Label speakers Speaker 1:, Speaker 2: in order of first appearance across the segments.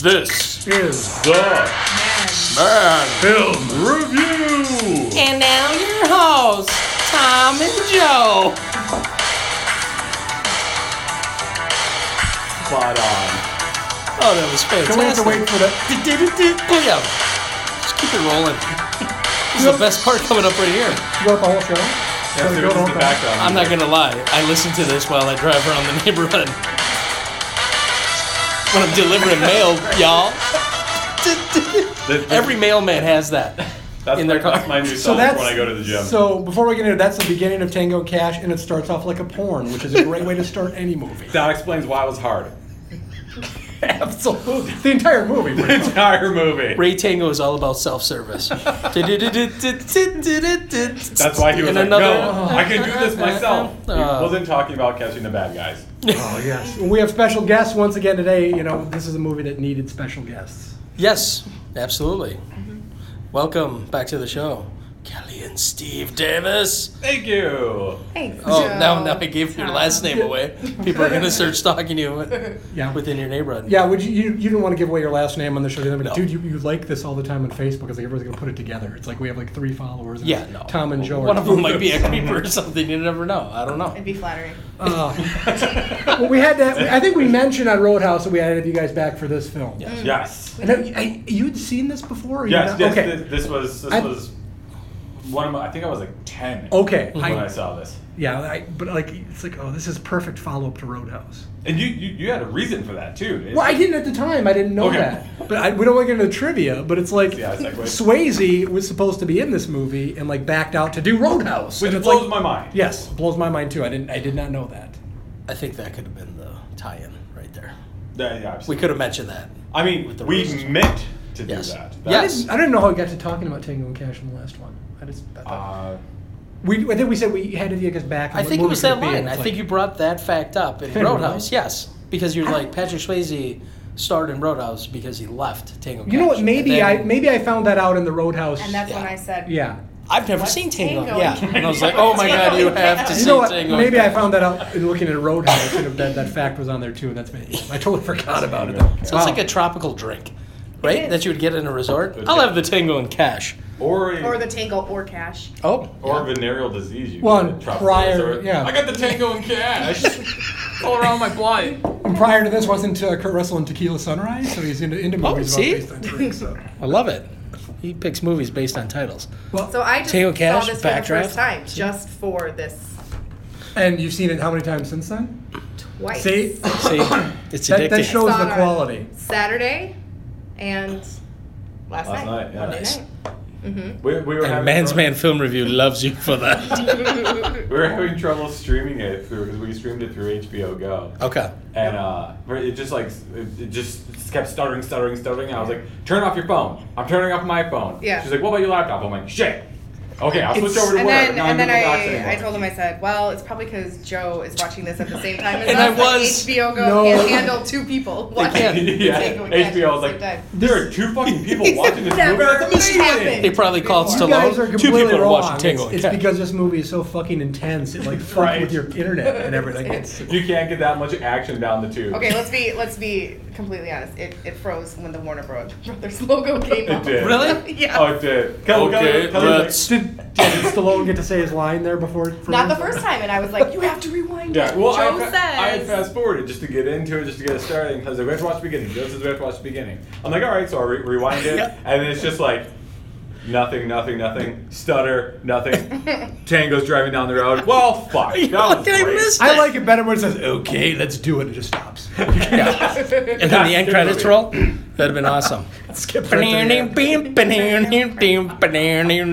Speaker 1: This
Speaker 2: is
Speaker 1: the Man
Speaker 2: film.
Speaker 1: Review.
Speaker 3: And now your hosts, Tom and Joe.
Speaker 1: Spot on.
Speaker 3: Oh, that was fantastic.
Speaker 2: Don't we have to wait for that?
Speaker 3: Oh, yeah. Just keep it rolling. This is the best part coming up right here.
Speaker 2: Throughout the whole show?
Speaker 1: Yes, there is in the background.
Speaker 3: I'm not gonna lie. I listen to this while I drive around the neighborhood when I'm delivering mail, y'all.
Speaker 1: This- this-
Speaker 3: Every mailman has that.
Speaker 1: that's
Speaker 3: in their
Speaker 1: my- That's
Speaker 3: car.
Speaker 1: my new
Speaker 2: So
Speaker 1: song
Speaker 2: that's
Speaker 1: when I go to the gym.
Speaker 2: So before we get into it, that's the beginning of Tango and Cash, and it starts off like a porn, which is a great way to start any movie.
Speaker 1: that explains why it was hard.
Speaker 2: Absolutely, the entire movie.
Speaker 1: The entire movie.
Speaker 3: Ray Tango is all about self-service. That's
Speaker 1: That's why he was
Speaker 3: and
Speaker 1: like,
Speaker 3: another,
Speaker 1: no, I can do this myself. He
Speaker 3: Uh,
Speaker 1: wasn't talking about catching the bad guys.
Speaker 2: Oh yes. We have special guests once again today. You know, this is a movie that needed special guests.
Speaker 3: Yes, absolutely. Welcome back to the show, Kelly and Steve Davis.
Speaker 1: Thank you.
Speaker 4: Thanks.
Speaker 3: Oh,
Speaker 4: Joe.
Speaker 3: now now I gave your
Speaker 4: Tom.
Speaker 3: last name away. People are gonna start stalking you
Speaker 2: Yeah.
Speaker 3: within your neighborhood.
Speaker 2: yeah, would you, you you didn't want to give away your last name on the show. They're gonna be like,
Speaker 3: No.
Speaker 2: Dude, you, you like this all the time on Facebook. It's like everyone's gonna put it together. It's like we have like three followers. and
Speaker 3: Yeah, no.
Speaker 2: Tom and Joe. are-
Speaker 3: One of them might be a creeper or something. You never know. I don't know.
Speaker 4: It'd be flattering.
Speaker 2: Uh, well, we had that. I think we mentioned on Roadhouse that we had to have you guys back for this film.
Speaker 3: Yeah.
Speaker 1: Yes.
Speaker 2: And I, I, you'd seen this before? Or you
Speaker 1: Yes,
Speaker 2: not?
Speaker 1: yes.
Speaker 2: okay.
Speaker 1: thi- This was this
Speaker 2: I-
Speaker 1: was one of my. I think I was like ten.
Speaker 2: Okay,
Speaker 1: When
Speaker 2: I-
Speaker 1: I, saw this,
Speaker 2: Yeah, I, but like it's like, oh, this is perfect follow up to Roadhouse.
Speaker 1: and you, you you had a reason for that too. It's-
Speaker 2: Well, I didn't at the time. I didn't know
Speaker 1: Okay.
Speaker 2: that. But I, we don't want to get into trivia. But it's like
Speaker 1: Yeah, segue.
Speaker 2: Swayze was supposed to be in this movie and like backed out to do Roadhouse.
Speaker 1: which
Speaker 2: and it's
Speaker 1: blows
Speaker 2: like,
Speaker 1: my mind.
Speaker 2: Yes, blows my mind too. I didn't. I did not know that.
Speaker 3: I think that could have been the tie-in right there.
Speaker 1: Yeah, yeah, absolutely.
Speaker 3: We could have mentioned that.
Speaker 1: I mean,
Speaker 3: with the
Speaker 1: we
Speaker 3: roast.
Speaker 1: meant to do
Speaker 3: Yes.
Speaker 1: that.
Speaker 2: I
Speaker 3: Yes.
Speaker 2: didn't, I didn't know how we got to talking about Tango and Cash in the last one. I just. I thought,
Speaker 1: Uh,
Speaker 2: we. I think we said we had to get us back. on
Speaker 3: I
Speaker 2: what
Speaker 3: think it
Speaker 2: movie
Speaker 3: was
Speaker 2: should
Speaker 3: that
Speaker 2: be, and
Speaker 3: line.
Speaker 2: it's
Speaker 3: I
Speaker 2: like-
Speaker 3: think you brought that fact up in
Speaker 2: Fair enough.
Speaker 3: Roadhouse. Yes, because you're like Patrick Swayze starred in Roadhouse because he left Tango.
Speaker 2: You know
Speaker 3: Cash.
Speaker 2: what?
Speaker 3: And
Speaker 2: Maybe
Speaker 3: then-
Speaker 2: I maybe I found that out in the Roadhouse.
Speaker 4: And that's when
Speaker 3: Yeah.
Speaker 4: I said,
Speaker 2: yeah.
Speaker 3: I've never
Speaker 4: What's
Speaker 3: seen Tango.
Speaker 4: Tango
Speaker 3: Yeah,
Speaker 4: and Cash?
Speaker 3: and I was like, oh my god, you have to
Speaker 4: You
Speaker 3: see
Speaker 2: You know what?
Speaker 3: Tango. and
Speaker 2: Maybe I
Speaker 3: Cash.
Speaker 2: found that out in looking at Roadhouse. and that that fact was on there too, and that's maybe I totally forgot about it. Though.
Speaker 3: Sounds
Speaker 2: Wow.
Speaker 3: like a tropical drink, right?
Speaker 4: is.
Speaker 3: That you would get in a resort.
Speaker 1: Good
Speaker 3: I'll
Speaker 1: job.
Speaker 3: have the Tango and Cash.
Speaker 1: or a-
Speaker 4: or the Tango or Cash.
Speaker 3: Oh,
Speaker 1: or venereal disease. You
Speaker 2: Well,
Speaker 1: get at tropical
Speaker 2: prior-
Speaker 1: resort.
Speaker 2: yeah.
Speaker 1: I got the tango and cash all around my blood.
Speaker 2: And prior to this, wasn't uh, Kurt Russell in Tequila Sunrise? So he's into, into
Speaker 3: Oh,
Speaker 2: movies
Speaker 3: see?
Speaker 2: about based on drinks. So.
Speaker 3: I love it. He picks movies based on titles.
Speaker 4: So I just
Speaker 3: Tango
Speaker 4: saw
Speaker 3: Cash,
Speaker 4: this for the
Speaker 3: Backdraft.
Speaker 4: first time, just for this
Speaker 2: And you've seen it how many times since then?
Speaker 4: twice.
Speaker 2: See,
Speaker 3: See, it's
Speaker 2: that,
Speaker 3: addictive.
Speaker 2: that shows
Speaker 4: Saw
Speaker 2: the
Speaker 4: it on
Speaker 2: quality.
Speaker 4: Saturday and last,
Speaker 1: Last night, yeah. Mm-hmm.
Speaker 4: Monday
Speaker 1: Nice.
Speaker 4: night.
Speaker 1: We, we were having
Speaker 3: and Man's
Speaker 1: trouble-
Speaker 3: Man Film Review loves you for that.
Speaker 1: We were having trouble streaming it through because we streamed it through HBO Go.
Speaker 3: okay.
Speaker 1: And uh, but it just like it it just kept stuttering, stuttering, stuttering. And I was like, "Turn off your phone." I'm turning off my phone.
Speaker 4: Yeah.
Speaker 1: She's like, "What about your laptop?" I'm like, "Shit." Okay, I'll switch
Speaker 2: It's-
Speaker 1: over to
Speaker 4: And
Speaker 1: work.
Speaker 4: then,
Speaker 1: Now I'm
Speaker 4: and then
Speaker 1: doing Docs anymore.
Speaker 4: I, I told him, I said, well, it's probably because Joe is watching this at the same time as
Speaker 3: And
Speaker 4: us.
Speaker 3: I
Speaker 4: like,
Speaker 3: was-
Speaker 4: HBO Go
Speaker 2: No.
Speaker 4: can't handle two people watching
Speaker 3: can't.
Speaker 1: yeah,
Speaker 4: Tango and Cash
Speaker 1: HBO. I was
Speaker 4: at the same
Speaker 1: like,
Speaker 4: time.
Speaker 1: "There are two fucking people watching this
Speaker 4: Never
Speaker 1: movie. That's
Speaker 4: happened.
Speaker 1: amazing."
Speaker 3: They probably called
Speaker 4: Before.
Speaker 2: You guys are
Speaker 3: Stallone. Two
Speaker 2: completely
Speaker 3: people are
Speaker 2: wrong.
Speaker 3: watching
Speaker 2: It's,
Speaker 3: Tango and
Speaker 2: it's
Speaker 3: Cash.
Speaker 2: because this movie is so fucking intense. It like fucks
Speaker 1: Right.
Speaker 2: with your internet and everything. It's,
Speaker 1: You can't get that much action down the tube.
Speaker 4: Okay, let's be let's be completely honest. It, it froze when the Warner Bro- Brothers logo came
Speaker 1: It
Speaker 4: up.
Speaker 1: did.
Speaker 3: Really?
Speaker 4: Yeah.
Speaker 1: Oh, it did. Kelly-
Speaker 3: Okay,
Speaker 1: Kelly- Kelly was like,
Speaker 3: let's-
Speaker 2: did, did Stallone get to say his line there before? it
Speaker 4: Not the
Speaker 2: froze?
Speaker 4: first time, and I was like, you have to rewind
Speaker 1: Yeah,
Speaker 4: it.
Speaker 1: well, I,
Speaker 4: Joe
Speaker 1: had
Speaker 4: says.
Speaker 1: fa- I had fast forwarded just to get into it, just to get it started. And I was like, we have to watch the beginning. Joe says we have to watch the beginning. I'm like, all right, so I re- rewind it,
Speaker 3: Yeah.
Speaker 1: and then it's just like nothing, nothing, nothing, stutter, nothing. Tango's driving down the road. Well, fuck, that was
Speaker 3: Did I
Speaker 1: great.
Speaker 3: miss
Speaker 2: I
Speaker 3: that?
Speaker 2: like it better when it says, "Okay, let's do it." It just stops.
Speaker 3: And then the end
Speaker 1: Good
Speaker 3: credits
Speaker 1: movie.
Speaker 3: roll. That'd have been awesome.
Speaker 2: Skip right to the end. Well,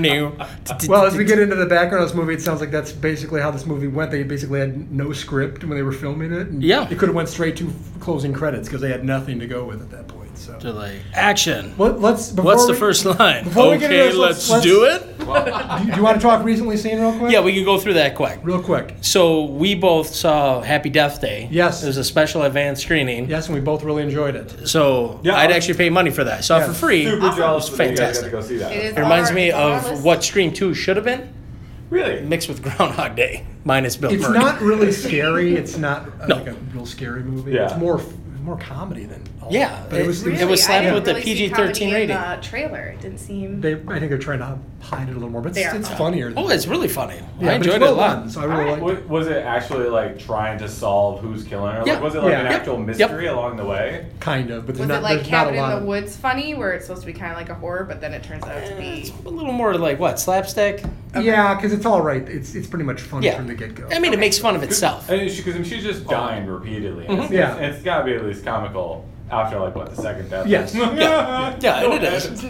Speaker 3: well,
Speaker 2: as we get into the background of this movie, it sounds like that's basically how this movie went. They basically had no script when they were filming it. And
Speaker 3: Yeah.
Speaker 2: it could have went straight to closing credits because they had nothing to go with at that point. So
Speaker 3: They're like, action.
Speaker 2: Let, us Before
Speaker 3: What's the
Speaker 2: we-
Speaker 3: first line?
Speaker 2: before we get into
Speaker 3: Okay,
Speaker 2: this, let's-
Speaker 3: let's,
Speaker 2: let's-
Speaker 3: do it.
Speaker 2: Do you, want to talk recently seen real quick?
Speaker 3: Yeah, we can go through that quick.
Speaker 2: real quick.
Speaker 3: So we both saw Happy Death Day.
Speaker 2: Yes.
Speaker 3: It was a special advance screening.
Speaker 2: Yes, and we both really enjoyed it.
Speaker 3: So
Speaker 1: Yeah.
Speaker 3: I'd actually pay money for that. I saw it for
Speaker 2: Yeah.
Speaker 3: free.
Speaker 1: Super jealous
Speaker 3: It was
Speaker 1: that you guys got to
Speaker 3: fantastic.
Speaker 1: go see that.
Speaker 4: It is
Speaker 3: It reminds
Speaker 4: on-
Speaker 3: me
Speaker 4: it's on our
Speaker 3: of
Speaker 4: list.
Speaker 3: what Scream 2 should have been
Speaker 1: Really?
Speaker 3: mixed with Groundhog Day, minus Bill
Speaker 2: It's
Speaker 3: Murray.
Speaker 2: not really scary. It's not uh,
Speaker 3: No.
Speaker 2: like a real scary movie.
Speaker 1: Yeah.
Speaker 2: It's more f- was more comedy than all
Speaker 3: Yeah,
Speaker 2: but it was,
Speaker 3: It
Speaker 4: Really?
Speaker 3: was slapped
Speaker 4: I didn't
Speaker 3: with the
Speaker 4: really see
Speaker 3: PG-13
Speaker 4: comedy in
Speaker 3: rating.
Speaker 4: the trailer. It didn't seem.
Speaker 2: they I think they're trying to hide it a little more, but
Speaker 4: They
Speaker 2: it's,
Speaker 4: are.
Speaker 2: it's funnier.
Speaker 3: Oh,
Speaker 2: than,
Speaker 3: it's really funny.
Speaker 2: yeah,
Speaker 3: I
Speaker 2: but it's
Speaker 3: enjoyed it a
Speaker 2: well
Speaker 3: lot.
Speaker 2: done, so I really liked it.
Speaker 1: W- was it actually like trying to solve who's killing her? Like,
Speaker 3: Yeah.
Speaker 1: Was it like
Speaker 2: Yeah.
Speaker 1: an
Speaker 2: Yep.
Speaker 1: actual mystery along the way?
Speaker 2: Kind of, but
Speaker 4: was
Speaker 2: there's not,
Speaker 4: it like
Speaker 2: there's not a
Speaker 4: Cabin
Speaker 2: lot.
Speaker 4: in the
Speaker 2: of-
Speaker 4: Woods funny, where it's supposed to be kind of like a horror, but then it turns out to be?
Speaker 3: It's a little more like what slapstick.
Speaker 2: Yeah, because it's all right. It's it's pretty much fun
Speaker 3: Yeah,
Speaker 2: from the get go.
Speaker 3: I mean, it makes fun of itself. Mm-hmm.
Speaker 1: And she, cause, I mean, she's just dying repeatedly. And it's,
Speaker 2: Mhm. Oh. Yeah.
Speaker 1: and it's gotta be at least comical after like what the second death.
Speaker 2: Yes.
Speaker 3: Yeah, yeah, and it is.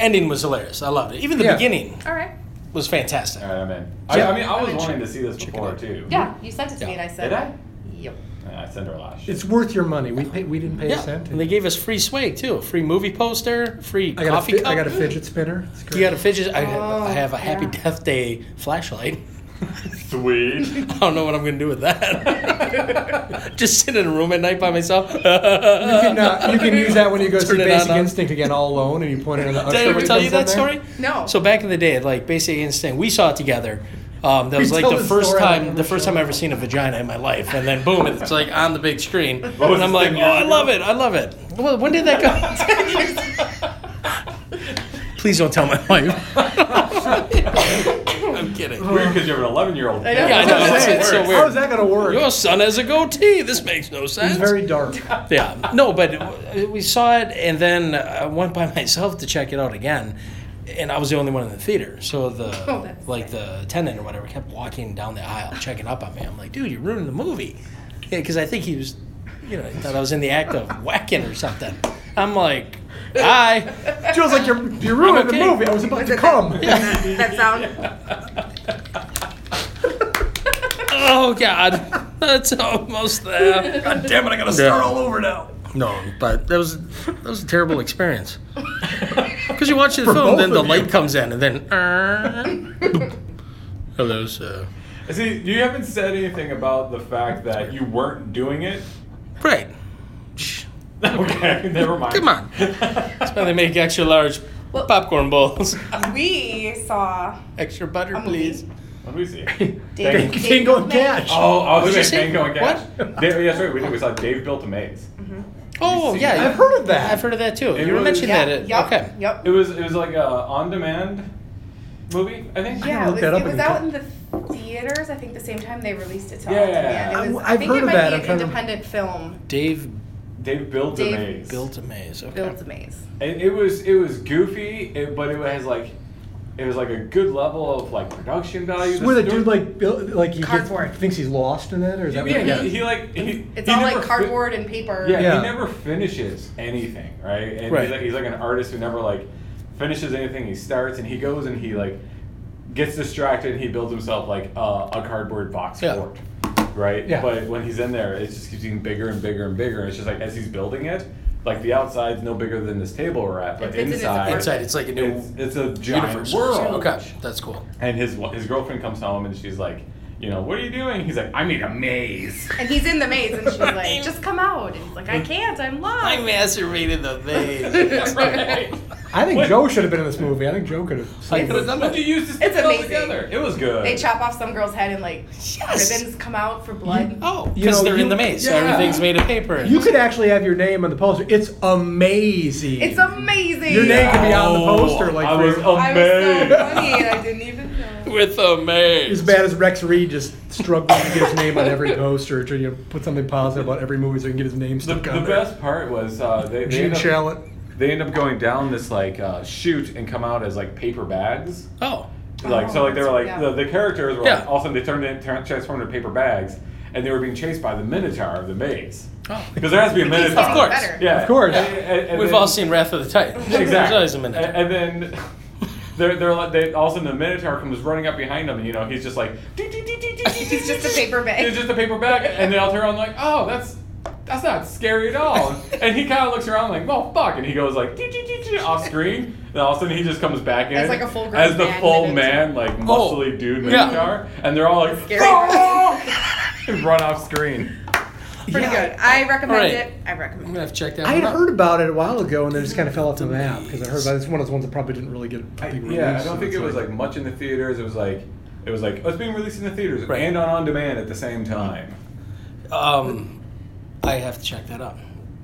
Speaker 3: Ending was hilarious. I loved it. Even the
Speaker 2: Yeah.
Speaker 3: beginning
Speaker 4: All right.
Speaker 3: was fantastic.
Speaker 1: All right, I'm in. I,
Speaker 3: Yeah.
Speaker 1: I mean, I was
Speaker 4: in.
Speaker 1: wanting to see this
Speaker 3: Check it
Speaker 1: before
Speaker 3: out.
Speaker 1: too.
Speaker 4: Yeah, you sent it to me, and I said,
Speaker 1: Did I?
Speaker 4: "Yep."
Speaker 1: I sent her last.
Speaker 2: it's worth your money. We pay, we didn't pay a
Speaker 3: Yeah,
Speaker 2: cent.
Speaker 3: and they gave us free swag too. Free movie poster, free
Speaker 2: I got
Speaker 3: coffee
Speaker 2: a fi-
Speaker 3: cup.
Speaker 2: I got a fidget spinner. It's great.
Speaker 3: You got a fidget. I,
Speaker 4: Oh,
Speaker 3: I have a Happy
Speaker 4: yeah.
Speaker 3: Death Day flashlight.
Speaker 1: sweet.
Speaker 3: I don't know what I'm going to do with that. Just sit in a room at night by myself.
Speaker 2: you can, uh, you can use that when you go see
Speaker 3: Turn it
Speaker 2: Basic
Speaker 3: on, on.
Speaker 2: Instinct again all alone, and you point it on the.
Speaker 3: Did I ever tell you that story?
Speaker 4: No.
Speaker 3: So back in the day, like Basic Instinct, we saw it together. Um, that
Speaker 2: We
Speaker 3: was like
Speaker 2: tell
Speaker 3: the
Speaker 2: this
Speaker 3: first
Speaker 2: story
Speaker 3: time,
Speaker 2: on
Speaker 3: the
Speaker 2: the
Speaker 3: first time I ever seen a vagina in my life, and then boom, it's like on the big screen, and
Speaker 1: What was
Speaker 3: I'm
Speaker 1: this
Speaker 3: like, oh,
Speaker 1: thing
Speaker 3: I
Speaker 1: years
Speaker 3: love it, I love it. Well, when did that go? Please don't tell my wife. I'm kidding.
Speaker 1: Weird because you have an 11 year old.
Speaker 4: I know.
Speaker 3: Yeah, I know. It's, it's so
Speaker 2: How is
Speaker 3: weird.
Speaker 2: that going to work?
Speaker 3: Your son has a goatee. This makes no
Speaker 2: It's
Speaker 3: sense.
Speaker 2: very dark.
Speaker 3: yeah. No, but w- we saw it, and then I went by myself to check it out again, and I was the only one in the theater. So the
Speaker 4: Oh, that's
Speaker 3: like the tenant or whatever kept walking down the aisle, checking up on me. I'm like, dude, you're ruining the movie. Yeah, because I think he was, you know, he thought I was in the act of whacking or something. I'm like, hi.
Speaker 2: Joe's like, you're, you're ruining
Speaker 3: okay.
Speaker 2: the movie. I was about to come.
Speaker 4: that sound.
Speaker 3: Oh God, that's almost there. God damn it, I gotta start all over now. No, but that was that was a terrible experience. Because you watch the film,
Speaker 2: both
Speaker 3: then the
Speaker 2: of
Speaker 3: light comes in, and then uh, boop. hello, sir.
Speaker 1: See, you haven't said anything about the fact that you weren't doing it.
Speaker 3: Right.
Speaker 1: Okay, never mind.
Speaker 3: Come on. That's why they make extra large
Speaker 4: Well-
Speaker 3: popcorn bowls.
Speaker 4: We saw
Speaker 3: extra butter,
Speaker 4: a
Speaker 3: please.
Speaker 4: movie.
Speaker 1: What do we see?
Speaker 4: Dave.
Speaker 1: Dave-
Speaker 2: Tango and Cash.
Speaker 1: Oh, I was
Speaker 3: What'd
Speaker 1: going
Speaker 3: you
Speaker 1: to
Speaker 3: say?
Speaker 1: Tango and Cash.
Speaker 3: What?
Speaker 1: Dave, yeah, that's right. We did. We saw Dave built a maze.
Speaker 3: Oh
Speaker 1: seen
Speaker 3: yeah,
Speaker 1: that?
Speaker 2: I've heard of that.
Speaker 3: I've heard of that too.
Speaker 1: It
Speaker 3: you were
Speaker 1: was-
Speaker 3: mentioning
Speaker 4: Yeah,
Speaker 3: that. It,
Speaker 4: Yep.
Speaker 3: Okay.
Speaker 4: Yep.
Speaker 1: It was it was like a on demand movie, I think.
Speaker 4: Yeah,
Speaker 2: look
Speaker 4: it was, it
Speaker 2: that up in
Speaker 4: was
Speaker 2: the-
Speaker 4: out in the theaters. I think the same time they released it to
Speaker 1: Yeah.
Speaker 4: on demand. It
Speaker 2: I'm-
Speaker 4: was,
Speaker 2: I've
Speaker 4: think
Speaker 2: heard
Speaker 4: it
Speaker 2: of
Speaker 4: might
Speaker 2: that.
Speaker 4: be
Speaker 2: I'm
Speaker 4: an
Speaker 2: trying to-
Speaker 4: independent film.
Speaker 3: Dave
Speaker 1: Dave built
Speaker 4: Dave
Speaker 1: a maze.
Speaker 3: built a maze. Okay.
Speaker 4: Builds a maze.
Speaker 1: And it was it was goofy, it, but it has like it was like a good level of like production value.
Speaker 2: Where the
Speaker 1: story-
Speaker 2: dude like built, like he gets-
Speaker 4: Cardboard.
Speaker 2: thinks he's lost in it, or is that?
Speaker 1: yeah,
Speaker 2: what
Speaker 1: he, he like he,
Speaker 4: It's
Speaker 1: he
Speaker 4: all
Speaker 1: never
Speaker 4: like
Speaker 1: fi-
Speaker 4: cardboard and paper.
Speaker 1: yeah,
Speaker 2: Yeah.
Speaker 1: he never finishes anything, right? And
Speaker 3: Right.
Speaker 1: He's, like, he's like an artist who never like finishes anything. He starts and he goes and he like gets distracted and he builds himself like a, a cardboard box
Speaker 3: Yeah.
Speaker 1: fort, right?
Speaker 2: Yeah.
Speaker 1: But when he's in there, it just keeps getting bigger and bigger and bigger. And it's just like as he's building it. Like the outside's no bigger than this table we're at, but
Speaker 4: It's in his
Speaker 1: inside,
Speaker 4: apartment.
Speaker 3: Inside, it's like a new
Speaker 1: it's, it's a giant
Speaker 3: Universe.
Speaker 1: world.
Speaker 3: Okay, that's cool.
Speaker 1: And his his girlfriend comes home and she's like, you know, what are you doing? He's like, I made a maze.
Speaker 4: And he's in the maze, and she's like, "Just come out." And he's like, "I can't. I'm lost."
Speaker 3: I masturbated the maze.
Speaker 1: Right.
Speaker 2: I think
Speaker 1: What?
Speaker 2: Joe should have been in this movie. I think Joe could have.
Speaker 3: I could have done
Speaker 1: What
Speaker 3: that.
Speaker 1: you use this
Speaker 4: It's
Speaker 1: all
Speaker 4: amazing.
Speaker 1: together? It was good.
Speaker 4: They chop off some girl's head, and like
Speaker 3: Yes.
Speaker 4: ribbons come out for blood.
Speaker 3: Oh,
Speaker 2: You
Speaker 3: because
Speaker 2: know,
Speaker 3: they're in
Speaker 2: you-
Speaker 3: the maze. so
Speaker 1: yeah.
Speaker 3: Everything's made of paper.
Speaker 2: You could actually have your name on the poster. It's amazing.
Speaker 4: It's amazing.
Speaker 2: Your name could be on the
Speaker 3: Oh,
Speaker 2: poster, like
Speaker 1: I
Speaker 2: for-
Speaker 1: was
Speaker 4: I was
Speaker 1: amazed.
Speaker 4: so funny, and I didn't even know.
Speaker 3: with a maze.
Speaker 2: as bad as Rex Reed just struggling to get his name on every poster, trying to put something positive about every movie so he can get his name
Speaker 1: the,
Speaker 2: stuck
Speaker 1: the
Speaker 2: on there.
Speaker 1: best part was uh, they they
Speaker 2: Gene
Speaker 1: end, up,
Speaker 2: Shalit.
Speaker 1: they end up going down this like uh, chute and come out as like paper bags.
Speaker 3: Oh,
Speaker 1: Like so,
Speaker 4: Oh,
Speaker 1: like they were like
Speaker 4: yeah.
Speaker 1: the, the characters were
Speaker 3: Yeah.
Speaker 1: like, all of a sudden they turned in, turned, transformed into paper bags, and they were being chased by the Minotaur of the maze.
Speaker 3: oh.
Speaker 1: Because there has to be a
Speaker 4: Makes
Speaker 1: Minotaur.
Speaker 4: it
Speaker 3: course.
Speaker 4: better.
Speaker 1: Yeah,
Speaker 2: Of course.
Speaker 1: And- and- and
Speaker 3: We've
Speaker 1: then-
Speaker 3: all seen Wrath of the Titan. There's always a
Speaker 1: Exactly. And,
Speaker 3: minute.
Speaker 1: and then they're, they're like, they, all of a sudden the Minotaur comes running up behind him, and you know he's just like, "Doo, doo, doo, doo, doo, doo,
Speaker 4: He's
Speaker 1: doo,
Speaker 4: just a
Speaker 1: doo,
Speaker 4: paper
Speaker 1: doo."
Speaker 4: bag.
Speaker 1: He's just a paper bag, and they all turn around like, oh, that's that's not scary at all. And he kind of looks around like, well, fuck, and he goes like doo, doo, doo, doo, off screen, and all of a sudden he just comes back in
Speaker 4: As like a full-grown
Speaker 1: as the
Speaker 4: man
Speaker 1: full
Speaker 4: Minotaur.
Speaker 1: man, like
Speaker 3: Oh,
Speaker 1: muscly dude
Speaker 3: yeah.
Speaker 1: Minotaur, and they're all like,
Speaker 4: Scary.
Speaker 1: "Ah!" and run off screen.
Speaker 4: Pretty
Speaker 2: Yeah.
Speaker 4: good. I recommend
Speaker 3: All right.
Speaker 4: it. I
Speaker 3: I'm
Speaker 4: recommend
Speaker 3: gonna
Speaker 4: it.
Speaker 3: have to check that
Speaker 2: I
Speaker 3: one
Speaker 2: had
Speaker 3: out.
Speaker 2: heard about it a while ago, and then it just kind of fell off the map because I heard about it. It's one of those ones that probably didn't really get a
Speaker 1: I-
Speaker 2: big release.
Speaker 1: yeah, I don't
Speaker 2: so
Speaker 1: think
Speaker 2: it's
Speaker 1: it was like much in the theaters. It was like it was like oh, it's being released in the theaters
Speaker 3: Right.
Speaker 1: and on on demand at the same time.
Speaker 3: Um, I have to check that out.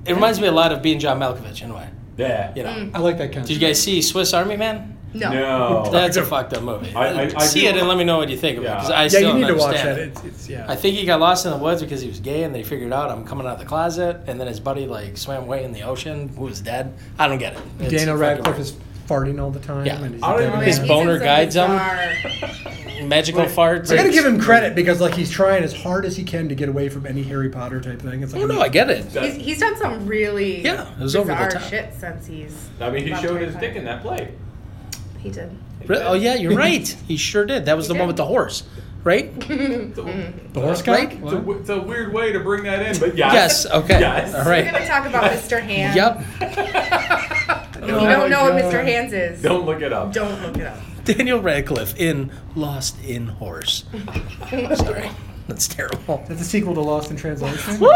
Speaker 3: It reminds me a lot of being John Malkovich in a way.
Speaker 1: Yeah.
Speaker 3: You know.
Speaker 4: Mm.
Speaker 2: I like that kind.
Speaker 3: Did you guys see Swiss Army Man?
Speaker 4: No.
Speaker 2: Oh.
Speaker 1: No.
Speaker 3: That's a fucked up movie.
Speaker 1: I- I- I
Speaker 3: see
Speaker 1: do-
Speaker 3: it and let me know what you think of it.
Speaker 1: Yeah.
Speaker 3: 'cause I
Speaker 2: Yeah,
Speaker 3: still
Speaker 2: you
Speaker 3: don't
Speaker 2: need to watch
Speaker 3: understand
Speaker 2: that.
Speaker 3: it.
Speaker 2: It's, it's yeah.
Speaker 3: I think he got lost in the woods because he was gay, and they figured out I'm coming out of the closet. And then his buddy like swam away in the ocean, who was dead. I don't get it. It's
Speaker 2: Daniel
Speaker 3: fucking-
Speaker 2: Radcliffe is farting all the time.
Speaker 3: Yeah.
Speaker 2: and he's
Speaker 1: I don't
Speaker 2: a
Speaker 1: even-
Speaker 2: devil.
Speaker 3: His
Speaker 4: He's in
Speaker 3: boner
Speaker 4: some
Speaker 3: guides him.
Speaker 4: bizarre-
Speaker 3: magical farts.
Speaker 2: I gotta give him credit because like he's trying as hard as he can to get away from any Harry Potter type thing. It's like
Speaker 3: Oh no, I get it.
Speaker 1: That-
Speaker 4: He's, he's done some really
Speaker 3: Yeah, it was over the
Speaker 4: bizarre
Speaker 3: top.
Speaker 4: shit since he's.
Speaker 1: I mean, he
Speaker 4: about
Speaker 1: showed his
Speaker 4: 25.
Speaker 1: dick in that play.
Speaker 4: He did.
Speaker 3: Re- Oh yeah, you're right. He sure did. That was
Speaker 4: He
Speaker 3: the one
Speaker 4: did.
Speaker 3: with the horse, right?
Speaker 1: It's a,
Speaker 4: Mm-hmm.
Speaker 2: the horse guy.
Speaker 3: Right?
Speaker 1: it's a w- it's a weird way to bring that in, but yes.
Speaker 3: Yes. Okay.
Speaker 1: Yes.
Speaker 3: All
Speaker 4: We're
Speaker 3: right.
Speaker 4: gonna talk about Mr. Hand.
Speaker 3: Yep.
Speaker 4: If you don't know what Mr. Hands is,
Speaker 1: Don't look it up.
Speaker 4: don't look it up.
Speaker 3: Daniel Radcliffe in Lost in Horse. Sorry, that's terrible.
Speaker 2: That's a sequel to Lost in Translation.
Speaker 3: Uh,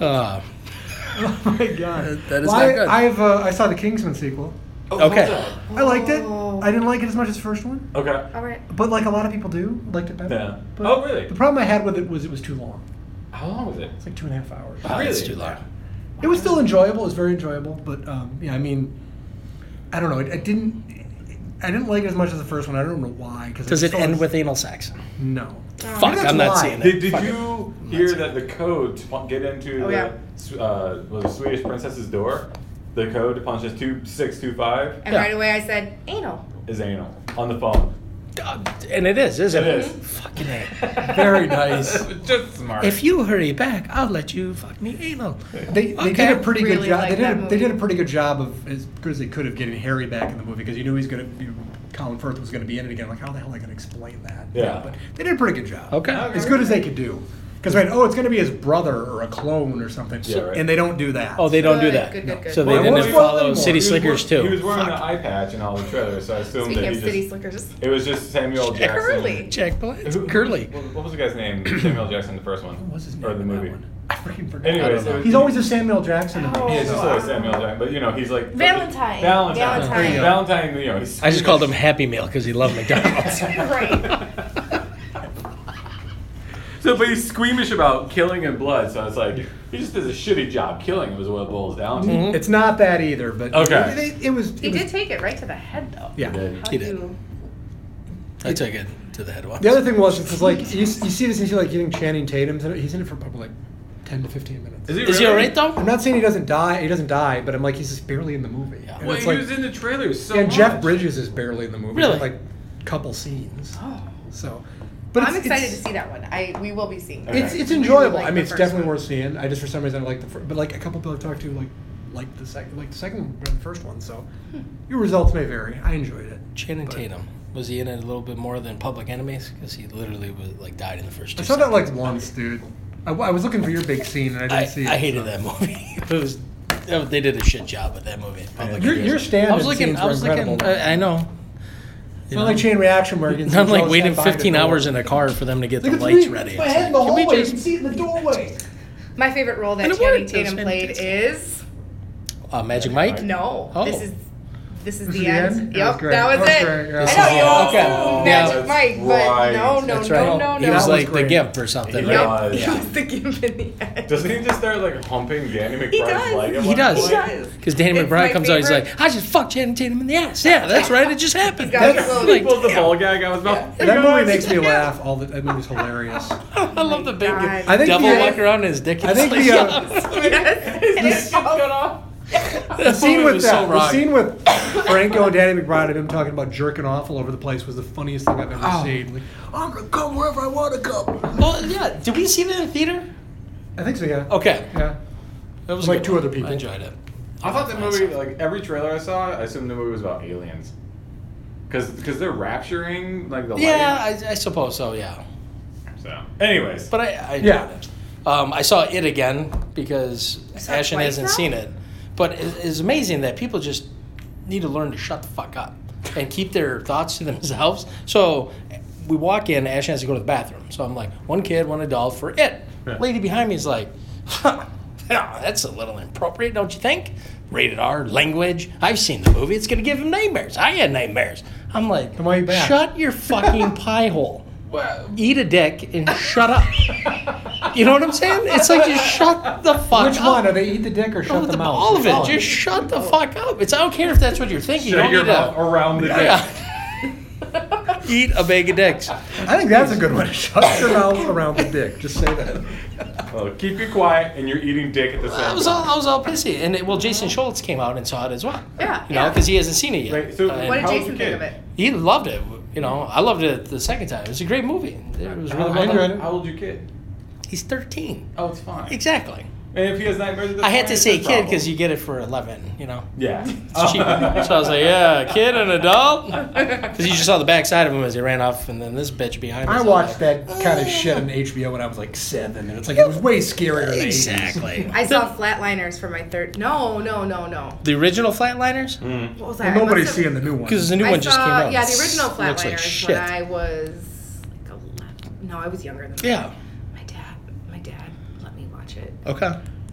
Speaker 2: oh my god,
Speaker 3: That is
Speaker 2: Well,
Speaker 3: not
Speaker 2: I,
Speaker 3: good.
Speaker 2: I've uh, I saw the Kingsman sequel.
Speaker 3: okay.
Speaker 2: I liked it.
Speaker 4: Oh.
Speaker 2: I didn't like it as much as the first one,
Speaker 1: Okay.
Speaker 4: All right.
Speaker 2: but like a lot of people do, liked it better.
Speaker 1: Yeah.
Speaker 2: But
Speaker 1: Oh, really?
Speaker 2: The problem I had with it was it was too long.
Speaker 1: How long was it?
Speaker 2: It's like two and a half hours.
Speaker 3: Wow, that's
Speaker 1: Really?
Speaker 3: too long.
Speaker 2: It was still enjoyable. It was very enjoyable, but um, yeah, I mean, I don't know. It, it didn't. I didn't like it as much as the first one. I don't know why. Because
Speaker 3: Does it end with anal sex?
Speaker 2: no?
Speaker 3: Fuck,
Speaker 2: that's
Speaker 3: I'm not
Speaker 2: why.
Speaker 3: seeing it.
Speaker 1: Did, did
Speaker 3: Fuck it.
Speaker 1: you hear that the code to pun- get into
Speaker 4: Oh,
Speaker 1: the,
Speaker 4: yeah.
Speaker 1: s- uh, was it Swedish princess's door? The code to punch is 2625
Speaker 4: And
Speaker 3: Yeah.
Speaker 4: right away I said, anal.
Speaker 1: is anal on the phone.
Speaker 3: Uh, and it is, isn't
Speaker 1: It
Speaker 3: it?
Speaker 1: is.
Speaker 3: Fucking A.
Speaker 2: Very nice.
Speaker 1: Just smart.
Speaker 3: If you hurry back, I'll let you fuck me anal.
Speaker 2: They, they
Speaker 3: Okay.
Speaker 2: did a pretty good
Speaker 4: Really
Speaker 2: job.
Speaker 4: like
Speaker 2: They did,
Speaker 4: that
Speaker 2: a, they did a
Speaker 4: movie.
Speaker 2: pretty good job of as good as they could of getting Harry back in the movie because you knew he's gonna be, Colin Firth was gonna be in it again. Like how the hell are they gonna explain that?
Speaker 1: Yeah.
Speaker 2: but they did a pretty good job.
Speaker 3: Okay.
Speaker 2: as good as they could do. Because right, oh, it's gonna be his brother or a clone or something.
Speaker 1: Yeah, right.
Speaker 2: And they don't do that.
Speaker 3: Oh, they don't do
Speaker 4: Good,
Speaker 3: that.
Speaker 4: good, good, good.
Speaker 3: So they
Speaker 1: Well,
Speaker 3: didn't
Speaker 1: what-
Speaker 3: follow
Speaker 2: what-
Speaker 1: He
Speaker 3: City
Speaker 1: was
Speaker 3: Slickers
Speaker 1: wear-
Speaker 3: too.
Speaker 1: He was wearing the eye patch in all the trailers, so I assumed
Speaker 4: Speaking
Speaker 1: that
Speaker 4: of
Speaker 1: he
Speaker 4: city
Speaker 1: just,
Speaker 4: slickers.
Speaker 1: it was just Samuel Jackson.
Speaker 4: Curly.
Speaker 3: Jack Black.
Speaker 1: Who-
Speaker 3: Curly.
Speaker 1: What, what was the guy's name? Samuel Jackson, the first one.
Speaker 2: What was his name?
Speaker 1: Or the
Speaker 2: in that
Speaker 1: movie.
Speaker 2: one? I freaking forgot.
Speaker 1: Anyways,
Speaker 3: I don't
Speaker 1: it
Speaker 3: know.
Speaker 1: was-
Speaker 2: He's always a Samuel Jackson. in
Speaker 4: Oh.
Speaker 1: Yeah,
Speaker 2: movies.
Speaker 1: it's just always Samuel Jackson, but you know he's like
Speaker 4: Valentine.
Speaker 1: Valentine,
Speaker 4: Valentine.
Speaker 1: Valentine. You know, he's
Speaker 3: I just called him Happy Meal because he loved McDonald's.
Speaker 4: Right.
Speaker 1: So, but he's squeamish about killing and blood. So it's like he just does a shitty job killing. him Is what it boils down to.
Speaker 3: Mm-hmm.
Speaker 2: It's not that either, but
Speaker 1: Okay.
Speaker 2: it, it- it was.
Speaker 4: He
Speaker 2: it was-
Speaker 4: did take it right to the head, though.
Speaker 2: Yeah.
Speaker 1: Yeah.
Speaker 4: How
Speaker 3: He
Speaker 4: do
Speaker 3: did.
Speaker 4: you-
Speaker 3: I took it to the head once.
Speaker 2: The other thing was, it's just like you, you see this, and you see like you think Channing Tatum's in it. He's in it for probably like ten to fifteen minutes.
Speaker 1: Is he,
Speaker 3: Is he
Speaker 1: really?
Speaker 3: alright though?
Speaker 2: I'm not saying he doesn't die. He doesn't die, but I'm like he's just barely in the movie.
Speaker 3: Yeah.
Speaker 2: And
Speaker 1: Well,
Speaker 2: it's
Speaker 1: he
Speaker 2: like,
Speaker 1: was in the trailer so
Speaker 2: and Jeff
Speaker 1: much.
Speaker 2: Bridges is barely in the movie.
Speaker 3: Really?
Speaker 2: like couple scenes.
Speaker 4: Oh.
Speaker 2: So,
Speaker 4: But
Speaker 2: but
Speaker 4: I'm
Speaker 2: it's-
Speaker 4: excited to
Speaker 2: it's-
Speaker 4: see that one. I we will be seeing. that.
Speaker 1: Okay.
Speaker 2: It's it's
Speaker 4: Really
Speaker 2: enjoyable.
Speaker 4: like
Speaker 2: I mean,
Speaker 4: the
Speaker 2: it's
Speaker 4: first
Speaker 2: definitely
Speaker 4: one.
Speaker 2: worth seeing. I just for some reason I like the first, but like a couple people I talked to like like the second like the second one better than the first one. So,
Speaker 4: Hmm.
Speaker 2: your results may vary. I enjoyed it.
Speaker 3: Channing Tatum. Was he in it a little bit more than Public Enemies? Because he literally was like died in the first. Two
Speaker 2: I saw that
Speaker 3: seconds.
Speaker 2: like once, dude. I, I was looking for your big scene and I didn't
Speaker 3: I,
Speaker 2: see it.
Speaker 3: I hated that movie. It was. oh, They did a shit job with that movie. Public
Speaker 2: Your,
Speaker 3: Enemies.
Speaker 2: your stand
Speaker 3: I was looking. I was looking. I, I know.
Speaker 2: It's not like chain reaction where you can
Speaker 3: Not like waiting 15 hours in a car for them to get the lights ready.
Speaker 2: My head in the
Speaker 3: Can we
Speaker 2: hallway. You
Speaker 3: just-
Speaker 2: can see it in the doorway.
Speaker 4: My favorite role that
Speaker 3: And it
Speaker 4: Channing
Speaker 3: worked. It was
Speaker 4: Tatum played
Speaker 3: fantastic.
Speaker 4: is
Speaker 3: Uh, Magic Mike.
Speaker 4: no.
Speaker 3: Oh.
Speaker 4: This is this is
Speaker 2: This
Speaker 4: the end.
Speaker 2: That was
Speaker 4: Yep,
Speaker 2: great.
Speaker 4: that was,
Speaker 2: That
Speaker 4: it.
Speaker 2: was great, yeah.
Speaker 4: I
Speaker 3: This
Speaker 4: know
Speaker 3: is
Speaker 4: you
Speaker 3: it.
Speaker 4: all
Speaker 3: Okay.
Speaker 4: assumed
Speaker 3: Yeah,
Speaker 4: Magic
Speaker 1: that's
Speaker 4: Mike,
Speaker 1: right.
Speaker 4: but no, no,
Speaker 3: That's
Speaker 4: no,
Speaker 3: right.
Speaker 4: no,
Speaker 3: he
Speaker 4: no.
Speaker 3: was
Speaker 2: That was
Speaker 3: like the
Speaker 2: great.
Speaker 3: Gimp or something.
Speaker 1: He
Speaker 3: right?
Speaker 1: was.
Speaker 4: He
Speaker 3: Yeah.
Speaker 4: was the gimp in the end.
Speaker 1: Doesn't he just start like humping Danny McBride's
Speaker 4: does.
Speaker 1: leg? at
Speaker 3: He
Speaker 1: one
Speaker 3: does.
Speaker 1: point?
Speaker 4: He does.
Speaker 3: Because Danny
Speaker 4: It's
Speaker 3: McBride
Speaker 4: my
Speaker 3: comes out, he's
Speaker 4: favorite.
Speaker 3: like, I just fucked Channing Tatum in the ass. Yeah, that's right. It just happened.
Speaker 4: got his
Speaker 3: That's-
Speaker 4: little-
Speaker 1: He pulled the ball gag out of his mouth.
Speaker 2: That movie makes me laugh. All the, that movie's hilarious.
Speaker 3: I love the big
Speaker 4: God.
Speaker 2: Oh I think
Speaker 3: devil
Speaker 2: the,
Speaker 3: walk around in his dick.
Speaker 2: I think the, uh,
Speaker 4: Yes, and it
Speaker 1: He's cut off.
Speaker 3: the
Speaker 2: scene with that,
Speaker 3: so
Speaker 2: the
Speaker 3: wrong.
Speaker 2: scene with Franco and Danny McBride of him talking about jerking off all over the place was the funniest thing I've ever seen. Like, I'm gonna come wherever I want to go.
Speaker 3: Well, yeah. Did we see that in theater?
Speaker 2: I think so. Yeah.
Speaker 3: Okay.
Speaker 2: Yeah.
Speaker 3: That was
Speaker 2: Like
Speaker 3: good
Speaker 2: two
Speaker 3: one.
Speaker 2: other people.
Speaker 3: I enjoyed it.
Speaker 1: I thought the movie, like every trailer I saw, I assumed the movie was about aliens, because because they're rapturing like the
Speaker 3: Yeah,
Speaker 1: light.
Speaker 3: I, I suppose so, yeah.
Speaker 1: So, anyways,
Speaker 3: But I, I enjoyed
Speaker 2: Yeah.
Speaker 3: it. Um, I saw it again because
Speaker 4: saw it
Speaker 3: Ashton
Speaker 4: twice
Speaker 3: hasn't
Speaker 4: now?
Speaker 3: seen it. But it, it's amazing that people just need to learn to shut the fuck up and keep their thoughts to themselves. So we walk in, Ashton has to go to the bathroom. So I'm like, one kid, one adult for it.
Speaker 1: Yeah.
Speaker 3: Lady behind me is like, huh, yeah, that's a little inappropriate, don't you think? Rated R, language. I've seen the movie. It's going to give him nightmares. I had nightmares. I'm like,
Speaker 2: why are you back?
Speaker 3: shut your fucking pie hole.
Speaker 1: Well,
Speaker 3: Eat a dick and shut up. You know what I'm saying? It's like just shut the
Speaker 2: Uh,
Speaker 3: fuck
Speaker 5: Which
Speaker 3: up.
Speaker 5: one? Are they eat the dick or shut
Speaker 3: No,
Speaker 5: the,
Speaker 3: the-
Speaker 5: mouth?
Speaker 3: all of it.
Speaker 5: Oh.
Speaker 3: Just shut the fuck up. It's I don't care if that's what you're thinking.
Speaker 1: Shut
Speaker 3: you
Speaker 1: your mouth
Speaker 3: don't need
Speaker 1: around the
Speaker 3: to.
Speaker 1: dick.
Speaker 3: Yeah. Eat a bag of dicks.
Speaker 2: I think that's a good one. Shut your mouth around the dick. Just say that.
Speaker 1: Oh, keep you quiet, and you're eating dick at the
Speaker 3: I
Speaker 1: same
Speaker 3: was
Speaker 1: time.
Speaker 3: all I was all pissy, and it, well, Jason Schultz came out and saw it as well.
Speaker 6: Yeah,
Speaker 3: you know,
Speaker 6: yeah.
Speaker 3: because he hasn't seen it yet.
Speaker 1: Right, so
Speaker 3: Uh,
Speaker 6: What
Speaker 1: How
Speaker 6: did
Speaker 1: was
Speaker 6: Jason
Speaker 1: the
Speaker 6: think of
Speaker 1: kid?
Speaker 6: it?
Speaker 3: he loved it. You know, I loved it the second time. It was a great movie. It was really
Speaker 5: I
Speaker 3: well
Speaker 5: enjoyed
Speaker 3: done.
Speaker 5: it.
Speaker 1: How old your kid?
Speaker 3: He's 13.
Speaker 1: Oh, it's fine.
Speaker 3: Exactly.
Speaker 1: And if he has nightmares, at this
Speaker 3: I had
Speaker 1: point,
Speaker 3: to
Speaker 1: it's
Speaker 3: say
Speaker 1: his
Speaker 3: kid
Speaker 1: problem.
Speaker 3: because you get it for 11. You know.
Speaker 1: Yeah.
Speaker 3: It's cheap. so I was like, yeah, kid and adult. Because you just saw the backside of him as he ran off, and then this bitch behind us.
Speaker 2: I watched that kind of shit on HBO when I was like seven, and it's like it was way scarier than the 80s.
Speaker 3: Exactly.
Speaker 6: I saw Flatliners for my third. No, no, no, no.
Speaker 3: The original Flatliners?
Speaker 1: Hmm.
Speaker 6: What was
Speaker 2: Well,
Speaker 6: I? I must
Speaker 2: nobody's
Speaker 6: have-
Speaker 2: seeing the new one.
Speaker 3: Because the new
Speaker 6: I
Speaker 3: one just
Speaker 6: saw-
Speaker 3: came out.
Speaker 6: Yeah, the original
Speaker 3: It looks like
Speaker 6: Flatliners
Speaker 3: shit.
Speaker 6: when I was like 11. No, I was younger than that.
Speaker 3: Yeah.
Speaker 6: My dad, my dad let me watch it,
Speaker 3: Okay.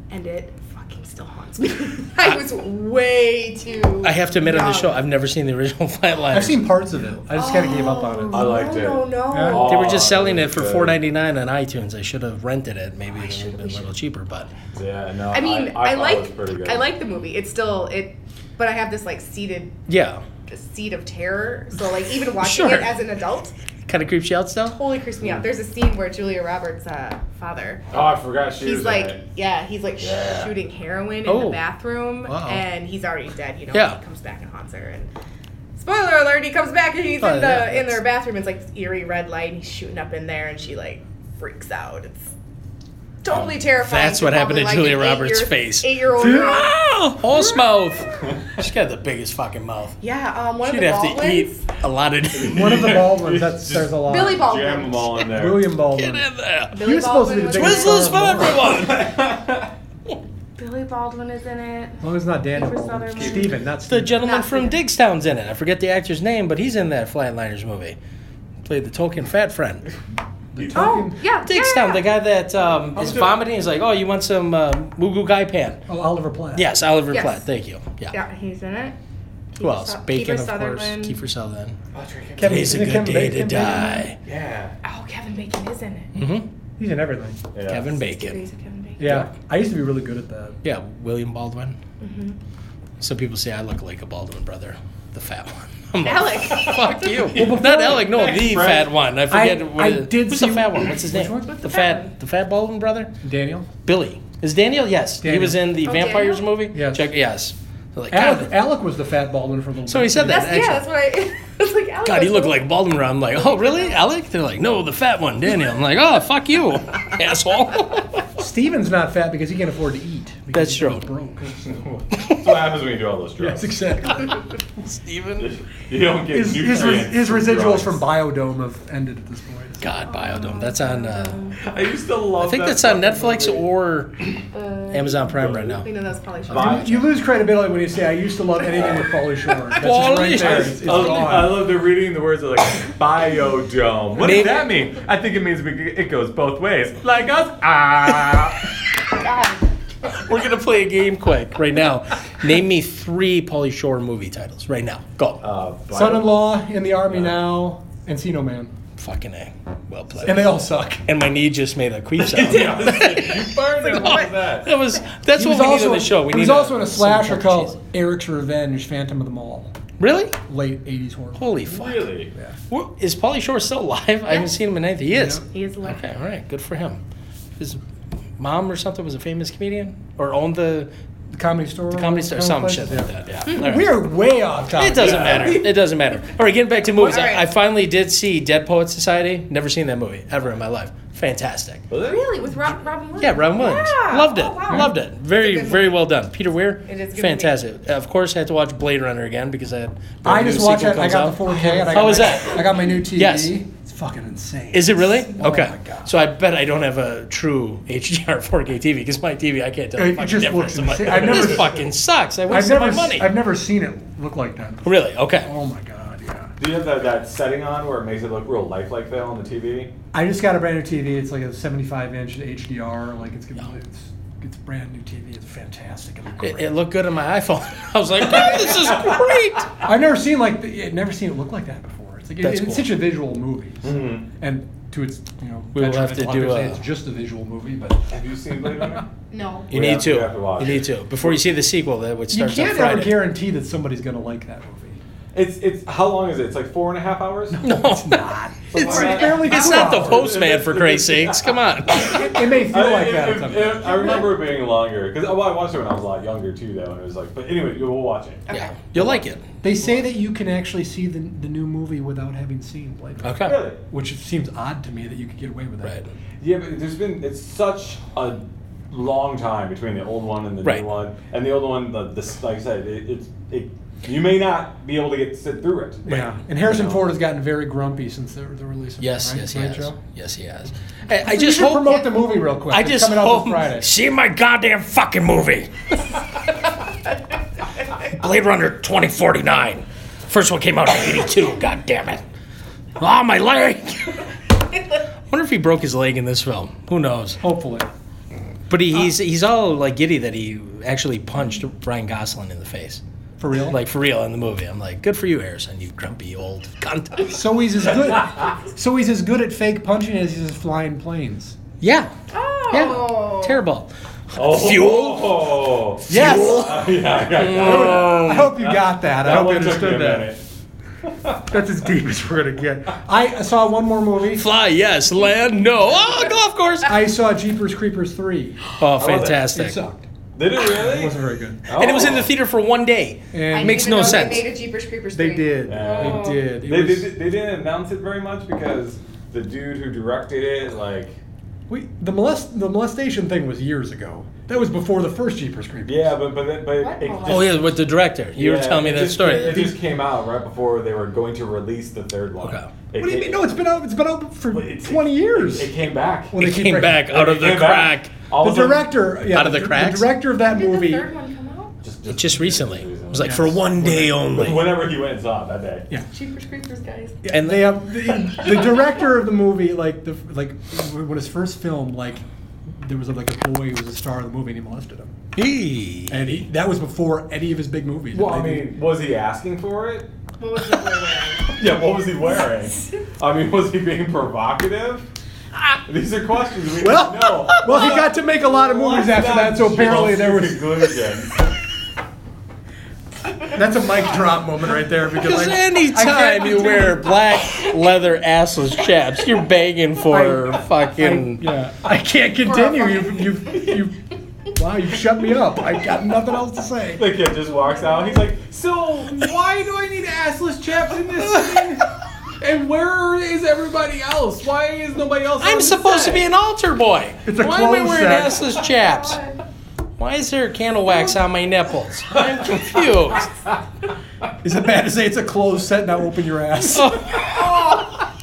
Speaker 6: and it fucking still haunts me. I was way too.
Speaker 3: I have to admit on the
Speaker 6: young.
Speaker 3: show, I've never seen the original Flatliners.
Speaker 2: I've seen parts of it. I just kind of gave up on
Speaker 1: I
Speaker 2: it.
Speaker 1: liked it.
Speaker 6: No, no,
Speaker 2: Yeah.
Speaker 6: no.
Speaker 3: they were just
Speaker 1: Oh,
Speaker 3: selling it
Speaker 1: that's
Speaker 3: for
Speaker 1: good.
Speaker 3: four ninety nine on iTunes. I should have rented it. Maybe it would have been a little cheaper, but
Speaker 1: Yeah, no.
Speaker 6: I mean,
Speaker 1: I,
Speaker 6: I,
Speaker 1: thought it was pretty
Speaker 6: like
Speaker 1: good.
Speaker 6: I like the movie. It's still it, but I have this like seated
Speaker 3: yeah,
Speaker 6: seat of terror. So like even watching
Speaker 3: Sure.
Speaker 6: it as an adult,
Speaker 3: kind of creeps you out still.
Speaker 6: totally creeps me out. There's a scene where Julia Roberts' uh, father,
Speaker 1: Oh, I forgot she
Speaker 6: he's
Speaker 1: was
Speaker 6: like,
Speaker 1: in it.
Speaker 6: yeah, he's like sh-
Speaker 1: Yeah.
Speaker 6: shooting heroin in
Speaker 3: Oh.
Speaker 6: the bathroom,
Speaker 3: Wow.
Speaker 6: and he's already dead. You know,
Speaker 3: Yeah.
Speaker 6: he comes back and haunts her. And spoiler alert, he comes back and he's
Speaker 3: Oh,
Speaker 6: in the
Speaker 3: yeah,
Speaker 6: in their
Speaker 3: that's-
Speaker 6: bathroom. It's like this eerie red light, and he's shooting up in there, and she like freaks out. It's totally terrifying.
Speaker 3: That's what happened to
Speaker 6: probably,
Speaker 3: Julia
Speaker 6: an eight
Speaker 3: Roberts'
Speaker 6: year-
Speaker 3: face.
Speaker 6: Eight-year-old. girl.
Speaker 3: Ah, Horse mouth. She's got the biggest fucking mouth.
Speaker 6: yeah, um, one
Speaker 3: She'd
Speaker 6: of the
Speaker 3: have to
Speaker 6: Baldwins.
Speaker 3: eat a lot of.
Speaker 2: One of the Baldwins.
Speaker 1: It's
Speaker 2: That's
Speaker 1: just-
Speaker 2: there's a lot.
Speaker 6: Billy Baldwin.
Speaker 1: Jam them all in there.
Speaker 2: William
Speaker 3: Get
Speaker 2: Baldwin.
Speaker 3: in there.
Speaker 6: Billy
Speaker 2: He was supposed to be
Speaker 6: Baldwin
Speaker 2: the
Speaker 6: was
Speaker 2: biggest
Speaker 6: in
Speaker 3: Twizzlers
Speaker 2: Wizzlers
Speaker 3: for
Speaker 6: it.
Speaker 2: for
Speaker 3: everyone.
Speaker 6: Billy Baldwin is in it.
Speaker 2: As long as not Dan
Speaker 6: Kiefer
Speaker 2: Baldwin.
Speaker 6: Sutherland.
Speaker 2: Steven, not
Speaker 3: The
Speaker 2: Steven.
Speaker 3: gentleman
Speaker 6: Not
Speaker 3: from
Speaker 6: Peter.
Speaker 3: Digstown's in it. I forget the actor's name, but he's in that Flatliners movie. Played the Tolkien fat friend.
Speaker 6: Oh, yeah. yeah,
Speaker 3: Digstown,
Speaker 6: yeah.
Speaker 3: the guy that um, is
Speaker 1: good.
Speaker 3: vomiting. He's like, oh, you want some uh, Mugu Guy Pan?
Speaker 2: oh, Oliver Platt.
Speaker 3: Yes, Oliver
Speaker 6: Yes.
Speaker 3: Platt. Thank you. Yeah.
Speaker 6: Yeah, he's in it.
Speaker 3: Who else?
Speaker 6: Su-
Speaker 3: Bacon,
Speaker 6: Kiefer
Speaker 3: of course.
Speaker 6: Sutherland.
Speaker 3: Kiefer Sutherland.
Speaker 2: Kevin-
Speaker 3: Today's
Speaker 2: isn't
Speaker 3: a
Speaker 2: it
Speaker 3: good
Speaker 2: Kevin
Speaker 3: day
Speaker 2: Bacon?
Speaker 3: to die.
Speaker 1: Yeah.
Speaker 6: Oh, Kevin Bacon is in it.
Speaker 3: hmm
Speaker 2: He's in everything.
Speaker 1: yeah.
Speaker 3: Kevin
Speaker 6: Series
Speaker 3: Bacon.
Speaker 6: of Kevin Bacon.
Speaker 2: Yeah, I used to be really good at that.
Speaker 3: Yeah, William Baldwin.
Speaker 6: Mm-hmm.
Speaker 3: Some people say I look like a Baldwin brother, the fat one. I'm like,
Speaker 6: Alec.
Speaker 3: Fuck you. Not Alec, no, the
Speaker 1: Frank.
Speaker 3: fat one. I forget
Speaker 2: I-
Speaker 3: what
Speaker 2: I
Speaker 3: it is.
Speaker 2: did
Speaker 3: Who's
Speaker 2: see-
Speaker 3: the fat one? What's his
Speaker 2: Which
Speaker 3: name?
Speaker 2: one?
Speaker 3: The,
Speaker 2: What's
Speaker 6: the fat
Speaker 3: fat, the fat Baldwin brother?
Speaker 2: Daniel.
Speaker 3: Billy. Is Daniel? Yes. He
Speaker 2: Daniel.
Speaker 3: was in the
Speaker 6: Oh,
Speaker 3: Vampires
Speaker 6: Daniel?
Speaker 3: movie?
Speaker 2: Yes.
Speaker 3: Check, yes. So like,
Speaker 2: Alec,
Speaker 3: God,
Speaker 2: Alec was the fat Baldwin for a little
Speaker 3: So he
Speaker 2: bit.
Speaker 3: said that.
Speaker 6: That's,
Speaker 3: actually.
Speaker 6: yeah, that's what I. It's like Alec.
Speaker 3: God,
Speaker 6: was
Speaker 3: you look
Speaker 6: so-
Speaker 3: like Baldwin. I'm like, oh, really, Alec? They're like, no, the fat one, Daniel. I'm like, oh, fuck you, asshole.
Speaker 2: Steven's not fat because he can't afford to eat. because
Speaker 3: That's
Speaker 2: he
Speaker 3: true.
Speaker 2: was Broke.
Speaker 1: That's what happens when you do all those drugs.
Speaker 2: Yes, exactly.
Speaker 3: Steven.
Speaker 1: You don't get
Speaker 2: His,
Speaker 1: nutrients.
Speaker 2: his, res- his
Speaker 1: from
Speaker 2: residuals
Speaker 1: drugs.
Speaker 2: from Biodome have ended at this point.
Speaker 3: God, Biodome. That's on. Uh,
Speaker 1: I used to love.
Speaker 3: I think
Speaker 1: that
Speaker 3: that's on
Speaker 1: fucking
Speaker 3: Netflix
Speaker 1: movie.
Speaker 3: or
Speaker 6: Uh,
Speaker 3: Amazon Prime right now.
Speaker 6: you know, that's probably. Short.
Speaker 1: Bi-
Speaker 2: You lose credibility when you say, I used to love anything with Pauly Shore. That's just
Speaker 3: Pauly.
Speaker 2: right there. It's, it's
Speaker 1: I, love- I
Speaker 2: gone.
Speaker 1: love the reading the words are like biodome. What
Speaker 3: Maybe-
Speaker 1: does that mean? I think it means we, it goes both ways. Like us, ah.
Speaker 6: God.
Speaker 3: We're gonna play a game quick right now. Name me three Pauly Shore movie titles right now. Go.
Speaker 1: Uh, bio-
Speaker 2: Son-in-law in the army now, Encino Man.
Speaker 3: Fucking a. Well played.
Speaker 2: And
Speaker 3: And,
Speaker 2: they all suck.
Speaker 3: my knee just made a creep sound.
Speaker 1: Yeah, you burned it. What was that?
Speaker 3: That was that's
Speaker 2: He
Speaker 3: what
Speaker 2: was
Speaker 3: we need
Speaker 2: also,
Speaker 3: on the show. We
Speaker 2: he was
Speaker 3: need
Speaker 2: also in a
Speaker 3: some
Speaker 2: slasher
Speaker 3: Chuck E.
Speaker 2: called
Speaker 3: Cheese.
Speaker 2: Eric's Revenge, Phantom of the Mall.
Speaker 3: Really?
Speaker 2: Late 80s horror.
Speaker 3: Holy fuck!
Speaker 1: Really?
Speaker 3: Wha- Is Pauly Shore still alive? I haven't seen him in anything. He is.
Speaker 6: He is like.
Speaker 3: Okay, all right, good for him. His mom or something was a famous comedian or owned the
Speaker 2: The Comedy Store.
Speaker 3: comedy store, some
Speaker 2: Place?
Speaker 3: shit
Speaker 2: Yeah.
Speaker 3: like that. Yeah, All right.
Speaker 2: We are way off topic.
Speaker 3: It doesn't matter. It doesn't matter. All right, getting back to movies,
Speaker 6: All right.
Speaker 3: I, I finally did see Dead Poet Society. Never seen that movie ever in my life. Fantastic.
Speaker 1: Was it?
Speaker 6: Really, with Rob, Robin Williams.
Speaker 3: Yeah, Robin Williams.
Speaker 6: Yeah.
Speaker 3: Loved it.
Speaker 6: Oh, wow.
Speaker 3: Loved it. Very,
Speaker 6: It's a good
Speaker 3: very well done. Peter Weir.
Speaker 6: It is a good
Speaker 3: fantastic. Of course, I had to watch Blade Runner again because I had.
Speaker 2: I
Speaker 3: the
Speaker 2: just
Speaker 3: new
Speaker 2: watched
Speaker 3: sequel
Speaker 2: it. I
Speaker 3: comes
Speaker 2: got
Speaker 3: out.
Speaker 2: the 4K. And I
Speaker 3: How
Speaker 2: got
Speaker 3: was
Speaker 2: my-
Speaker 3: that?
Speaker 2: I got my new TV.
Speaker 3: Yes.
Speaker 2: It's fucking insane.
Speaker 3: Is it really?
Speaker 2: Oh
Speaker 3: okay.
Speaker 2: my God.
Speaker 3: So I bet I don't have a true HDR 4K TV because my TV I can't tell.
Speaker 2: It-
Speaker 3: the
Speaker 2: it
Speaker 3: fucking
Speaker 2: just looks
Speaker 3: difference. I'm like,
Speaker 2: insane. I've never-
Speaker 3: this fucking sucks. I
Speaker 2: I've
Speaker 3: wasted
Speaker 2: never,
Speaker 3: my money.
Speaker 2: I've never seen it look like that.
Speaker 3: really? Okay.
Speaker 2: Oh my god, yeah.
Speaker 1: Do you have that, that setting on where it makes it look real lifelike though on the TV?
Speaker 2: I just got a brand new TV. It's like a 75 inch HDR. Like it's gonna, it's, it's brand new TV. It's fantastic. It looked
Speaker 3: It,
Speaker 2: great.
Speaker 3: it looked good on my iPhone. I was like, "Oh, this is great.
Speaker 2: I've never seen like the, yeah, never seen it look like that before. It's like it-
Speaker 3: That's
Speaker 2: it's
Speaker 3: cool.
Speaker 2: such a visual movie, and to its you know.
Speaker 3: We will
Speaker 2: detriment,
Speaker 3: have
Speaker 2: a
Speaker 3: to
Speaker 2: lot
Speaker 3: do
Speaker 2: of people say
Speaker 3: a-
Speaker 2: It's just a visual movie, but
Speaker 1: Have you seen Blade Runner?
Speaker 6: No.
Speaker 3: You
Speaker 1: We
Speaker 3: need
Speaker 1: have-
Speaker 3: to.
Speaker 1: we have to watch
Speaker 3: you
Speaker 1: it.
Speaker 3: need to before you see the sequel that which
Speaker 2: you
Speaker 3: starts on
Speaker 2: can't ever
Speaker 3: Friday.
Speaker 2: guarantee that somebody's going to like that movie.
Speaker 1: It's it's how long is it? It's like four and a half hours.
Speaker 3: No, it's not. It's,
Speaker 1: Right.
Speaker 2: barely
Speaker 3: it's
Speaker 2: two
Speaker 3: not the
Speaker 2: hours.
Speaker 3: postman for Christ's sakes. Come on.
Speaker 2: It, it may feel
Speaker 1: I,
Speaker 2: like
Speaker 1: it-
Speaker 2: that.
Speaker 1: it-
Speaker 2: sometimes.
Speaker 1: it- I remember it being longer because well, I watched it when I was a lot younger too, though, and it was like. But anyway, we'll watch it.
Speaker 3: Yeah, you'll like it.
Speaker 2: They say that you can actually see the, the new movie without having seen Blade Runner,
Speaker 3: Okay.
Speaker 1: Really?
Speaker 2: which seems odd to me that you could get away with that.
Speaker 3: Right.
Speaker 1: Yeah, but there's been it's such a long time between the old one and the
Speaker 3: Right.
Speaker 1: new one, and the old one, the, the like I said, it, it's it. You may not be able to get sit through it.
Speaker 2: Yeah, and Harrison
Speaker 1: You know?
Speaker 2: Ford has gotten very grumpy since the, the release of it,
Speaker 3: Yes,
Speaker 2: right?
Speaker 3: yes, he
Speaker 2: Right,
Speaker 3: has.
Speaker 2: Joe?
Speaker 3: Yes, he has. I, I
Speaker 2: We
Speaker 3: just
Speaker 2: should
Speaker 3: hope.
Speaker 2: promote the movie real quick.
Speaker 3: I
Speaker 2: It's
Speaker 3: just
Speaker 2: coming out this
Speaker 3: hope.
Speaker 2: Friday.
Speaker 3: See my goddamn fucking movie. Blade Runner 2049. First one came out in 82. God damn it. Ah, my leg. wonder if he broke his leg in this film. Who knows?
Speaker 2: Hopefully,
Speaker 3: But
Speaker 2: Uh.
Speaker 3: he, he's he's all like giddy that he actually punched Brian Gosling in the face.
Speaker 2: for real.
Speaker 3: Like for real in the movie. I'm like, good for you, Harrison, you grumpy old cunt.
Speaker 2: so he's as good. so he's as good at fake punching as he's at flying planes.
Speaker 3: Yeah.
Speaker 4: Oh.
Speaker 3: Yeah. Terrible.
Speaker 1: Oh,
Speaker 3: Fuel? Mm.
Speaker 1: Oh,
Speaker 2: Yes.
Speaker 1: yeah, yeah, yeah.
Speaker 2: I hope you got that. I
Speaker 1: That
Speaker 2: hope you
Speaker 1: one took me a
Speaker 2: understood that.
Speaker 1: minute.
Speaker 2: That's as deep as we're gonna get. I saw one more movie.
Speaker 3: Fly, yes. Land, no. Oh, golf course.
Speaker 2: I saw Jeepers Creepers three.
Speaker 3: Oh,
Speaker 1: love it.
Speaker 2: It
Speaker 3: fantastic.
Speaker 2: sucked.
Speaker 1: Did it
Speaker 2: It
Speaker 1: really? Oh.
Speaker 2: wasn't very good.
Speaker 3: And it was in the theater for one day.
Speaker 6: I
Speaker 2: And
Speaker 6: didn't
Speaker 3: Makes
Speaker 6: even
Speaker 3: no
Speaker 6: know they
Speaker 3: sense.
Speaker 6: made a Jeepers Creepers
Speaker 2: they
Speaker 6: three.
Speaker 2: did.
Speaker 1: Yeah.
Speaker 2: They did. It
Speaker 1: Oh. They,
Speaker 2: was-
Speaker 1: they, they didn't announce it very much because the dude who directed it, like,
Speaker 2: We, the molest the molestation thing was years ago. That was before the first Jeepers Creepers.
Speaker 1: yeah, but but it- but
Speaker 6: What?
Speaker 1: it just,
Speaker 3: Oh yeah, with the director. You were
Speaker 1: yeah,
Speaker 3: telling me
Speaker 1: it
Speaker 3: that
Speaker 1: just-
Speaker 3: story.
Speaker 1: It just came out right before they were going to release the third one.
Speaker 3: Okay.
Speaker 1: It
Speaker 2: What do you
Speaker 1: came-
Speaker 2: mean? No, it's been out. It's been out for
Speaker 1: Well, it-
Speaker 2: twenty years.
Speaker 1: It came back.
Speaker 2: Well, they
Speaker 3: It
Speaker 2: keep
Speaker 3: came
Speaker 2: bringing-
Speaker 3: back out of
Speaker 1: It
Speaker 3: the
Speaker 1: came back.
Speaker 3: crack
Speaker 1: All
Speaker 2: the
Speaker 1: of a sudden-
Speaker 2: director, yeah,
Speaker 3: Out of the cracks?
Speaker 2: director of that
Speaker 6: When did
Speaker 2: movie.
Speaker 6: the third one come out?
Speaker 1: Just,
Speaker 3: just recently. It was like
Speaker 2: Yes.
Speaker 3: for one day only.
Speaker 1: Whenever he went, saw it that day.
Speaker 2: Yeah.
Speaker 6: Jeepers Creepers, guys.
Speaker 3: And
Speaker 2: and they have the, the director of the movie, like the like when his first film, like there was like a boy who was a star of the movie and he molested him,
Speaker 3: Hey.
Speaker 2: and he, that was before any of his big movies.
Speaker 1: Well, I
Speaker 2: They-
Speaker 1: mean, was he asking for it?
Speaker 6: What was the word?
Speaker 1: Yeah, what was he wearing? I mean, was he being provocative?
Speaker 3: Ah.
Speaker 1: These are questions we
Speaker 2: well,
Speaker 1: don't know.
Speaker 2: well, he got to make a lot of movies
Speaker 1: Let's
Speaker 2: after
Speaker 1: not
Speaker 2: that, so
Speaker 1: jump
Speaker 2: apparently
Speaker 1: to
Speaker 2: there was
Speaker 1: conclusions.
Speaker 2: that's a mic drop moment right there because
Speaker 3: Because
Speaker 2: like,
Speaker 3: anytime you wear black leather assless chaps, you're begging for
Speaker 2: I,
Speaker 3: fucking.
Speaker 2: yeah, I can't continue. You you you. Wow, you shut me up. I got nothing else to say.
Speaker 1: The kid just walks out. He's like, "So why do I need assless chaps in this scene? And where is everybody else? Why is nobody else?" on
Speaker 3: I'm
Speaker 1: the
Speaker 3: supposed to
Speaker 1: set?"
Speaker 3: be an altar boy.
Speaker 2: It's a
Speaker 3: Why am I
Speaker 2: closed set.
Speaker 3: wearing assless chaps? Why is there candle wax on my nipples? I'm confused.
Speaker 2: Is it bad to say it's a closed set? Now open your ass.
Speaker 3: God,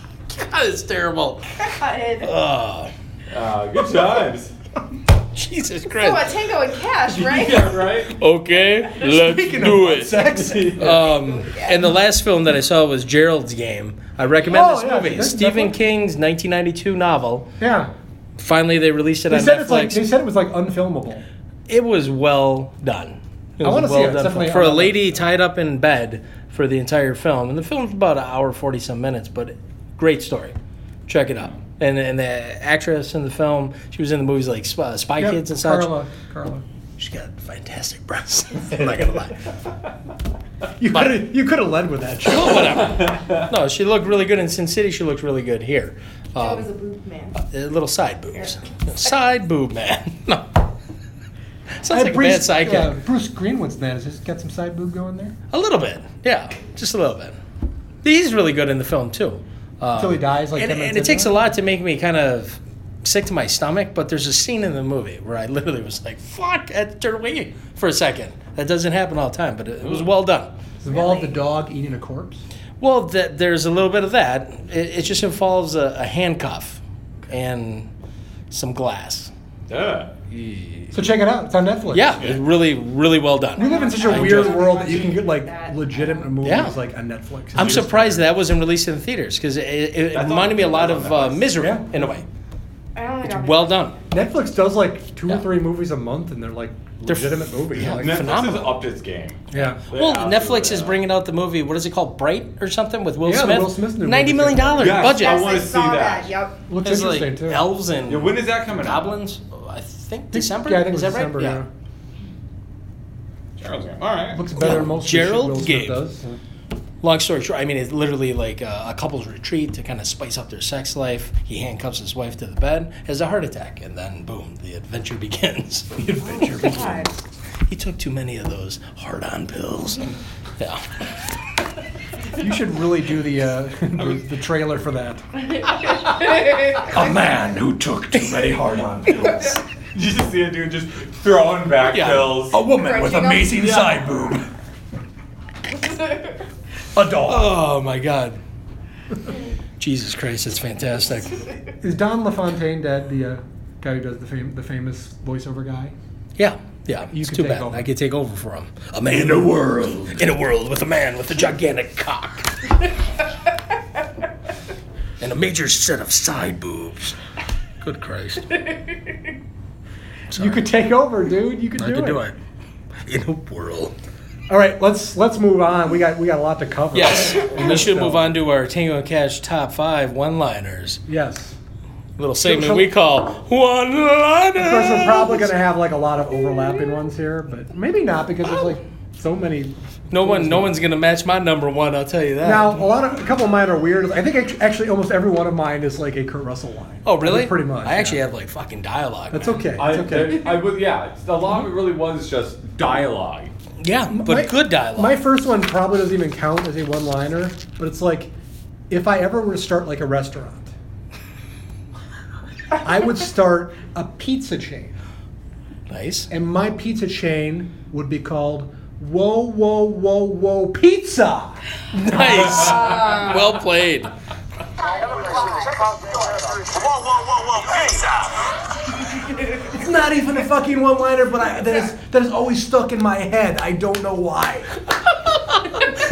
Speaker 3: it's terrible.
Speaker 6: God.
Speaker 3: Oh,
Speaker 1: Ah, good times.
Speaker 3: Jesus
Speaker 6: Oh, a
Speaker 3: Christ.
Speaker 6: tango and cash,
Speaker 3: Uh,
Speaker 6: right?
Speaker 1: Yeah, right.
Speaker 3: Okay, let's
Speaker 2: Speaking
Speaker 3: do
Speaker 2: of
Speaker 3: it.
Speaker 2: sex.
Speaker 3: Um, and the last film that I saw was Gerald's Game. I recommend
Speaker 2: Oh,
Speaker 3: this
Speaker 2: yeah,
Speaker 3: movie.
Speaker 2: that's
Speaker 3: Stephen
Speaker 2: definitely-
Speaker 3: King's 1992 novel.
Speaker 2: Yeah.
Speaker 3: Finally, they released it
Speaker 2: They
Speaker 3: on
Speaker 2: said
Speaker 3: Netflix.
Speaker 2: it's like they said it was like unfilmable.
Speaker 3: it was well done. It
Speaker 2: I
Speaker 3: was
Speaker 2: wanna see it. It's
Speaker 3: done
Speaker 2: definitely
Speaker 3: for
Speaker 2: on
Speaker 3: a
Speaker 2: my
Speaker 3: lady tied up in bed for the entire film, and the film's about an hour forty some minutes, but great story. Check it out. And and the actress in the film, she was in the movies like Sp- uh, Spy
Speaker 2: Yep,
Speaker 3: Kids and such.
Speaker 2: Carla, Carla.
Speaker 3: She's got fantastic breasts. I'm not gonna lie.
Speaker 2: You could have you could have led with that. Joe.
Speaker 3: Oh, whatever. No, she looked really good in Sin City. She looked really good here.
Speaker 6: That was a
Speaker 3: Um,
Speaker 6: boob man.
Speaker 3: a little side boobs. Side boob man. No. Sounds
Speaker 2: And
Speaker 3: like a bad
Speaker 2: Bruce,
Speaker 3: sidekick.
Speaker 2: yeah, Bruce Greenwood's in that. Has he got some side boob going there?
Speaker 3: A little bit, yeah, just a little bit. He's really good in the film too. Um,
Speaker 2: Till he dies, like
Speaker 3: and,
Speaker 2: 10 minutes
Speaker 3: and it
Speaker 2: into
Speaker 3: takes
Speaker 2: it?
Speaker 3: a lot to make me kind of sick to my stomach. But there's a scene in the movie where I literally was like, "Fuck!" I had to turn away for a second. That doesn't happen all the time, but it, it was well done.
Speaker 2: Does it involve the dog eating a corpse?
Speaker 3: Well, th- there's a little bit of that. It, it just involves a, a handcuff and some glass.
Speaker 1: Yeah.
Speaker 2: So check it out. It's on Netflix.
Speaker 3: Yeah, it's really, really well done.
Speaker 2: We live in such a
Speaker 3: I
Speaker 2: weird
Speaker 3: enjoyed it.
Speaker 2: world that uh, you can get like
Speaker 6: That.
Speaker 2: legitimate movies
Speaker 3: Yeah.
Speaker 2: like on Netflix.
Speaker 3: I'm surprised that wasn't released in theaters because it, it, it
Speaker 1: That's
Speaker 3: reminded me a
Speaker 1: on-
Speaker 3: lot
Speaker 1: that's
Speaker 3: of
Speaker 1: on
Speaker 3: uh,
Speaker 1: Netflix.
Speaker 3: misery
Speaker 2: Yeah.
Speaker 3: in a way.
Speaker 6: I don't I
Speaker 3: It's
Speaker 6: got
Speaker 3: well done.
Speaker 2: Netflix does like two
Speaker 3: Yeah.
Speaker 2: or three movies a month, and they're like
Speaker 3: They're
Speaker 2: legitimate movies.
Speaker 3: yeah,
Speaker 2: Like,
Speaker 1: Netflix has
Speaker 3: phenomenal.
Speaker 1: upped its game.
Speaker 2: yeah.
Speaker 1: They
Speaker 3: well,
Speaker 1: absolutely
Speaker 3: Netflix is
Speaker 1: have.
Speaker 3: bringing out the movie. What is it called? Bright or something with Will
Speaker 2: Yeah, the
Speaker 3: Smith.
Speaker 2: Will Smith new
Speaker 3: Ninety million dollar
Speaker 2: movie.
Speaker 1: Yes,
Speaker 3: budget.
Speaker 1: I wanna
Speaker 6: Yes,
Speaker 1: see
Speaker 6: saw
Speaker 1: that.
Speaker 6: Yep.
Speaker 2: Looks
Speaker 3: It's
Speaker 2: interesting
Speaker 3: like
Speaker 2: too.
Speaker 3: elves and
Speaker 1: Yeah, when is that coming out?
Speaker 3: goblins. I think
Speaker 2: Think-
Speaker 3: December.
Speaker 2: Yeah, I think
Speaker 3: is
Speaker 2: it was
Speaker 3: that
Speaker 2: December.
Speaker 3: right?
Speaker 2: Yeah.
Speaker 1: Gerald's game. All right.
Speaker 2: Looks better than most of the shit
Speaker 3: Gerald
Speaker 2: Will Smith
Speaker 3: Gabe.
Speaker 2: does. yeah.
Speaker 3: Long story short, I mean, it's literally like a, a couple's retreat to kind of spice up their sex life. He handcuffs his wife to the bed, has a heart attack, and then boom, the adventure begins. The adventure
Speaker 6: God.
Speaker 3: begins. He took too many of those hard-on pills.
Speaker 2: Mm-hmm.
Speaker 3: Yeah.
Speaker 2: You should really do the uh, the, the trailer for that.
Speaker 3: A man who took too many hard-on pills.
Speaker 1: Did you just see a dude just throwing back
Speaker 3: Yeah.
Speaker 1: pills?
Speaker 3: woman
Speaker 6: with Crunching amazing
Speaker 1: Yeah. side
Speaker 3: boob. A dog. Oh my god. Jesus Christ, it's fantastic.
Speaker 2: Is Don LaFontaine dead? The uh, guy who does the fam- the famous voiceover guy.
Speaker 3: Yeah, yeah.
Speaker 2: You
Speaker 3: it's
Speaker 2: can
Speaker 3: too
Speaker 2: take
Speaker 3: bad.
Speaker 2: over.
Speaker 3: I could take over for him. A man in a world. In a world with a man with a gigantic cock. and a major set of side boobs. Good Christ.
Speaker 2: You could take over, dude. You could
Speaker 3: I
Speaker 2: do
Speaker 3: could
Speaker 2: it.
Speaker 3: do it. In a world.
Speaker 2: All right, let's let's move on. We got we got a lot to cover.
Speaker 3: Yes. we should
Speaker 2: So-
Speaker 3: move on to our Tango and Cash top five one liners.
Speaker 2: Yes.
Speaker 3: Little segment we call one
Speaker 2: Of course, we're
Speaker 3: liners.
Speaker 2: probably gonna have like a lot of overlapping ones here, but maybe not because there's like so many.
Speaker 3: No one, no one's gonna match my number one. I'll tell you that.
Speaker 2: Now, a lot of a couple of mine are weird. I think act- actually almost every one of mine is like a Kurt Russell line.
Speaker 3: oh really?
Speaker 2: Pretty much.
Speaker 3: I actually
Speaker 2: yeah.
Speaker 3: have like fucking dialogue.
Speaker 2: That's
Speaker 3: man.
Speaker 2: okay. It's
Speaker 1: I,
Speaker 2: okay.
Speaker 1: there- I would, yeah, it's- a lot of it really was just dialogue.
Speaker 3: Yeah, but
Speaker 2: My-
Speaker 3: good dialogue.
Speaker 2: My first one probably doesn't even count as a one liner, but it's like if I ever were to start like a restaurant, I would start a pizza chain.
Speaker 3: nice.
Speaker 2: And my pizza chain would be called Whoa, Whoa, Whoa, Whoa Pizza.
Speaker 3: Nice. well played.
Speaker 7: Whoa, whoa, whoa, whoa, pizza!
Speaker 2: It's not even a fucking one liner, but I, that, is, that is always stuck in my head. I don't know why.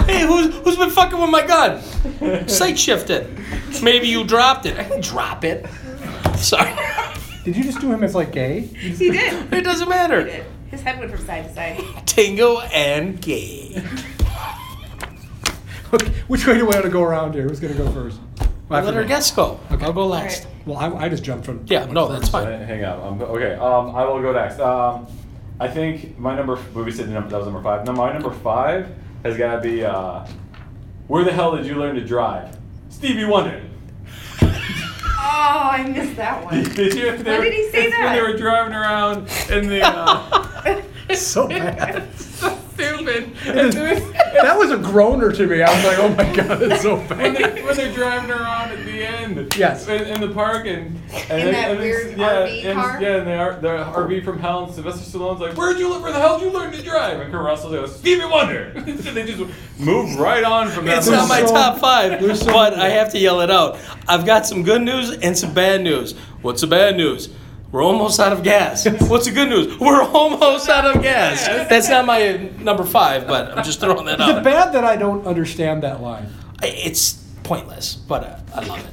Speaker 3: Hey, who's who's been fucking with my gun? Sight shifted. Maybe you dropped it. I didn't drop it. Sorry.
Speaker 2: Did you just do him as like gay?
Speaker 4: he did.
Speaker 3: It doesn't matter.
Speaker 4: His head went from side to side.
Speaker 3: Tingo and gay.
Speaker 2: Okay, which way do I want to go around here? Who's going to go first? Well, I
Speaker 3: Let our
Speaker 2: forget.
Speaker 3: guests go. I'll go last.
Speaker 2: Well, I, I just jumped from.
Speaker 3: Yeah, no, that's fine.
Speaker 1: Uh, Hang on. Um, okay, um, I will go next. Um, I think my number, well, we said number, that was number five. No, my number five has got to be uh, Where the hell did you learn to drive? Stevie Wonder.
Speaker 6: Oh, I missed that one.
Speaker 1: did you, they
Speaker 6: Why
Speaker 1: were-
Speaker 6: did he say
Speaker 1: it's When they
Speaker 6: that?
Speaker 1: were driving around in the. Uh,
Speaker 2: So bad.
Speaker 1: so stupid.
Speaker 2: that was a groaner to me. I was like, oh my god, it's so
Speaker 1: when,
Speaker 2: bad.
Speaker 1: they, when they're driving around at the end.
Speaker 2: Yes.
Speaker 1: In, in the park and. and
Speaker 6: In
Speaker 1: it-
Speaker 6: that
Speaker 1: and it's-
Speaker 6: weird
Speaker 1: yeah,
Speaker 6: RV
Speaker 1: and,
Speaker 6: car?
Speaker 1: Yeah, and the, R- the RV from Hell and Sylvester Stallone's like, Where'd you, where the hell did you learn to drive? And Kurt Russell goes, Stevie Wonder! and they just move right on from that.
Speaker 3: It's not my
Speaker 1: movie.
Speaker 2: so-
Speaker 3: top five,
Speaker 2: they're so
Speaker 3: but
Speaker 2: good.
Speaker 3: I have to yell it out. I've got some good news and some bad news. What's the bad news? We're almost out of gas. What's the good news? We're almost out of gas. That's not my number five, but I'm just throwing that
Speaker 2: Is it
Speaker 3: out.
Speaker 2: bad that I don't understand that line?
Speaker 3: I- It's pointless, but uh, I love it.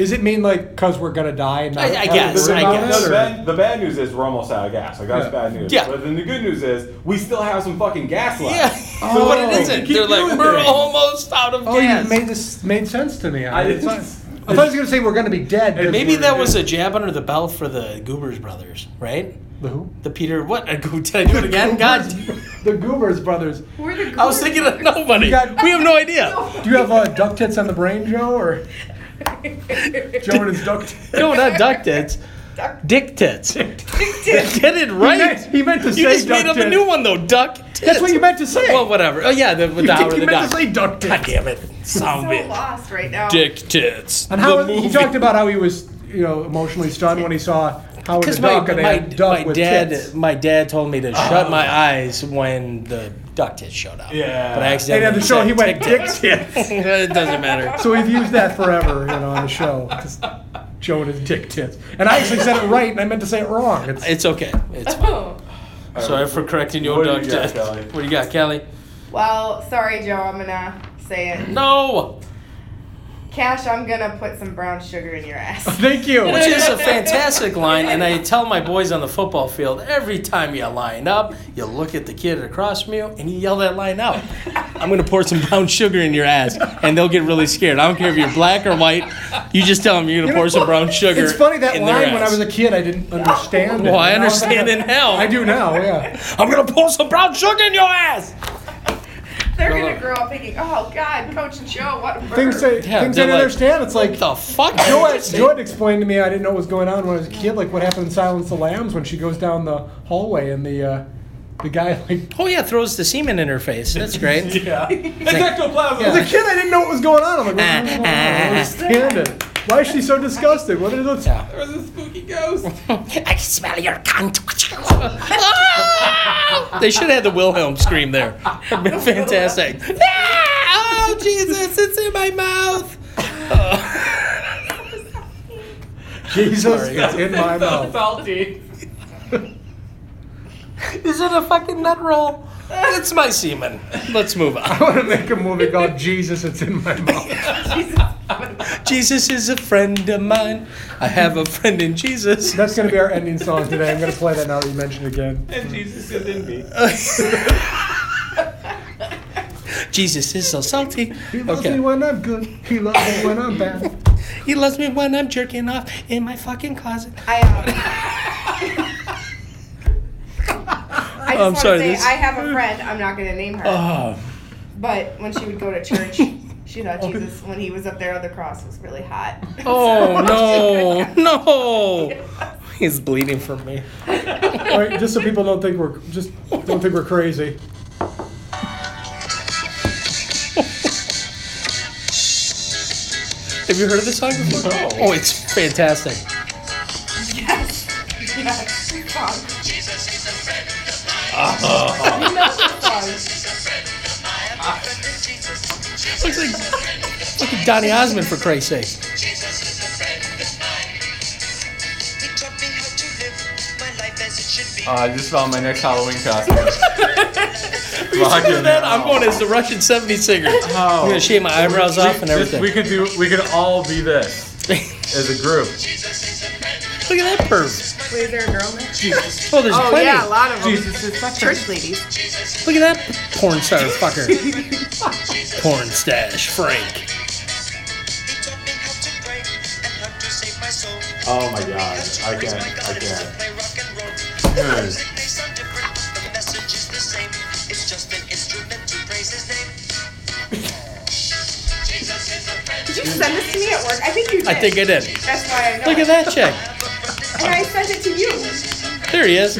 Speaker 2: Is it mean like because we're gonna die? And not
Speaker 3: I- I guess,
Speaker 2: Is it
Speaker 3: I
Speaker 2: about
Speaker 3: guess.
Speaker 1: No, the,
Speaker 2: that, or-
Speaker 1: bad, the bad news is we're almost out of gas. Like that's
Speaker 2: Yeah.
Speaker 1: bad news.
Speaker 3: Yeah.
Speaker 1: But then the good news is we still have some fucking gas left.
Speaker 3: Yeah, but it isn't.
Speaker 1: keep
Speaker 3: They're like,
Speaker 1: doing
Speaker 3: we're
Speaker 1: things."
Speaker 3: almost out of
Speaker 2: Oh, you
Speaker 3: gas.
Speaker 2: made this made sense to me. I,
Speaker 1: I-
Speaker 2: it's not- I thought he was gonna say we're gonna be dead. 'cause
Speaker 3: Maybe
Speaker 2: we're-
Speaker 3: that was a jab under the belt for the Goobers brothers, right?
Speaker 2: the who?
Speaker 3: The Peter, what? Did I do it again? God,
Speaker 2: the Goobers brothers.
Speaker 6: Where the
Speaker 3: I was thinking of nobody.
Speaker 2: got-
Speaker 3: We have no idea.
Speaker 2: Do you have uh, duck tits on the brain, Joe, or Joe and his duck? Tits?
Speaker 3: No, not duck tits. Dick tits. Get it
Speaker 2: He
Speaker 3: right.
Speaker 2: meant, he meant to
Speaker 3: you
Speaker 2: say
Speaker 3: just
Speaker 2: duck
Speaker 3: made up
Speaker 2: tits.
Speaker 3: a new one though. Duck tits.
Speaker 2: That's what you meant to say.
Speaker 3: Well, whatever. Oh yeah, the, with the
Speaker 2: You-
Speaker 3: hour
Speaker 2: you
Speaker 3: of the
Speaker 2: meant
Speaker 3: duck.
Speaker 2: to say duck tits.
Speaker 3: God damn it, sound
Speaker 6: so
Speaker 3: bitch.
Speaker 6: lost right now.
Speaker 3: Dick tits.
Speaker 2: And how
Speaker 3: The
Speaker 2: he
Speaker 3: movie.
Speaker 2: talked about how he was, you know, emotionally stunned when he saw Howard the
Speaker 3: Because my,
Speaker 2: Duck and they
Speaker 3: my,
Speaker 2: had duck
Speaker 3: my
Speaker 2: with
Speaker 3: dad
Speaker 2: tits. Oh.
Speaker 3: my dad told me to shut my eyes when the duck tits showed up.
Speaker 1: Yeah.
Speaker 3: But I
Speaker 2: And
Speaker 3: accidentally
Speaker 2: at the show,
Speaker 3: said
Speaker 2: he went dick
Speaker 3: dick tits.
Speaker 2: tits.
Speaker 3: it doesn't matter.
Speaker 2: So we've used that forever, you know, on the show. Just Joe and his dick tits. And I actually said it right, and I meant to say it wrong. It's,
Speaker 3: It's okay. It's fine.
Speaker 6: Oh.
Speaker 3: Sorry for correcting your
Speaker 1: What do
Speaker 3: duck
Speaker 1: you got,
Speaker 3: tits.
Speaker 1: Kelly?
Speaker 3: What do you got, Kelly?
Speaker 6: Well, sorry, Joe. I'm gonna say it.
Speaker 3: No.
Speaker 6: Cash, I'm gonna put some brown sugar in your ass.
Speaker 2: Thank you.
Speaker 3: Which is a fantastic line, and I tell my boys on the football field every time you line up, you look at the kid across from you, and you yell that line out. I'm gonna pour some brown sugar in your ass, and they'll get really scared. I don't care if you're black or white. You just tell them you're gonna pour some brown sugar.
Speaker 2: It's funny that
Speaker 3: in their
Speaker 2: line when I
Speaker 3: ass.
Speaker 2: was a kid, I didn't understand. it.
Speaker 3: Well, I
Speaker 2: Now
Speaker 3: understand it now.
Speaker 2: I do now. Yeah.
Speaker 3: I'm gonna pour some brown sugar in your ass.
Speaker 6: They're gonna grow up thinking, oh God, Coach Joe, what a bird.
Speaker 2: Things I
Speaker 3: Yeah,
Speaker 2: things I
Speaker 3: they're
Speaker 2: didn't
Speaker 3: like,
Speaker 2: understand. It's like
Speaker 3: The fuck?
Speaker 2: Joe had, Joe had explained to me I didn't know what was going on when I was a kid, like what happened in Silence of the Lambs when she goes down the hallway and the uh, the guy like
Speaker 3: Oh yeah, throws the semen in her face. That's great.
Speaker 1: Yeah. It's ectoplasm.
Speaker 2: as a kid I didn't know what was going on. I'm like, what's going on? I don't understand it. Why is she so disgusted? What is it?
Speaker 3: Yeah.
Speaker 1: There was a spooky ghost.
Speaker 3: I can smell your cunt. Ah! they should have had the Wilhelm scream there. That'd been fantastic. Ah! Oh Jesus, it's in my mouth. Oh.
Speaker 2: Jesus
Speaker 3: Sorry.
Speaker 2: is in my
Speaker 1: so
Speaker 2: mouth.
Speaker 1: salty.
Speaker 3: Is it a fucking nut roll? It's my semen. Let's move
Speaker 2: I
Speaker 3: on.
Speaker 2: want to make a movie called Jesus. It's in my mouth.
Speaker 3: Jesus is a friend of mine. I have a friend in Jesus.
Speaker 2: That's gonna be our ending song today. I'm gonna play that now that you mentioned it again.
Speaker 1: And Jesus is in me.
Speaker 3: Jesus is so salty.
Speaker 2: He loves me when I'm good. He loves me when I'm bad.
Speaker 3: He loves me when I'm jerking off in my fucking closet.
Speaker 6: I, um, I just
Speaker 3: I'm
Speaker 6: want
Speaker 3: sorry,
Speaker 6: to say,
Speaker 3: this-
Speaker 6: I have a friend. I'm not gonna name her,
Speaker 3: Oh,
Speaker 6: but when she would go to church, she thought Jesus, when he was up there on the cross, was really hot.
Speaker 3: oh no, no. He's bleeding from me.
Speaker 2: All right, just so people don't think we're just don't think we're crazy.
Speaker 3: Have you heard of this song before? Oh, it's fantastic.
Speaker 6: yes, yes, fuck.
Speaker 3: Looks like, look at Donny Osmond for Christ's sake.
Speaker 8: Jesus is a friend of mine. He taught me how to live my life as it should be.
Speaker 1: Uh, I just found my next Halloween costume. Fucking
Speaker 3: That I'm
Speaker 1: hell.
Speaker 3: going as the Russian '70s singer. I'm gonna shave my eyebrows
Speaker 1: Oh. We-
Speaker 3: off and
Speaker 1: this-
Speaker 3: everything.
Speaker 1: We could do. We could all be this as a group.
Speaker 3: Look at that perv.
Speaker 6: Wait, is there a girl in there?
Speaker 3: Oh, there's
Speaker 4: Oh
Speaker 3: plenty.
Speaker 4: yeah, a lot of them.
Speaker 1: Jesus is such
Speaker 4: Church ladies.
Speaker 3: Look at that porn star fucker. porn stash, Frank.
Speaker 8: He taught me how to pray and how to save my soul.
Speaker 1: Oh
Speaker 3: Uh,
Speaker 1: my god,
Speaker 8: How to
Speaker 1: I
Speaker 8: praise
Speaker 1: can't.
Speaker 8: my
Speaker 1: I
Speaker 8: God and to
Speaker 1: can't.
Speaker 8: play rock and roll.
Speaker 1: Dude.
Speaker 8: Music may sound different, but the message is the same. It's just an instrument to praise his name. Jesus is a friend.
Speaker 6: Did you send this to me at work? I think you did.
Speaker 3: I think I did.
Speaker 6: That's why I know.
Speaker 3: Look at
Speaker 6: it.
Speaker 3: that chick.
Speaker 6: And I sent it to you.
Speaker 3: There he is.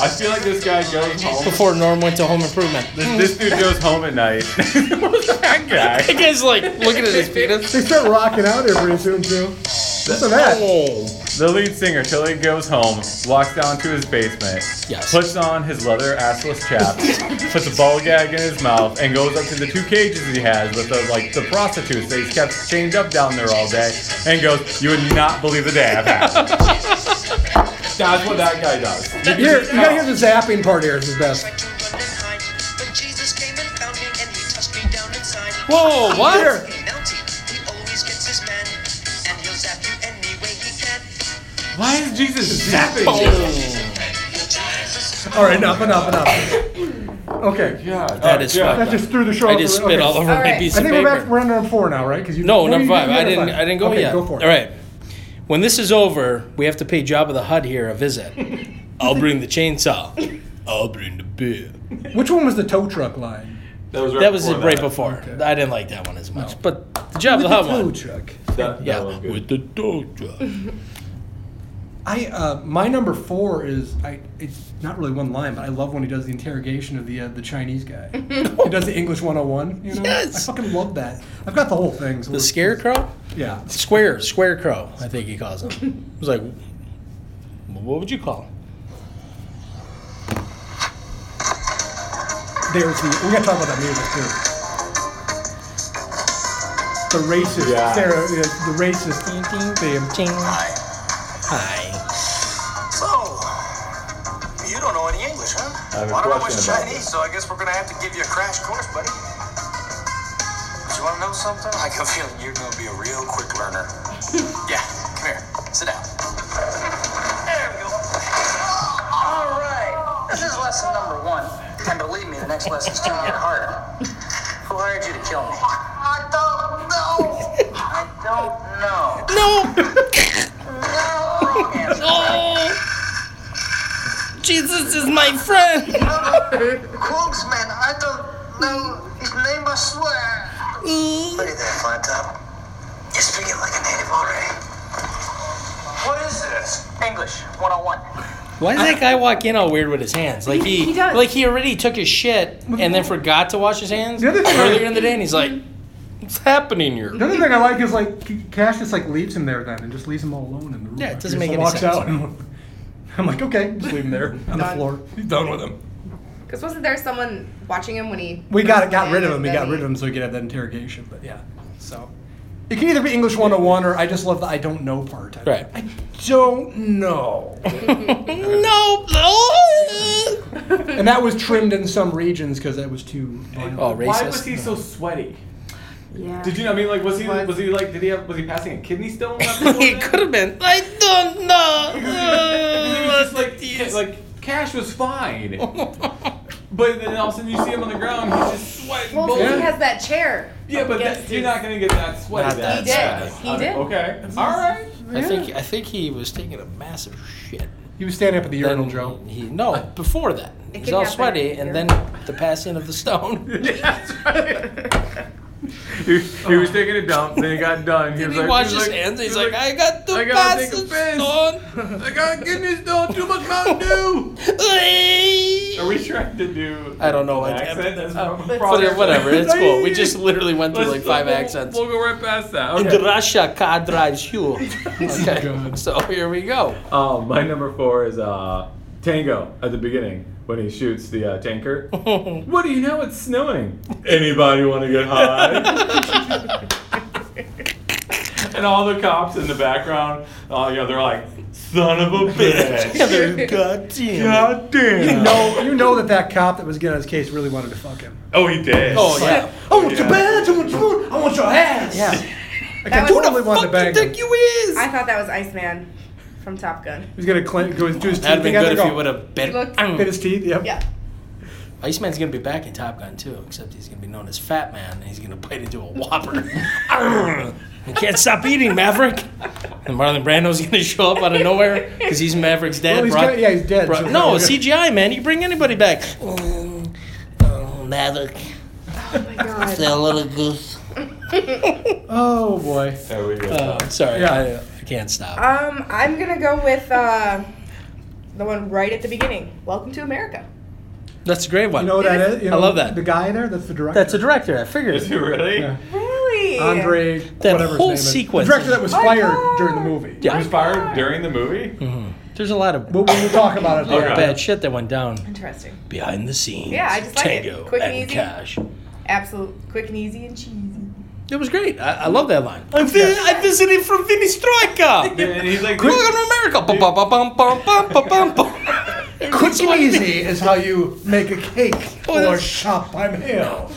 Speaker 1: I feel like this guy goes home.
Speaker 3: Before Norm went to Home Improvement.
Speaker 1: This, this dude goes home at night. What's that guy?
Speaker 3: The guy's like looking at his penis.
Speaker 2: They start rocking out here pretty soon too. Listen to that.
Speaker 3: Oh.
Speaker 1: The lead singer Tilly goes home, walks down to his basement,
Speaker 3: Yes.
Speaker 1: puts on his leather assless chaps, puts a ball gag in his mouth, and goes up to the two cages he has with the like the prostitutes that he's kept chained up down there all day, and goes, "You would not believe the day I've had." That's what that guy does. You can
Speaker 2: Here, you
Speaker 1: just
Speaker 2: gotta
Speaker 1: tell.
Speaker 2: hear the zapping part here. It's the best.
Speaker 8: Tried to run and hide, but Jesus came and found me and he touched me down inside.
Speaker 3: Whoa,
Speaker 2: Here.
Speaker 3: what?
Speaker 8: He mounted, he always gets his man, and he'll zap you any way he can.
Speaker 1: Why is Jesus zapping you?
Speaker 2: Oh. All right, enough, enough, enough. Okay,
Speaker 1: Oh, Yeah,
Speaker 3: That is fucked
Speaker 2: that
Speaker 3: up.
Speaker 2: just threw the show.
Speaker 3: I
Speaker 2: off
Speaker 3: just
Speaker 2: the-
Speaker 3: spit
Speaker 2: okay.
Speaker 3: all over
Speaker 6: All
Speaker 3: my
Speaker 6: right.
Speaker 3: piece
Speaker 2: I
Speaker 3: of
Speaker 2: think
Speaker 3: paper.
Speaker 2: we're back. We're on number four now, right? Because you
Speaker 3: no,
Speaker 2: what
Speaker 3: number
Speaker 2: do you
Speaker 3: five.
Speaker 2: do?
Speaker 3: I
Speaker 2: Number
Speaker 3: didn't.
Speaker 2: five.
Speaker 3: I didn't go
Speaker 2: okay,
Speaker 3: yet.
Speaker 2: Go for it.
Speaker 3: All right. When this is over, we have to pay Job of the Hut here a visit. I'll bring the chainsaw. I'll bring the beer.
Speaker 2: Which one was the tow truck line?
Speaker 1: That was right
Speaker 3: That was
Speaker 1: before
Speaker 3: it right
Speaker 1: that.
Speaker 3: before.
Speaker 2: Okay.
Speaker 3: I didn't like that one as much, but the Job of the Hut
Speaker 2: tow
Speaker 3: one.
Speaker 2: truck.
Speaker 1: That, that
Speaker 3: Yeah,
Speaker 1: was good.
Speaker 3: with the tow truck.
Speaker 2: I uh, my number four is I. It's not really one line, but I love when he does the interrogation of the uh, the Chinese guy. he does the English 101. You know,
Speaker 3: Yes.
Speaker 2: I fucking love that. I've got the whole thing. so
Speaker 3: The
Speaker 2: we're-
Speaker 3: scarecrow.
Speaker 2: Yeah.
Speaker 3: Square, Square Crow, I think he calls him. I was like, "Wh- what would you call him?
Speaker 2: There's the. We gotta talk about that music too. The racist,
Speaker 1: Yeah.
Speaker 2: Sarah, the, the racist theme.
Speaker 3: Ting. Hi.
Speaker 7: So, you don't know any English, huh?
Speaker 1: I have a
Speaker 7: Well, I don't know
Speaker 1: question
Speaker 7: much
Speaker 1: about
Speaker 7: Chinese, so I guess we're gonna have to give you a crash course, buddy. you want to know something? I got a feeling you're going to be a real quick learner. yeah, come here. Sit down. There we go. All right. This is lesson number one. And believe me, the next lesson's going to get harder. Who hired you to kill me? I don't know. I don't know.
Speaker 3: No!
Speaker 7: No. Wrong answer.
Speaker 3: Oh! Jesus is my friend!
Speaker 7: Clogsman, I don't know his name, I swear. Look at that, Flat Top. You're speaking like a native already. What is this? Oh, English, 101.
Speaker 3: Why does that guy walk in all weird with his hands? Like he,
Speaker 4: He does.
Speaker 3: like he already took his shit and then forgot to wash his hands
Speaker 2: The other thing-
Speaker 3: earlier in the day, and he's like, "What's happening here?"
Speaker 2: The other thing I like is like Cash just like leaves him there then and just leaves him all alone in the room.
Speaker 3: Yeah, it
Speaker 2: He just
Speaker 3: doesn't make any
Speaker 2: walks
Speaker 3: sense.
Speaker 2: out and I'm like, okay, just leave him there on the floor. He's done with him.
Speaker 6: Because wasn't there someone watching him when he?
Speaker 2: We got got rid of him. We got
Speaker 6: Then he-
Speaker 2: rid of him so we could have that interrogation. But yeah, so it can either be English 101 or I just love the I don't know part. I,
Speaker 3: Right.
Speaker 2: I don't know.
Speaker 3: no, no.
Speaker 2: and that was trimmed in some regions because that was too. violent.
Speaker 3: Oh,
Speaker 1: Why
Speaker 3: racist.
Speaker 1: was he so sweaty?
Speaker 4: Yeah.
Speaker 1: Did you? I mean, like, was he? Was he like? Did he have? Was he passing a kidney stone?
Speaker 3: it could have been. I don't
Speaker 1: Just
Speaker 3: know.
Speaker 1: like, ca- like Cash was fine,
Speaker 3: Oh
Speaker 1: but then all of a sudden you see him on the ground. He's just sweating.
Speaker 6: Well,
Speaker 1: bullets.
Speaker 6: he has that chair.
Speaker 1: yeah, but
Speaker 6: Yes,
Speaker 1: that, you're
Speaker 6: he's-
Speaker 1: not gonna get that sweaty.
Speaker 3: Not
Speaker 1: then.
Speaker 3: that
Speaker 6: He did. sweaty. He
Speaker 1: I mean,
Speaker 6: did.
Speaker 1: Okay. All right.
Speaker 3: I think I think he was taking a massive shit.
Speaker 2: He was standing up at the urinal,
Speaker 3: Then
Speaker 2: Joe.
Speaker 3: He, no, before that, he's
Speaker 6: could
Speaker 3: all
Speaker 6: happen.
Speaker 3: sweaty, and then the passing of the stone.
Speaker 1: He, he was taking a dump. Then he got done. He
Speaker 3: He
Speaker 1: was
Speaker 3: washed
Speaker 1: like,
Speaker 3: wash
Speaker 1: he
Speaker 3: his
Speaker 1: was like-
Speaker 3: hands. and He's
Speaker 1: he was
Speaker 3: like, I got the
Speaker 1: I gotta
Speaker 3: pass
Speaker 1: take a
Speaker 3: the
Speaker 1: piss."
Speaker 3: stone.
Speaker 1: I got kidney stone. Too much Mountain Dew. Are we trying to do?
Speaker 3: I don't know
Speaker 1: an
Speaker 3: what
Speaker 1: accent?
Speaker 3: happened.
Speaker 1: That's
Speaker 3: Uh,
Speaker 1: probably-
Speaker 3: Whatever, whatever, it's cool. We just literally went through
Speaker 1: Let's-
Speaker 3: like five
Speaker 1: we'll-
Speaker 3: accents.
Speaker 1: We'll go right past that.
Speaker 3: In
Speaker 1: Okay.
Speaker 3: Russia, car drives you. Okay,
Speaker 2: God.
Speaker 3: so here we go.
Speaker 1: Um, my number four is uh, Tango at the beginning when he shoots the uh, tanker.
Speaker 3: Oh.
Speaker 1: what do you know? It's snowing. Anybody want to get high? and all the cops in the background, uh, you know, they're like, "Son of a bitch!
Speaker 3: God damn.
Speaker 1: God damn!"
Speaker 2: You know, you know that that cop that was getting on his case really wanted to fuck him.
Speaker 1: Oh, he did.
Speaker 3: Oh yeah.
Speaker 2: I want
Speaker 1: Yeah.
Speaker 2: your badge. I want your food. I want your ass.
Speaker 3: Yeah.
Speaker 2: I can
Speaker 6: was- Who the
Speaker 2: totally wanted to
Speaker 3: Fuck you
Speaker 2: bang him.
Speaker 3: think
Speaker 2: He
Speaker 3: you is?
Speaker 6: I thought that was Iceman from Top Gun.
Speaker 2: was gonna clen- go do his teeth.
Speaker 3: That'd have been
Speaker 2: together,
Speaker 3: good if
Speaker 2: go,
Speaker 3: you would have been. Mm.
Speaker 6: Look.
Speaker 2: Hit his teeth. Yep.
Speaker 6: Yeah.
Speaker 3: Iceman's gonna be back in Top Gun too, except he's gonna be known as Fat Man, and he's gonna bite into a Whopper. you can't stop eating, Maverick. And Marlon Brando's gonna show up out of nowhere because he's Maverick's dad.
Speaker 2: Well, he's
Speaker 3: brought-
Speaker 2: kinda- yeah, he's dead,
Speaker 3: brought-
Speaker 2: so-
Speaker 3: no, CGI man. You bring anybody back. Oh, oh, Maverick,
Speaker 6: Oh my god.
Speaker 3: that little goose.
Speaker 2: Oh boy.
Speaker 1: There we go.
Speaker 3: Oh, I'm sorry,
Speaker 2: Yeah.
Speaker 3: I, I can't stop.
Speaker 6: Um, I'm gonna go with uh, the one right at the beginning. Welcome to America.
Speaker 3: That's a great one.
Speaker 2: You know what that is? You
Speaker 3: I
Speaker 2: know
Speaker 3: love that.
Speaker 2: The guy there. That's the director.
Speaker 3: That's a director. I figured.
Speaker 1: Is he really?
Speaker 2: Yeah.
Speaker 6: Really?
Speaker 2: Andre.
Speaker 3: That
Speaker 2: whatever
Speaker 3: whole
Speaker 2: his name Is.
Speaker 3: sequence.
Speaker 2: The director that was
Speaker 6: Oh,
Speaker 2: fired
Speaker 6: yeah.
Speaker 2: during the movie.
Speaker 1: He was fired during the movie.
Speaker 3: There's a lot of
Speaker 2: But we'll talk about it.
Speaker 1: Okay.
Speaker 3: bad shit that went down
Speaker 6: Interesting.
Speaker 3: behind the scenes.
Speaker 6: Yeah, I just like it.
Speaker 3: Tango
Speaker 6: Quick and
Speaker 3: and
Speaker 6: easy.
Speaker 3: Cash.
Speaker 6: Absolute, quick and easy and cheesy.
Speaker 3: It was great. I, I love that line. I'm, vi- I'm visiting from Vinistroika.
Speaker 1: And he's like,
Speaker 3: Quick on America. Bum, bum, bum, bum, bum, bum, bum, bum, bum.
Speaker 2: Quick and easy is how you make a cake
Speaker 3: Oh,
Speaker 2: or
Speaker 3: that's-
Speaker 2: shop by mail.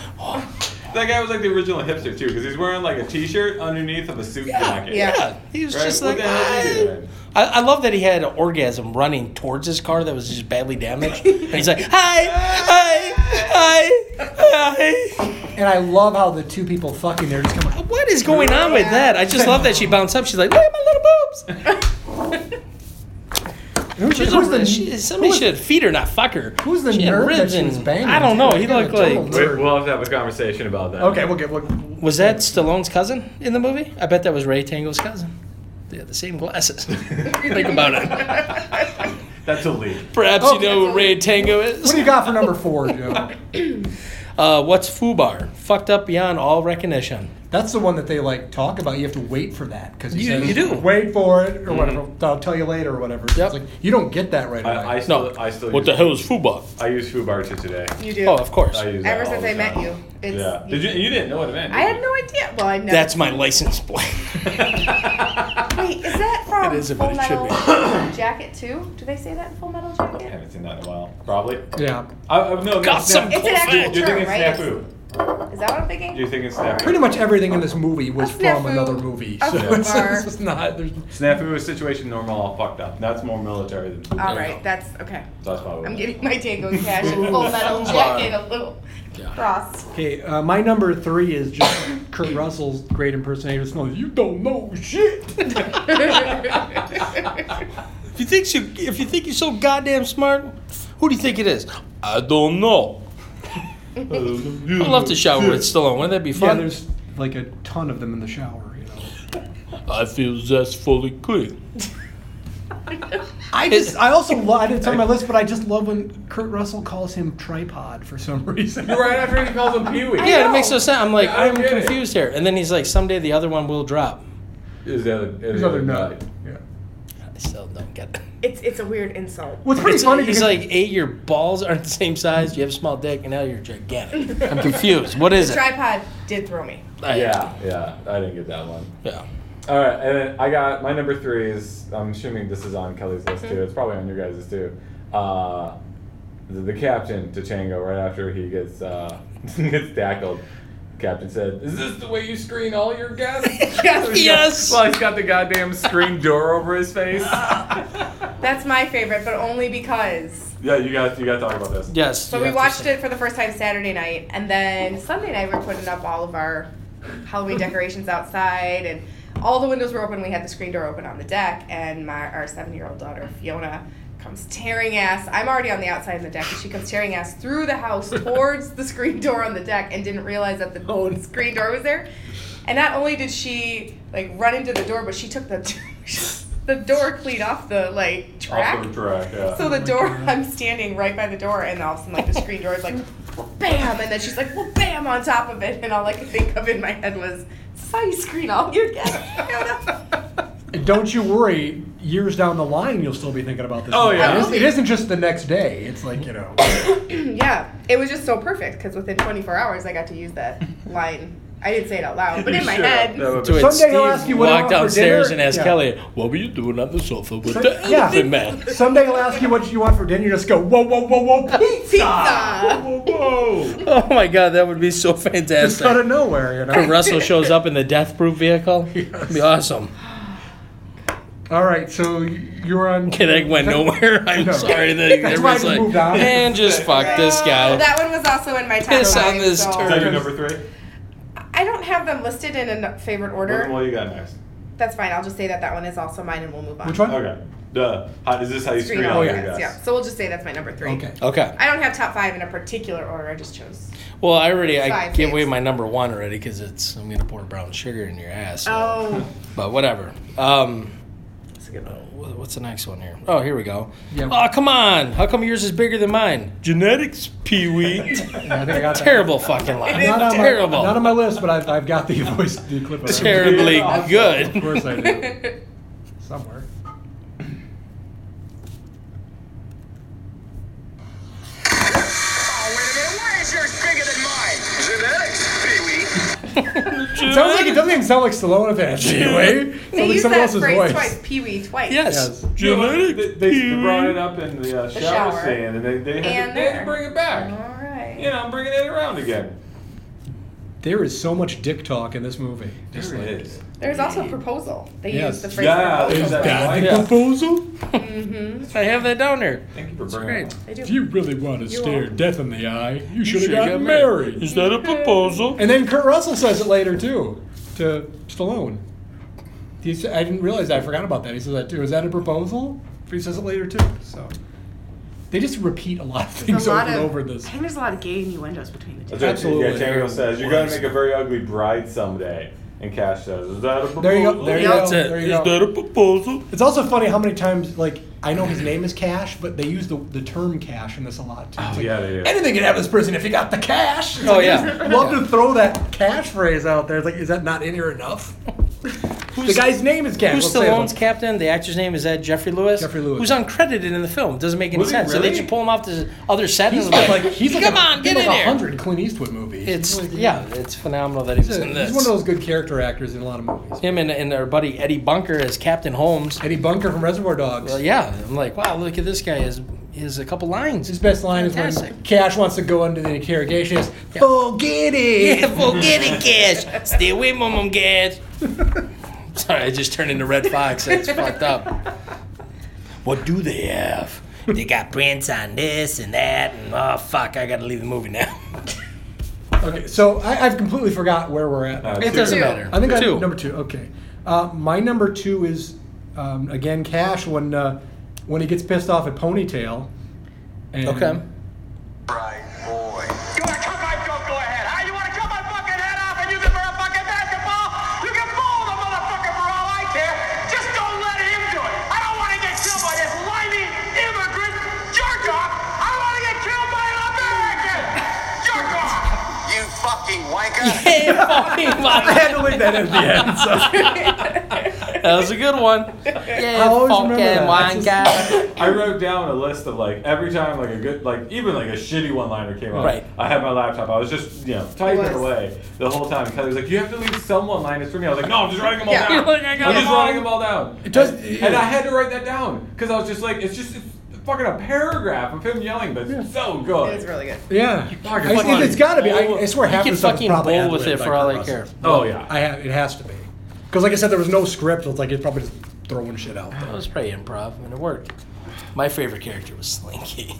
Speaker 1: that guy was like the original hipster too, because he's wearing like a t-shirt underneath of a suit jacket.
Speaker 6: yeah.
Speaker 3: Yeah, he was
Speaker 1: Right?
Speaker 3: just
Speaker 1: What
Speaker 3: like.
Speaker 1: the hell is he
Speaker 3: "Ah."
Speaker 1: doing?
Speaker 3: I, I love that he had an orgasm running towards his car that was just badly damaged. and he's like, hi, hi, hi, hi.
Speaker 2: And I love how the two people fucking there just come. Like,
Speaker 3: What is going on with that? I just love that she bounced up. She's like, look at my little boobs.
Speaker 2: who's,
Speaker 3: She's
Speaker 2: who's
Speaker 3: a,
Speaker 2: the,
Speaker 3: she,
Speaker 2: who
Speaker 3: somebody
Speaker 2: is-
Speaker 3: should feed her, not fuck her.
Speaker 2: Who's the
Speaker 3: she had
Speaker 2: nerd that
Speaker 3: ribs
Speaker 2: she was
Speaker 3: and-
Speaker 2: banging
Speaker 3: I don't
Speaker 2: too?
Speaker 3: know.
Speaker 2: I
Speaker 3: He
Speaker 2: got a
Speaker 3: looked like.
Speaker 2: total-
Speaker 1: Wait, we'll have to have a conversation about that.
Speaker 2: Okay, we'll get. We'll,
Speaker 3: Was that Stallone's cousin in the movie? I bet that was Ray Tango's cousin. They had the same glasses. Think about it.
Speaker 1: That's a lead.
Speaker 3: Perhaps
Speaker 2: Oh.
Speaker 3: you know who Ray Tango is.
Speaker 2: what do you got for number four, Joe?
Speaker 3: Uh, what's FUBAR? Fucked up beyond all recognition.
Speaker 2: That's the one that they like talk about. You have to wait for that because
Speaker 3: You- you do.
Speaker 2: wait for it or whatever. I'll tell you later or whatever. It's
Speaker 3: Yep.
Speaker 2: like, you don't get that right away.
Speaker 1: I, I still, I still. use,
Speaker 3: hell is FUBAR?
Speaker 1: I use Fubar to today.
Speaker 6: You do.
Speaker 3: Oh, of course.
Speaker 1: I use that
Speaker 6: Ever
Speaker 1: all
Speaker 6: since
Speaker 1: the
Speaker 6: I met
Speaker 1: time.
Speaker 6: you, it's.
Speaker 1: Yeah. Did you? You didn't know what it meant.
Speaker 6: I had no idea. Well, I never.
Speaker 3: That's my license plate.
Speaker 6: Wait, is that from
Speaker 3: It is, but
Speaker 6: Full
Speaker 3: it should
Speaker 6: Metal
Speaker 3: be.
Speaker 6: Jacket too? Do they say that in Full Metal Jacket?
Speaker 1: I haven't seen that in a while. Probably.
Speaker 2: yeah.
Speaker 1: I, I, no, no,
Speaker 3: Got
Speaker 1: snap-
Speaker 3: some
Speaker 6: It's
Speaker 3: Cool
Speaker 6: an
Speaker 3: fact.
Speaker 6: actual
Speaker 1: You're
Speaker 6: term,
Speaker 1: thinking
Speaker 6: right?
Speaker 1: snafu.
Speaker 6: Is that what I'm thinking?
Speaker 1: Do you think it's snafu?
Speaker 2: Pretty much everything in this movie was
Speaker 6: A
Speaker 2: from
Speaker 6: snafu,
Speaker 2: another movie.
Speaker 6: a
Speaker 2: So
Speaker 6: faux
Speaker 2: it's,
Speaker 6: pas.
Speaker 2: it's just not. There's,
Speaker 1: Snafu is situation normal, all fucked up. That's more military than. So
Speaker 6: All right, that's okay.
Speaker 1: that's probably.
Speaker 6: I'm getting my Tango Cash and Full Metal Jacket a little
Speaker 3: Yeah.
Speaker 6: cross.
Speaker 2: okay, uh, my number three is just Kurt Russell's great impersonation of Snow. You don't know shit.
Speaker 3: If you think you, if you think you're so goddamn smart, who do you think it is? I don't know. I'd love to shower with Stallone. Wouldn't that be
Speaker 2: yeah,
Speaker 3: fun?
Speaker 2: there's like a ton of them in the shower. You know.
Speaker 3: I feel that's fully good.
Speaker 2: I just, I also, lo- I didn't tell my list, but I just love when Kurt Russell calls him tripod for some reason.
Speaker 1: You're right after he calls him Pee Wee.
Speaker 3: Yeah, it makes no sense. I'm like,
Speaker 1: Yeah, I
Speaker 3: I'm
Speaker 1: get it.
Speaker 3: confused here. And then he's like, someday the other one will drop.
Speaker 1: Is the other, is
Speaker 2: There's
Speaker 1: the
Speaker 2: other
Speaker 1: other
Speaker 2: nut.
Speaker 1: guy.
Speaker 2: Yeah.
Speaker 3: I still don't get it.
Speaker 4: It's it's a weird insult.
Speaker 2: What's pretty
Speaker 3: It's
Speaker 2: funny
Speaker 3: funny. He's
Speaker 2: because-
Speaker 3: like, eight, your balls aren't the same size. You have a small dick, and now you're gigantic. I'm confused. What is it?
Speaker 6: Tripod did throw me.
Speaker 3: I-
Speaker 1: Yeah, yeah. I didn't get that one.
Speaker 3: Yeah.
Speaker 1: All right, and then I got my number three is I'm assuming this is on Kelly's list
Speaker 6: Mm-hmm.
Speaker 1: too. It's probably on your guys' too. Uh, the, the captain to Tango right after he gets uh, gets tackled. Captain said, "Is this the way you screen all your guests?"
Speaker 3: Yes.
Speaker 1: well, he's got the goddamn screen door over his face.
Speaker 6: That's my favorite, but only because.
Speaker 1: yeah, you guys, you got to talk about this.
Speaker 3: Yes.
Speaker 6: So
Speaker 3: you
Speaker 6: we
Speaker 3: have to
Speaker 6: watched
Speaker 3: say-
Speaker 6: it for the first time Saturday night, and then Sunday night we're putting up all of our Halloween decorations outside, and all the windows were open. We had the screen door open on the deck, and my our seven year old daughter Fiona comes tearing ass. I'm already on the outside of the deck, and she comes tearing ass through the house towards the screen door on the deck, and didn't realize that the
Speaker 3: Oh,
Speaker 6: screen door was there. And not only did she like run into the door, but she took the the door clean off the like track.
Speaker 1: Off the track. Yeah.
Speaker 6: So the door, I'm standing right by the door, and all of a sudden, like the screen door is like, bam, and then she's like, well, bam, on top of it, and all I could think of in my head was, this is how you screen all your guests.
Speaker 2: And Don't you worry, years down the line, you'll still be thinking about this.
Speaker 1: Oh,
Speaker 2: movie.
Speaker 1: yeah.
Speaker 2: It isn't- it isn't just the next day. It's like, you know.
Speaker 6: yeah, it was just so perfect because within 24 hours, I got to use that line. I didn't say it out loud, but in my
Speaker 1: Shut up,
Speaker 6: head,
Speaker 1: that would be-
Speaker 3: So it's
Speaker 2: Someday he'll
Speaker 3: Steve
Speaker 2: ask you what I
Speaker 3: walked
Speaker 2: want for
Speaker 3: downstairs
Speaker 2: dinner.
Speaker 3: and asked
Speaker 2: Yeah.
Speaker 3: Kelly, "What were you doing on the sofa with
Speaker 2: Some-
Speaker 3: the
Speaker 2: yeah.
Speaker 3: elephant man?"
Speaker 2: Someday he'll ask you what you want for dinner. You just go, whoa, whoa, whoa, whoa, pizza!
Speaker 6: pizza.
Speaker 1: Whoa, whoa.
Speaker 3: Oh my god, that would be so
Speaker 2: Just out
Speaker 3: fantastic.
Speaker 2: of nowhere, you
Speaker 3: If
Speaker 2: know.
Speaker 3: Russell shows up in the death proof vehicle. It'd be awesome.
Speaker 2: All right, so you're on.
Speaker 3: Okay, that went nowhere. I'm
Speaker 2: No.
Speaker 3: sorry that
Speaker 2: That's why I
Speaker 3: everyone's
Speaker 2: just
Speaker 3: like,
Speaker 2: moved on.
Speaker 3: man, just fuck this
Speaker 6: Well,
Speaker 3: guy.
Speaker 6: that one was also in my top
Speaker 3: Piss on
Speaker 6: five,
Speaker 3: this
Speaker 6: so-
Speaker 1: Is that your number three?
Speaker 6: I don't have them listed in a n- favorite
Speaker 1: What,
Speaker 6: order.
Speaker 1: what you got next?
Speaker 6: That's fine. I'll just say that that one is also mine, and we'll move on.
Speaker 2: Which one?
Speaker 1: Okay. Duh. How, is this how you screen
Speaker 6: all
Speaker 1: all
Speaker 6: your
Speaker 1: your
Speaker 6: guests,
Speaker 1: guests?
Speaker 6: Yeah. So we'll just say that's my number three.
Speaker 2: Okay.
Speaker 3: Okay.
Speaker 6: I don't have top five in a particular order. I just chose.
Speaker 3: Well, I already I
Speaker 6: Five
Speaker 3: gave away
Speaker 6: days.
Speaker 3: my number one already because it's I'm gonna pour brown sugar in your ass. so-
Speaker 6: Oh,
Speaker 3: But whatever. Um, wh- what's the next one here? Oh, here we go.
Speaker 2: Yeah.
Speaker 3: Oh, come on. How come yours is bigger than mine? Genetics, Pee Wee.
Speaker 2: Yeah, I think I got that.
Speaker 3: Terrible fucking line.
Speaker 2: Not on,
Speaker 3: Terrible.
Speaker 2: My, not on my list, but I've, I've got the voice the clip of it.
Speaker 3: Terribly
Speaker 1: Yeah.
Speaker 2: Of
Speaker 3: good.
Speaker 2: course I do. Somewhere.
Speaker 7: Oh, wait a minute. Why is yours bigger than mine? Genetics, Pee-wee.
Speaker 2: It sounds like it doesn't even sound like Stallone if it anyway. It
Speaker 6: they
Speaker 2: sounds like
Speaker 6: used
Speaker 2: someone
Speaker 6: that
Speaker 2: else's
Speaker 6: phrase
Speaker 2: voice.
Speaker 6: twice. Pee wee twice.
Speaker 3: Yes.
Speaker 2: Yes.
Speaker 1: You know what? They,
Speaker 3: Genetics,
Speaker 1: they- they
Speaker 3: Pee
Speaker 1: brought
Speaker 3: Wee.
Speaker 1: it up in the, uh, shower,
Speaker 6: shower.
Speaker 1: stand, and they, they, had
Speaker 6: And
Speaker 1: to, they had
Speaker 6: there.
Speaker 1: to bring it back.
Speaker 6: All right.
Speaker 1: You know, I'm bringing it around again.
Speaker 2: There is so much dick talk in this movie. Just
Speaker 1: There
Speaker 2: like,
Speaker 1: it is.
Speaker 6: There's also proposal. They
Speaker 2: Yes.
Speaker 6: used the phrase
Speaker 1: Yeah,
Speaker 6: proposal.
Speaker 1: there's that.
Speaker 2: God, the
Speaker 1: Yeah.
Speaker 2: proposal?
Speaker 3: I have that down there.
Speaker 1: Thank you for bringing it.
Speaker 3: great.
Speaker 6: They
Speaker 2: If
Speaker 6: do.
Speaker 2: you really want to stare death in the eye, you should have
Speaker 3: shoulda
Speaker 2: gotten
Speaker 3: got
Speaker 2: married.
Speaker 3: Is that a proposal?
Speaker 2: And then Kurt Russell says it later too to Stallone. He sa I didn't realize that. I forgot about that. He says that too. Is that a proposal? But he says it later too. So they just repeat a lot of
Speaker 6: There's
Speaker 2: things
Speaker 6: a
Speaker 2: over
Speaker 6: lot
Speaker 2: and
Speaker 6: of-
Speaker 2: over this.
Speaker 6: I think there's a lot of gay innuendos between the two.
Speaker 1: That's right.
Speaker 2: Absolutely.
Speaker 1: Yeah, Tango says, You're going to make a very ugly bride someday. And Cash says, Is that a proposal?
Speaker 2: There you go. There you go.
Speaker 3: That's it.
Speaker 2: There you
Speaker 3: Is
Speaker 2: go.
Speaker 3: that a proposal?
Speaker 2: It's also funny how many times like I know his name is Cash, but they use the, the term cash in this a lot too. It's like,
Speaker 1: yeah, they do.
Speaker 2: Anything can happen to this person if you got the cash. It's
Speaker 3: Oh,
Speaker 2: like,
Speaker 3: yeah.
Speaker 2: I just Love to throw that cash phrase out there. It's like, is that not in here enough? the guy's name is Cash.
Speaker 3: Who's
Speaker 2: Let's say his
Speaker 3: Stallone's
Speaker 2: name.
Speaker 3: captain? The actor's name is that Jeffrey Lewis.
Speaker 2: Jeffrey Lewis.
Speaker 3: Who's uncredited in the film? Doesn't make any
Speaker 1: Was he
Speaker 3: sense. So they
Speaker 1: really?
Speaker 3: just pull him off to the other set.
Speaker 2: He's
Speaker 3: and they're
Speaker 2: like, he's like
Speaker 3: come
Speaker 2: a,
Speaker 3: on, get
Speaker 2: he's
Speaker 3: in
Speaker 2: like a
Speaker 3: there.
Speaker 2: hundred Clint Eastwood movies.
Speaker 3: It's
Speaker 2: He's like-
Speaker 3: yeah, it's phenomenal that he was
Speaker 2: he's, a-
Speaker 3: in this.
Speaker 2: he's one of those good character actors in a lot of movies.
Speaker 3: Him and, and our buddy Eddie Bunker as Captain Holmes.
Speaker 2: Eddie Bunker from Reservoir Dogs.
Speaker 3: Well, yeah, I'm like, wow, look at this guy as is a couple lines.
Speaker 2: His best line is when
Speaker 3: Fantastic.
Speaker 2: Cash wants to go into the interrogation. Is forget it.
Speaker 3: Yeah, forget it, Cash. Stay away, Mom, Mom, Cash. Sorry, I just turned into Red Fox. That's fucked up. What do they have? They got prints on this and that, and oh fuck, I gotta leave the movie now.
Speaker 2: Okay, so I, I've completely forgot where we're at.
Speaker 1: Uh,
Speaker 3: It
Speaker 1: two.
Speaker 3: doesn't
Speaker 4: Two.
Speaker 3: matter.
Speaker 2: I think
Speaker 3: Two.
Speaker 2: I'm number two. Okay, uh, my number two is um, again Cash when uh, when he gets pissed off at Ponytail. And
Speaker 3: Okay.
Speaker 7: Right, boy. You wanna cut my throat? Go ahead. Huh? You wanna cut my fucking head off and use it for a fucking basketball? You can fool the motherfucker for all I care. Just don't let him do it. I don't wanna get killed by this limey immigrant jerk off. I don't wanna get killed by an American jerk off. You fucking wanker.
Speaker 2: I had to leave that at the end. So.
Speaker 3: That was a good one. Yeah,
Speaker 2: I always remember that.
Speaker 3: fucking
Speaker 2: That's
Speaker 3: wanker.
Speaker 1: I wrote down a list of like every time like a good like even like a shitty one liner came up.
Speaker 3: Right.
Speaker 1: I had my laptop. I was just you know typing
Speaker 6: was.
Speaker 1: away the whole time. Kelly was like, "You have to leave some one liners for me." I was like, "No, I'm just writing them all
Speaker 6: Yeah.
Speaker 1: down.
Speaker 3: Like, I got
Speaker 1: I'm just
Speaker 3: them all."
Speaker 1: writing them all down."
Speaker 2: It does-
Speaker 1: And,
Speaker 2: yeah.
Speaker 1: and I had to write that down because I was just like, "It's just it's fucking a paragraph of him yelling, but it's so good."
Speaker 6: It's really good.
Speaker 2: Yeah, I,
Speaker 1: fucking
Speaker 2: it, it's got to be. I, I swear,
Speaker 3: You
Speaker 2: half
Speaker 3: can
Speaker 2: the stuff is
Speaker 3: fucking
Speaker 2: probably
Speaker 3: bowl with
Speaker 2: ad-libbed
Speaker 3: it
Speaker 2: by
Speaker 3: for all
Speaker 2: Kurt
Speaker 3: I
Speaker 2: Russell.
Speaker 3: care.
Speaker 1: oh yeah.
Speaker 2: I have. It has to be. Because like I said, there was no script. So it's like it's probably just throwing shit out.
Speaker 3: That was pretty improv, and it worked. My favorite character was Slinky.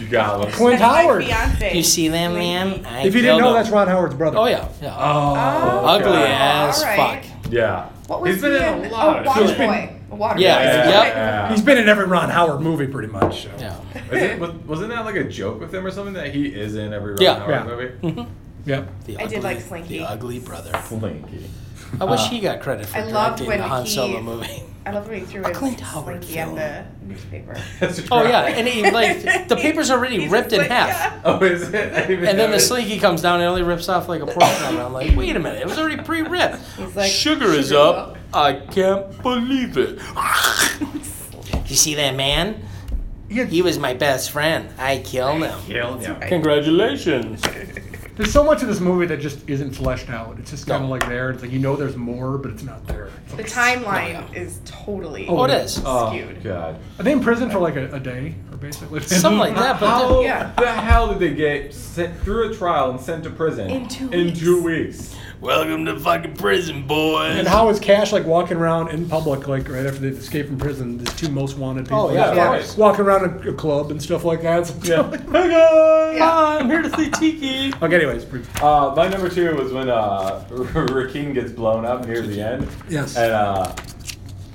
Speaker 1: you got it.
Speaker 2: Clint
Speaker 6: That's my
Speaker 2: Howard.
Speaker 6: fiance.
Speaker 3: You see that, man? I
Speaker 2: If you didn't
Speaker 3: killed
Speaker 2: know,
Speaker 3: him.
Speaker 2: that's Ron Howard's brother.
Speaker 3: Oh yeah, yeah.
Speaker 1: Oh,
Speaker 3: Ugly
Speaker 1: God.
Speaker 3: as
Speaker 6: Alright.
Speaker 3: fuck.
Speaker 1: Yeah.
Speaker 6: What was
Speaker 1: He's been
Speaker 6: he
Speaker 1: in a lot.
Speaker 6: Oh,
Speaker 1: of
Speaker 6: Water
Speaker 1: shit.
Speaker 6: Boy. Water
Speaker 3: Yeah,
Speaker 6: Boy.
Speaker 3: yeah.
Speaker 6: Okay.
Speaker 1: Yeah.
Speaker 2: He's been in every Ron Howard movie pretty much. so.
Speaker 3: Yeah.
Speaker 1: Is it, was, wasn't that like a joke with him or something that he is in every Ron
Speaker 3: Yeah. Mm-hmm.
Speaker 1: Howard
Speaker 2: Yeah.
Speaker 1: movie?
Speaker 2: Yep.
Speaker 3: The
Speaker 6: I did
Speaker 3: ugly-
Speaker 6: like Slinky.
Speaker 3: The ugly brother.
Speaker 1: Slinky.
Speaker 3: I wish he got credit for
Speaker 6: I loved
Speaker 3: directing
Speaker 6: when
Speaker 3: the Han
Speaker 6: he-
Speaker 3: Solo movie.
Speaker 6: I love when he threw
Speaker 3: A
Speaker 6: his
Speaker 3: Clint Howard
Speaker 6: Slinky on
Speaker 3: film.
Speaker 6: the newspaper.
Speaker 3: Oh yeah, and he like the paper's already
Speaker 6: He's
Speaker 3: ripped
Speaker 6: just
Speaker 3: in
Speaker 6: like,
Speaker 3: half,
Speaker 6: yeah.
Speaker 1: Oh, is it? I didn't even
Speaker 3: and then the
Speaker 1: notice.
Speaker 3: slinky comes down and only rips off like a portion of it. I'm like, wait a minute, it was already pre-ripped.
Speaker 6: He's like,
Speaker 3: sugar is
Speaker 6: "Sugar's
Speaker 3: up.
Speaker 6: up."
Speaker 3: I can't believe it. you see that man? He was my best friend. I killed him.
Speaker 1: Killed him.
Speaker 3: Congratulations.
Speaker 2: There's so much of this movie that just isn't fleshed out. It's just kind of
Speaker 3: No.
Speaker 2: like there. It's like you know there's more, but it's not there. It's
Speaker 6: The
Speaker 2: like-
Speaker 6: timeline is totally
Speaker 3: Oh, it is.
Speaker 1: Oh,
Speaker 6: skewed.
Speaker 1: God.
Speaker 2: Are they in prison for like a, a day or basically?
Speaker 3: Something like that, but
Speaker 1: How
Speaker 6: Yeah.
Speaker 1: the hell did they get sent through a trial and sent to prison?
Speaker 6: In two
Speaker 1: In
Speaker 6: weeks.
Speaker 1: two weeks.
Speaker 3: welcome to fucking prison, boys.
Speaker 2: And how is Cash like walking around in public, like right after they escape from prison, the two most wanted people?
Speaker 3: Oh, yeah,
Speaker 2: Just
Speaker 3: of
Speaker 2: walk-
Speaker 3: course.
Speaker 2: walking around a, a club and stuff like that. It's-
Speaker 1: Yeah.
Speaker 2: Hey, guys.
Speaker 3: Hi, I'm here to see Tiki.
Speaker 2: Okay, anyways, pre-
Speaker 1: Uh, my number two was when uh, Rakim gets blown up near the end.
Speaker 2: Yes.
Speaker 1: And uh,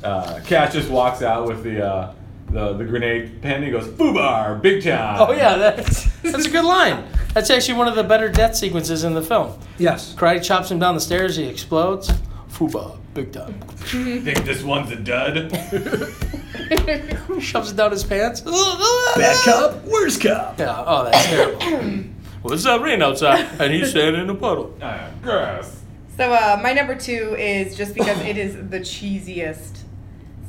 Speaker 1: uh, Cat just walks out with the, uh, the the grenade pen and he goes, Foobar, big time.
Speaker 3: Oh yeah, that's that's a good line. That's actually one of the better death sequences in the film.
Speaker 2: yes.
Speaker 3: Karate chops him down the stairs. He explodes. Fuba, big time.
Speaker 1: Think this one's a dud?
Speaker 3: Shoves it down his pants.
Speaker 2: cop, worst cop.
Speaker 3: Yeah. Oh, that's terrible. well, it's not rain outside, and he's standing in a puddle.
Speaker 1: uh, gross.
Speaker 6: So uh, my number two is just because it is the cheesiest.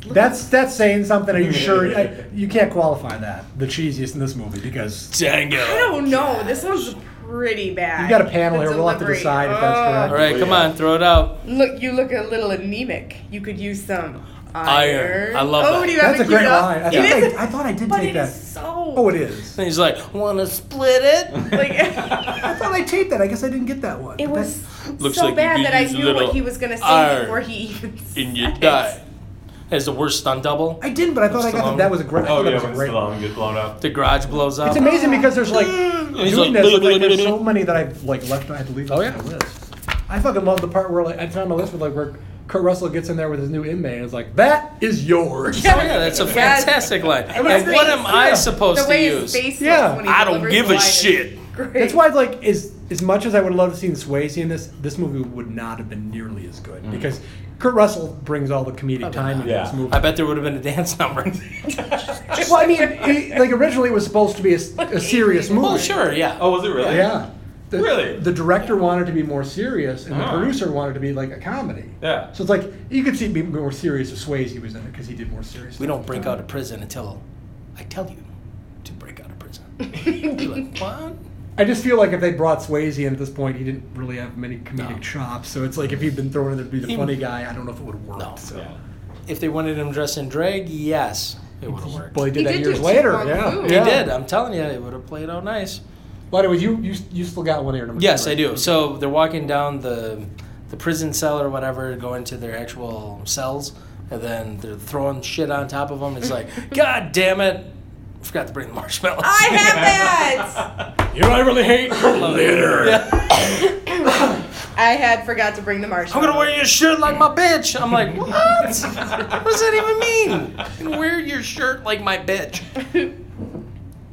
Speaker 2: That's that's saying something. Are you sure? I, you can't qualify that. The cheesiest in this movie because
Speaker 3: Dango.
Speaker 6: I don't know. This one's pretty bad.
Speaker 2: you got a panel
Speaker 6: The
Speaker 2: here. We'll have to
Speaker 6: delivery.
Speaker 2: decide if that's
Speaker 6: Ugh.
Speaker 2: correct.
Speaker 3: All right, come on, throw it out.
Speaker 6: Look, you look a little anemic. You could use some
Speaker 3: Iron.
Speaker 6: iron.
Speaker 3: I love
Speaker 6: oh,
Speaker 3: that.
Speaker 6: Do you have
Speaker 2: That's a
Speaker 6: it queued
Speaker 2: great
Speaker 6: up?
Speaker 2: line. I,
Speaker 6: It
Speaker 2: think
Speaker 6: is,
Speaker 2: I, I thought I did
Speaker 6: but
Speaker 2: take
Speaker 6: it
Speaker 2: that.
Speaker 6: is so.
Speaker 2: Oh, it is.
Speaker 3: And he's like, "Wanna split it?"
Speaker 6: Like,
Speaker 2: I thought I taped that. I guess I didn't get that one.
Speaker 6: it
Speaker 2: But
Speaker 6: was
Speaker 3: Looks
Speaker 6: so
Speaker 3: like you
Speaker 6: bad
Speaker 3: could
Speaker 6: that I
Speaker 3: use a
Speaker 6: knew
Speaker 3: little
Speaker 6: what he was gonna say
Speaker 3: iron
Speaker 6: before he even.
Speaker 3: And
Speaker 6: said
Speaker 3: you
Speaker 6: it.
Speaker 3: die. That's the worst stunt double.
Speaker 2: I didn't, but I thought I got
Speaker 3: Stallone.
Speaker 2: that. That was a great. I
Speaker 1: Oh,
Speaker 2: thought that
Speaker 1: yeah,
Speaker 2: was a
Speaker 1: when
Speaker 2: great.
Speaker 1: Stallone gets blown up.
Speaker 3: The garage blows up. Oh,
Speaker 2: It's amazing because there's like
Speaker 3: He's
Speaker 2: doing
Speaker 3: like,
Speaker 2: this. Like,
Speaker 3: "Blah, blah,
Speaker 2: there's
Speaker 3: blah,
Speaker 2: so
Speaker 3: blah."
Speaker 2: many that I've like left. I had to leave.
Speaker 3: Oh,
Speaker 2: off
Speaker 3: yeah.
Speaker 2: my list. I fucking love the part where like it's on my list with like where Kurt Russell gets in there with his new inmate and it's like that is yours.
Speaker 3: Oh yeah, that's a
Speaker 6: Yes.
Speaker 3: fantastic line.
Speaker 6: And his
Speaker 3: And what
Speaker 6: face-
Speaker 3: am I supposed
Speaker 6: The
Speaker 3: to
Speaker 6: way
Speaker 3: use?
Speaker 6: his face
Speaker 2: Yeah.
Speaker 6: looks when he
Speaker 3: I don't
Speaker 6: delivers
Speaker 3: give
Speaker 6: the
Speaker 3: a
Speaker 6: line is
Speaker 3: shit.
Speaker 6: Great.
Speaker 2: That's why like as as much as I would have loved to see Swayze in this, this movie would not have been nearly as
Speaker 3: Mm.
Speaker 2: good because Kurt Russell brings all the
Speaker 3: Oh,
Speaker 2: comedic time into
Speaker 1: Yeah.
Speaker 2: this movie.
Speaker 3: I bet there would have been a dance number.
Speaker 2: Well, I mean, it, like originally it was supposed to be a, s- a serious movie.
Speaker 3: well, sure, yeah.
Speaker 1: Oh, was it really?
Speaker 2: Yeah. The,
Speaker 1: Really?
Speaker 2: The director wanted to be more serious, and the
Speaker 1: Ah.
Speaker 2: producer wanted to be like a comedy.
Speaker 1: Yeah.
Speaker 2: So it's like you could see it be more serious if Swayze was in it because he did more serious.
Speaker 3: We
Speaker 2: stuff.
Speaker 3: don't break out of prison until I tell you to break out of prison. You're like, what?
Speaker 2: I just feel like if they brought Swayze in at this point, he didn't really have many comedic chops. So it's like if he'd been thrown in there to be the
Speaker 3: He-
Speaker 2: funny guy, I don't know if it would have worked.
Speaker 3: No.
Speaker 2: So.
Speaker 1: Yeah.
Speaker 3: If they wanted him dressed in drag, yes. it would have worked.
Speaker 2: Well, he did
Speaker 6: He
Speaker 2: that
Speaker 6: did do
Speaker 2: years
Speaker 6: Kung
Speaker 2: later.
Speaker 6: Fu.
Speaker 2: Yeah,
Speaker 6: He
Speaker 3: He
Speaker 2: yeah.
Speaker 3: did. I'm telling you, it would have played out nice.
Speaker 2: By the way, you you, you still got one here. Number two,
Speaker 3: Yes, I
Speaker 2: right?
Speaker 3: do. So they're walking down the the prison cell or whatever, go into their actual cells, and then they're throwing shit on top of them. It's like, God damn it! Forgot to bring the marshmallows.
Speaker 6: I have that.
Speaker 2: You know, what I really hate litter.
Speaker 3: Yeah.
Speaker 6: I had forgot to bring the
Speaker 3: I'm
Speaker 6: marshmallows.
Speaker 3: gonna wear your shirt like my bitch. I'm like, what? what does that even mean? You can wear your shirt like my bitch.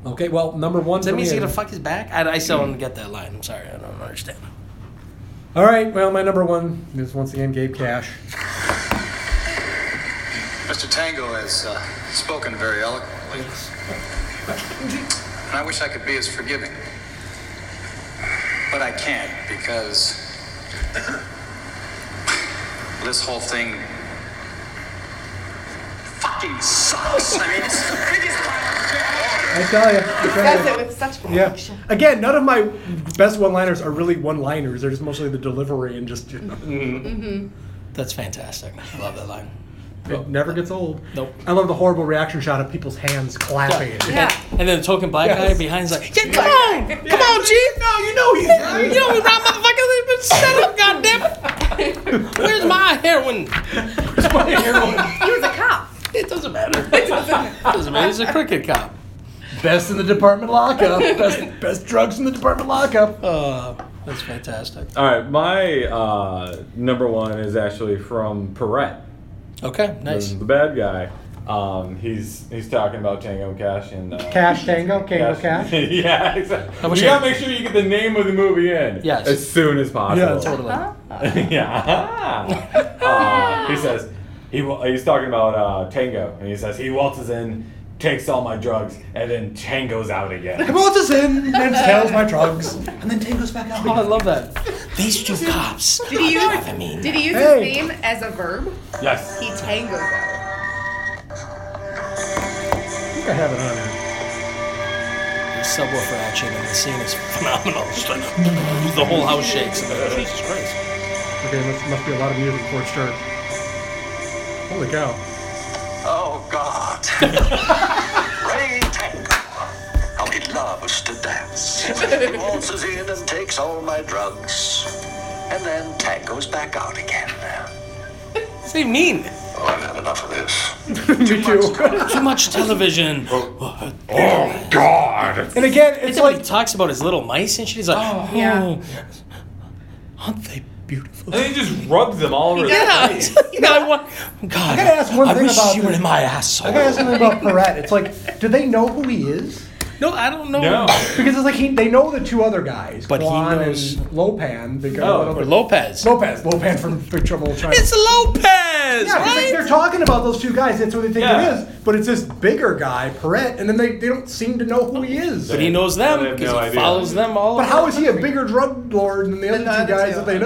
Speaker 2: Okay, well, number one.
Speaker 3: Does that
Speaker 2: for
Speaker 3: mean he's
Speaker 2: me.
Speaker 3: gonna fuck his back? I, I still don't get that line. I'm sorry, I don't understand.
Speaker 2: All right, well, my number one is once again Gabe Cash.
Speaker 7: Mr. Tango has uh, spoken very eloquently. And I wish I could be as forgiving. But I can't because this whole thing fucking sucks. I mean, it's the biggest pile of shit.
Speaker 2: I tell you,
Speaker 6: Does it with such
Speaker 2: yeah.
Speaker 6: perfection.
Speaker 2: Again, none of my best one-liners are really one-liners. They're just mostly the delivery and just you know,
Speaker 3: That's fantastic. I love that line.
Speaker 2: it never gets old.
Speaker 3: Nope.
Speaker 2: I love the horrible reaction shot of people's hands clapping.
Speaker 6: Yeah.
Speaker 3: And then the token black
Speaker 2: Yes.
Speaker 3: guy behind is like, yeah, come on, come on, Chief. No, you know he's You know he's not, motherfucker. They've been set up, goddammit. Where's my heroin?
Speaker 6: He was a cop.
Speaker 3: It doesn't matter. It doesn't matter. He's a cricket cop.
Speaker 2: Best in the department lockup. best, best drugs in the department lockup.
Speaker 3: Uh, that's fantastic.
Speaker 1: All right, my uh, number one is actually from Perret.
Speaker 3: Okay, nice.
Speaker 1: the, the bad guy. Um, he's he's talking about Tango and Cash and uh,
Speaker 2: Cash Tango, Tango Cash.
Speaker 1: yeah, exactly.
Speaker 3: wish
Speaker 1: you
Speaker 3: I-
Speaker 1: gotta make sure you get the name of the movie in
Speaker 3: Yes.
Speaker 1: as soon as possible.
Speaker 2: Yeah, totally.
Speaker 6: Huh?
Speaker 1: yeah. Uh, he says he wa- he's talking about uh, Tango, and he says he waltzes in, takes all my drugs, and then Tango's out again.
Speaker 2: Well, it's in and tells my drugs. And then Tango's back
Speaker 3: Oh, I
Speaker 2: out.
Speaker 3: love that. These two cops. Did
Speaker 6: he use-
Speaker 3: I mean,
Speaker 6: Did he use
Speaker 2: Hey.
Speaker 6: his name as a verb?
Speaker 1: yes.
Speaker 6: He tangoed out.
Speaker 2: I think I have it on there.
Speaker 3: the subwoofer action in the scene is phenomenal. It's like, the whole house shakes. I'm like, Jesus Christ.
Speaker 2: Okay, must, must be a lot of music before it starts. Holy cow.
Speaker 7: Oh, God. Ray Tango. How he loves to dance. He waltzes in and takes all my drugs. And then Tango's back out again.
Speaker 3: What's he mean?
Speaker 7: Oh, I've had enough of this.
Speaker 2: Me too.
Speaker 3: Too much television.
Speaker 1: Oh God.
Speaker 2: and again, it's
Speaker 3: It's like he
Speaker 2: like
Speaker 3: talks about his little mice and shit. He's like, oh,
Speaker 6: yeah.
Speaker 3: aren't they beautiful?
Speaker 1: And he just rubs them all over. his
Speaker 3: Yeah, you know, I want, God, I,
Speaker 2: gotta ask one thing
Speaker 3: wish
Speaker 2: about
Speaker 3: you
Speaker 2: this.
Speaker 3: were in my asshole.
Speaker 2: I gotta ask something about Perret. It's like, do they know who he is?
Speaker 3: no, I don't know.
Speaker 1: No.
Speaker 2: Because it's like he, they know the two other guys,
Speaker 3: But he
Speaker 2: Kwan
Speaker 3: knows-
Speaker 2: and Lopan. Because
Speaker 1: Oh,
Speaker 2: one of
Speaker 3: Or
Speaker 2: the-
Speaker 3: Lopez.
Speaker 2: Lopez, Lopan from Big Trouble in China.
Speaker 3: It's Lopez,
Speaker 2: yeah, because, like,
Speaker 3: right?
Speaker 2: they're talking about those two guys. That's what they think
Speaker 1: Yeah.
Speaker 2: it is. But it's this bigger guy, Perret, and then they, they don't seem to know who he is.
Speaker 1: But
Speaker 3: he knows
Speaker 1: I
Speaker 3: them
Speaker 1: have
Speaker 3: because
Speaker 1: no
Speaker 3: he
Speaker 1: idea.
Speaker 3: follows them all.
Speaker 2: But how is he a bigger drug lord than the other
Speaker 6: the
Speaker 2: two
Speaker 6: other
Speaker 2: guys
Speaker 6: two.
Speaker 2: that
Speaker 6: Mm-hmm.
Speaker 2: they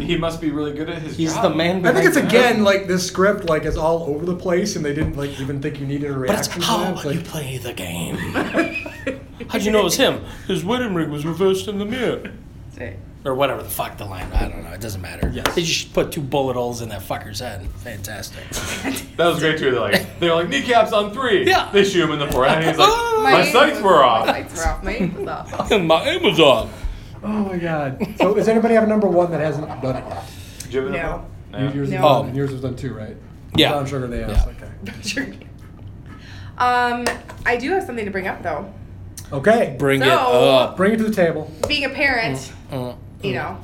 Speaker 2: know?
Speaker 1: He must be really good at his
Speaker 3: He's
Speaker 1: job.
Speaker 3: the man.
Speaker 2: I think
Speaker 3: behind
Speaker 2: it's
Speaker 3: the-
Speaker 2: again like this script like is all over the place, and they didn't like even think you needed a
Speaker 3: But it's
Speaker 2: reaction. to that.
Speaker 3: how
Speaker 2: It's
Speaker 3: you
Speaker 2: like,
Speaker 3: play the game. How'd you know it was him? His wedding ring was reversed in the mirror. Or whatever the fuck the line. I don't know. It doesn't matter.
Speaker 2: Yes.
Speaker 3: They just put two bullet holes in that fucker's head. Fantastic.
Speaker 1: That was great too. They're like they're like kneecaps on three.
Speaker 3: Yeah.
Speaker 1: They shoot him in the forehead. And he's like,
Speaker 3: Oh,
Speaker 1: My sights were off.
Speaker 6: My sights were off. My aim was off.
Speaker 3: my Amazon.
Speaker 2: oh my god! So does anybody have a number one that hasn't done it yet?
Speaker 1: "Do you have another
Speaker 6: No.
Speaker 1: one?"
Speaker 2: You- Yours,
Speaker 6: No.
Speaker 2: was done-
Speaker 3: Um,
Speaker 2: yours was done too, right?
Speaker 3: Yeah.
Speaker 2: Brown sugar they asked.
Speaker 6: Um, I do have something to bring up though.
Speaker 2: Okay. Okay.
Speaker 3: Bring it
Speaker 6: So-
Speaker 3: up.
Speaker 2: Bring it to the table.
Speaker 6: Being a parent,
Speaker 3: Uh,
Speaker 6: you know,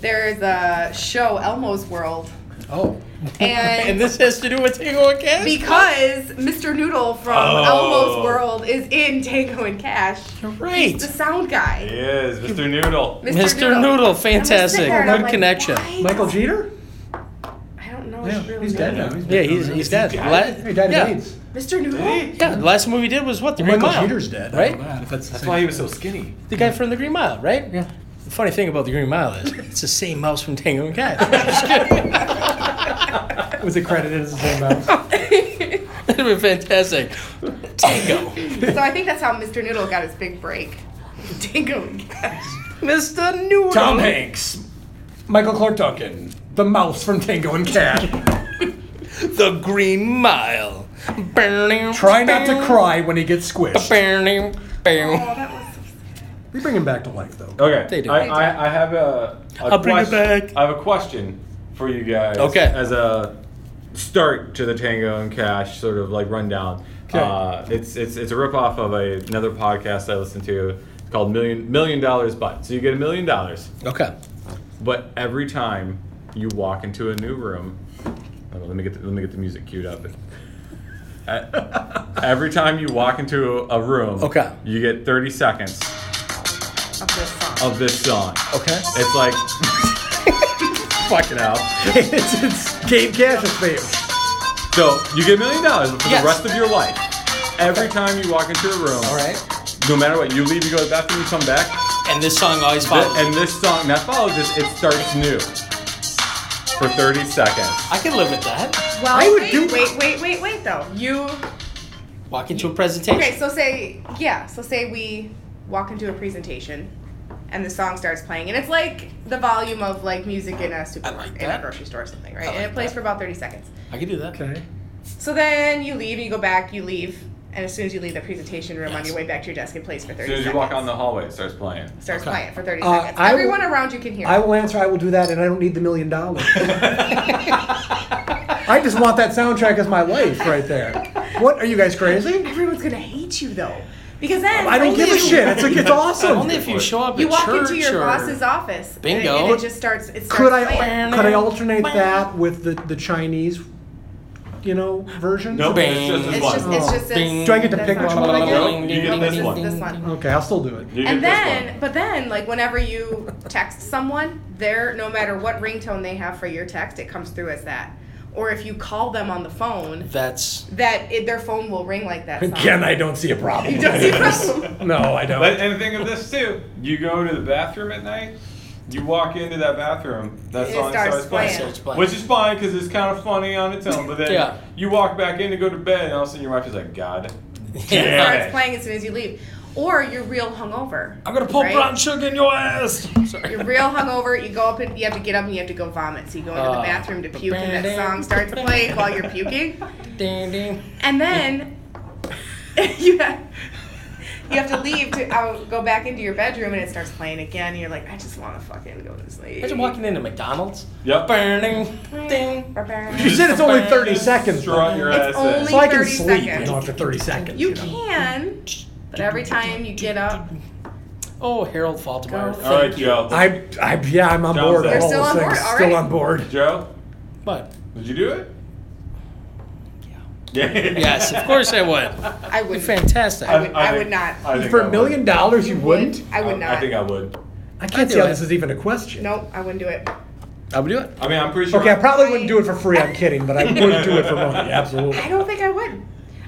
Speaker 6: there's a show Elmo's World,
Speaker 2: Oh.
Speaker 6: and,
Speaker 3: and this has to do with Tango and Cash?
Speaker 6: because Mr. Noodle from
Speaker 1: Oh.
Speaker 6: Elmo's World is in Tango and Cash,
Speaker 3: Great.
Speaker 6: the sound
Speaker 1: He
Speaker 6: guy,
Speaker 1: is Mr. Noodle.
Speaker 3: Mr. Noodle, fantastic. Good
Speaker 6: And I'm sitting there and I'm like,
Speaker 3: connection.
Speaker 6: "Why?"
Speaker 2: Michael Jeter?
Speaker 6: I don't know.
Speaker 2: Yeah,
Speaker 6: his real
Speaker 2: he's dead
Speaker 6: name.
Speaker 2: now. He's
Speaker 3: Yeah,
Speaker 2: dead
Speaker 3: he's,
Speaker 2: now,
Speaker 3: he's
Speaker 2: right?
Speaker 3: dead. La-
Speaker 2: He died of
Speaker 3: yeah.
Speaker 2: AIDS.
Speaker 6: Mr. Noodle.
Speaker 3: Yeah, the last movie he did was what? The Green
Speaker 2: Michael
Speaker 3: Mile.
Speaker 2: Jeter's dead.
Speaker 3: Right?
Speaker 2: Oh, man, if that's the
Speaker 1: That's
Speaker 2: same-
Speaker 1: why he was so skinny.
Speaker 3: The guy from the Green Mile, right?
Speaker 2: Yeah.
Speaker 3: The funny thing about the Green Mile is it's the same mouse from Tango and Cash. Just kidding.
Speaker 2: Was it credited as the same mouse?
Speaker 3: That'd be fantastic. Tango.
Speaker 6: So I think that's how Mr. Noodle got his big break. Tango and Cash.
Speaker 3: Mr. Noodle.
Speaker 2: Hanks. Michael Clark Duncan. The mouse from Tango and Cat.
Speaker 3: The Green Mile.
Speaker 2: Try not to cry when he gets squished.
Speaker 6: Oh, that was so
Speaker 2: We bring him back to life, though.
Speaker 1: Okay.
Speaker 3: They do.
Speaker 1: I, I, I have a. a
Speaker 3: I'll bring it
Speaker 1: quest-
Speaker 3: back.
Speaker 1: I have a question for you guys.
Speaker 3: Okay.
Speaker 1: As a start to the Tango and Cash sort of like rundown.
Speaker 2: Okay.
Speaker 1: Uh, it's it's it's a ripoff of a, another podcast I listen to It's called Million Million Dollars Butt. So you get a million dollars,
Speaker 3: Okay.
Speaker 1: but every time you walk into a new room, hold on, let me get the, let me get the music queued up. E, Every time you walk into a room,
Speaker 3: Okay.
Speaker 1: you get 30 seconds
Speaker 6: of this song.
Speaker 1: of this song.
Speaker 3: Okay.
Speaker 1: It's like fucking hell.
Speaker 2: it's, it's Game Cash's theme.
Speaker 1: So you get a million dollars for
Speaker 3: Yes.
Speaker 1: the rest of your life. Every time you walk into a room,
Speaker 3: All right.
Speaker 1: no matter what, you leave, you go to the bathroom, you come back,
Speaker 3: And this song always
Speaker 1: th-
Speaker 3: follows.
Speaker 1: and this song that follows this, it starts new for 30 seconds.
Speaker 3: I can live with that.
Speaker 6: Well,
Speaker 2: I would
Speaker 6: wait,
Speaker 2: do-
Speaker 6: wait, wait, wait, wait, though. You
Speaker 3: Walk into a presentation.
Speaker 6: okay? So say yeah. So say we walk into a presentation, and the song starts playing, and it's like the volume of like music in a super
Speaker 3: like
Speaker 6: in a
Speaker 3: that.
Speaker 6: grocery store or something, right?
Speaker 3: I
Speaker 6: and
Speaker 3: like
Speaker 6: it plays
Speaker 3: that.
Speaker 6: for about thirty seconds.
Speaker 3: I can do that.
Speaker 2: Okay.
Speaker 6: So then you leave, you go back, you leave, and as soon as you leave the presentation room on
Speaker 3: Yes.
Speaker 6: your way back to your desk, it plays for thirty
Speaker 1: As soon as
Speaker 6: seconds.
Speaker 1: you walk out in the hallway, it starts playing.
Speaker 6: starts
Speaker 3: Okay.
Speaker 6: playing for thirty
Speaker 2: Uh,
Speaker 6: seconds.
Speaker 2: I will-
Speaker 6: Everyone around you can hear.
Speaker 2: I will answer. I will do that, and I don't need the million dollars. I just want that soundtrack as my life right there. What are you guys crazy?
Speaker 6: Everyone's gonna hate you though, because then
Speaker 2: I don't
Speaker 6: only
Speaker 2: give a
Speaker 6: if you-
Speaker 2: shit. It's like it's awesome.
Speaker 3: Only if you show up
Speaker 6: You
Speaker 3: at
Speaker 6: walk
Speaker 3: church
Speaker 6: into your
Speaker 3: or
Speaker 6: boss's office. and it-
Speaker 3: Bingo.
Speaker 6: And it just starts. It starts
Speaker 2: Could
Speaker 6: playing.
Speaker 2: I could I alternate that with the the Chinese, you know, version?
Speaker 1: Nope,
Speaker 3: Bang.
Speaker 1: it's just this
Speaker 6: It's
Speaker 1: one.
Speaker 6: just, it's just
Speaker 3: Ding.
Speaker 6: this.
Speaker 2: Do I get to
Speaker 6: this
Speaker 2: pick
Speaker 6: one.
Speaker 2: which one I get?
Speaker 1: No, you get
Speaker 6: No,
Speaker 1: this
Speaker 6: it's
Speaker 1: one.
Speaker 6: This one.
Speaker 2: Okay, I'll still do it.
Speaker 1: You get
Speaker 6: And
Speaker 1: this
Speaker 6: then,
Speaker 1: one.
Speaker 6: but then, like whenever you text someone, they're no matter what ringtone they have for your text, it comes through as that. Or if you call them on the phone,
Speaker 3: That's
Speaker 6: that it, their phone will ring like that. song.
Speaker 2: Again, I don't see a problem.
Speaker 6: You don't see a problem.
Speaker 2: No, I don't.
Speaker 1: But, and think of this too. You go to the bathroom at night. You walk into that bathroom. That
Speaker 6: It
Speaker 1: song
Speaker 6: starts
Speaker 1: starts, playing,
Speaker 3: Starts playing.
Speaker 1: which is fine because it's kind of funny on its own. But then
Speaker 3: Yeah.
Speaker 1: you walk back in to go to bed, and all of a sudden your wife is like, "God,
Speaker 6: It
Speaker 1: damn
Speaker 6: starts
Speaker 1: it."
Speaker 6: playing as soon as you leave, or you're real hungover.
Speaker 3: I'm gonna pull
Speaker 6: right?
Speaker 3: brown sugar in your ass. Sorry.
Speaker 6: You're real hungover. You go up and you have to get up and you have to go vomit. So you go into the
Speaker 3: Ah.
Speaker 6: bathroom to puke, and that song starts playing while you're puking.
Speaker 3: Ding, ding.
Speaker 6: And then you have you have to leave to out, go back into your bedroom, and it starts playing again. And you're like, I just want to fucking go to sleep.
Speaker 3: Imagine walking into McDonald's.
Speaker 1: Yep.
Speaker 3: Burning. Ding.
Speaker 2: You
Speaker 6: It's
Speaker 2: said it's only 30 seconds.
Speaker 1: Strut
Speaker 2: though.
Speaker 1: your ass in.
Speaker 6: only
Speaker 2: So I can
Speaker 6: 30
Speaker 2: sleep, you
Speaker 6: seconds.
Speaker 2: know, after 30 seconds.
Speaker 6: You
Speaker 2: know.
Speaker 6: can, but every time you get up,
Speaker 3: Oh, Harold Faltermeyer.
Speaker 6: Go.
Speaker 1: All right, Joe.
Speaker 2: I, I, yeah, I'm on
Speaker 1: John's
Speaker 2: board.
Speaker 1: up.
Speaker 2: with
Speaker 1: You're
Speaker 2: all
Speaker 6: still
Speaker 2: those
Speaker 6: on
Speaker 2: things.
Speaker 6: board, all
Speaker 2: Still
Speaker 6: right.
Speaker 2: on board.
Speaker 1: Joe,
Speaker 3: But
Speaker 1: did you do it?
Speaker 3: yeah.
Speaker 1: Yeah.
Speaker 3: Yes, of course I would.
Speaker 6: I would.
Speaker 3: Fantastic.
Speaker 6: would- I would not.
Speaker 1: I think
Speaker 2: For
Speaker 1: I
Speaker 2: a
Speaker 1: would.
Speaker 2: million dollars, you wouldn't?
Speaker 6: I would not.
Speaker 1: Oh, I think I would.
Speaker 2: I can't
Speaker 3: do
Speaker 2: see how
Speaker 3: it.
Speaker 2: this is even a question.
Speaker 6: Nope, I wouldn't do it.
Speaker 3: I would do it.
Speaker 1: I mean, I'm pretty sure.
Speaker 2: Okay, I probably wouldn't do it for free. I'm kidding, but I would do it for money. Absolutely.
Speaker 6: I don't think I would.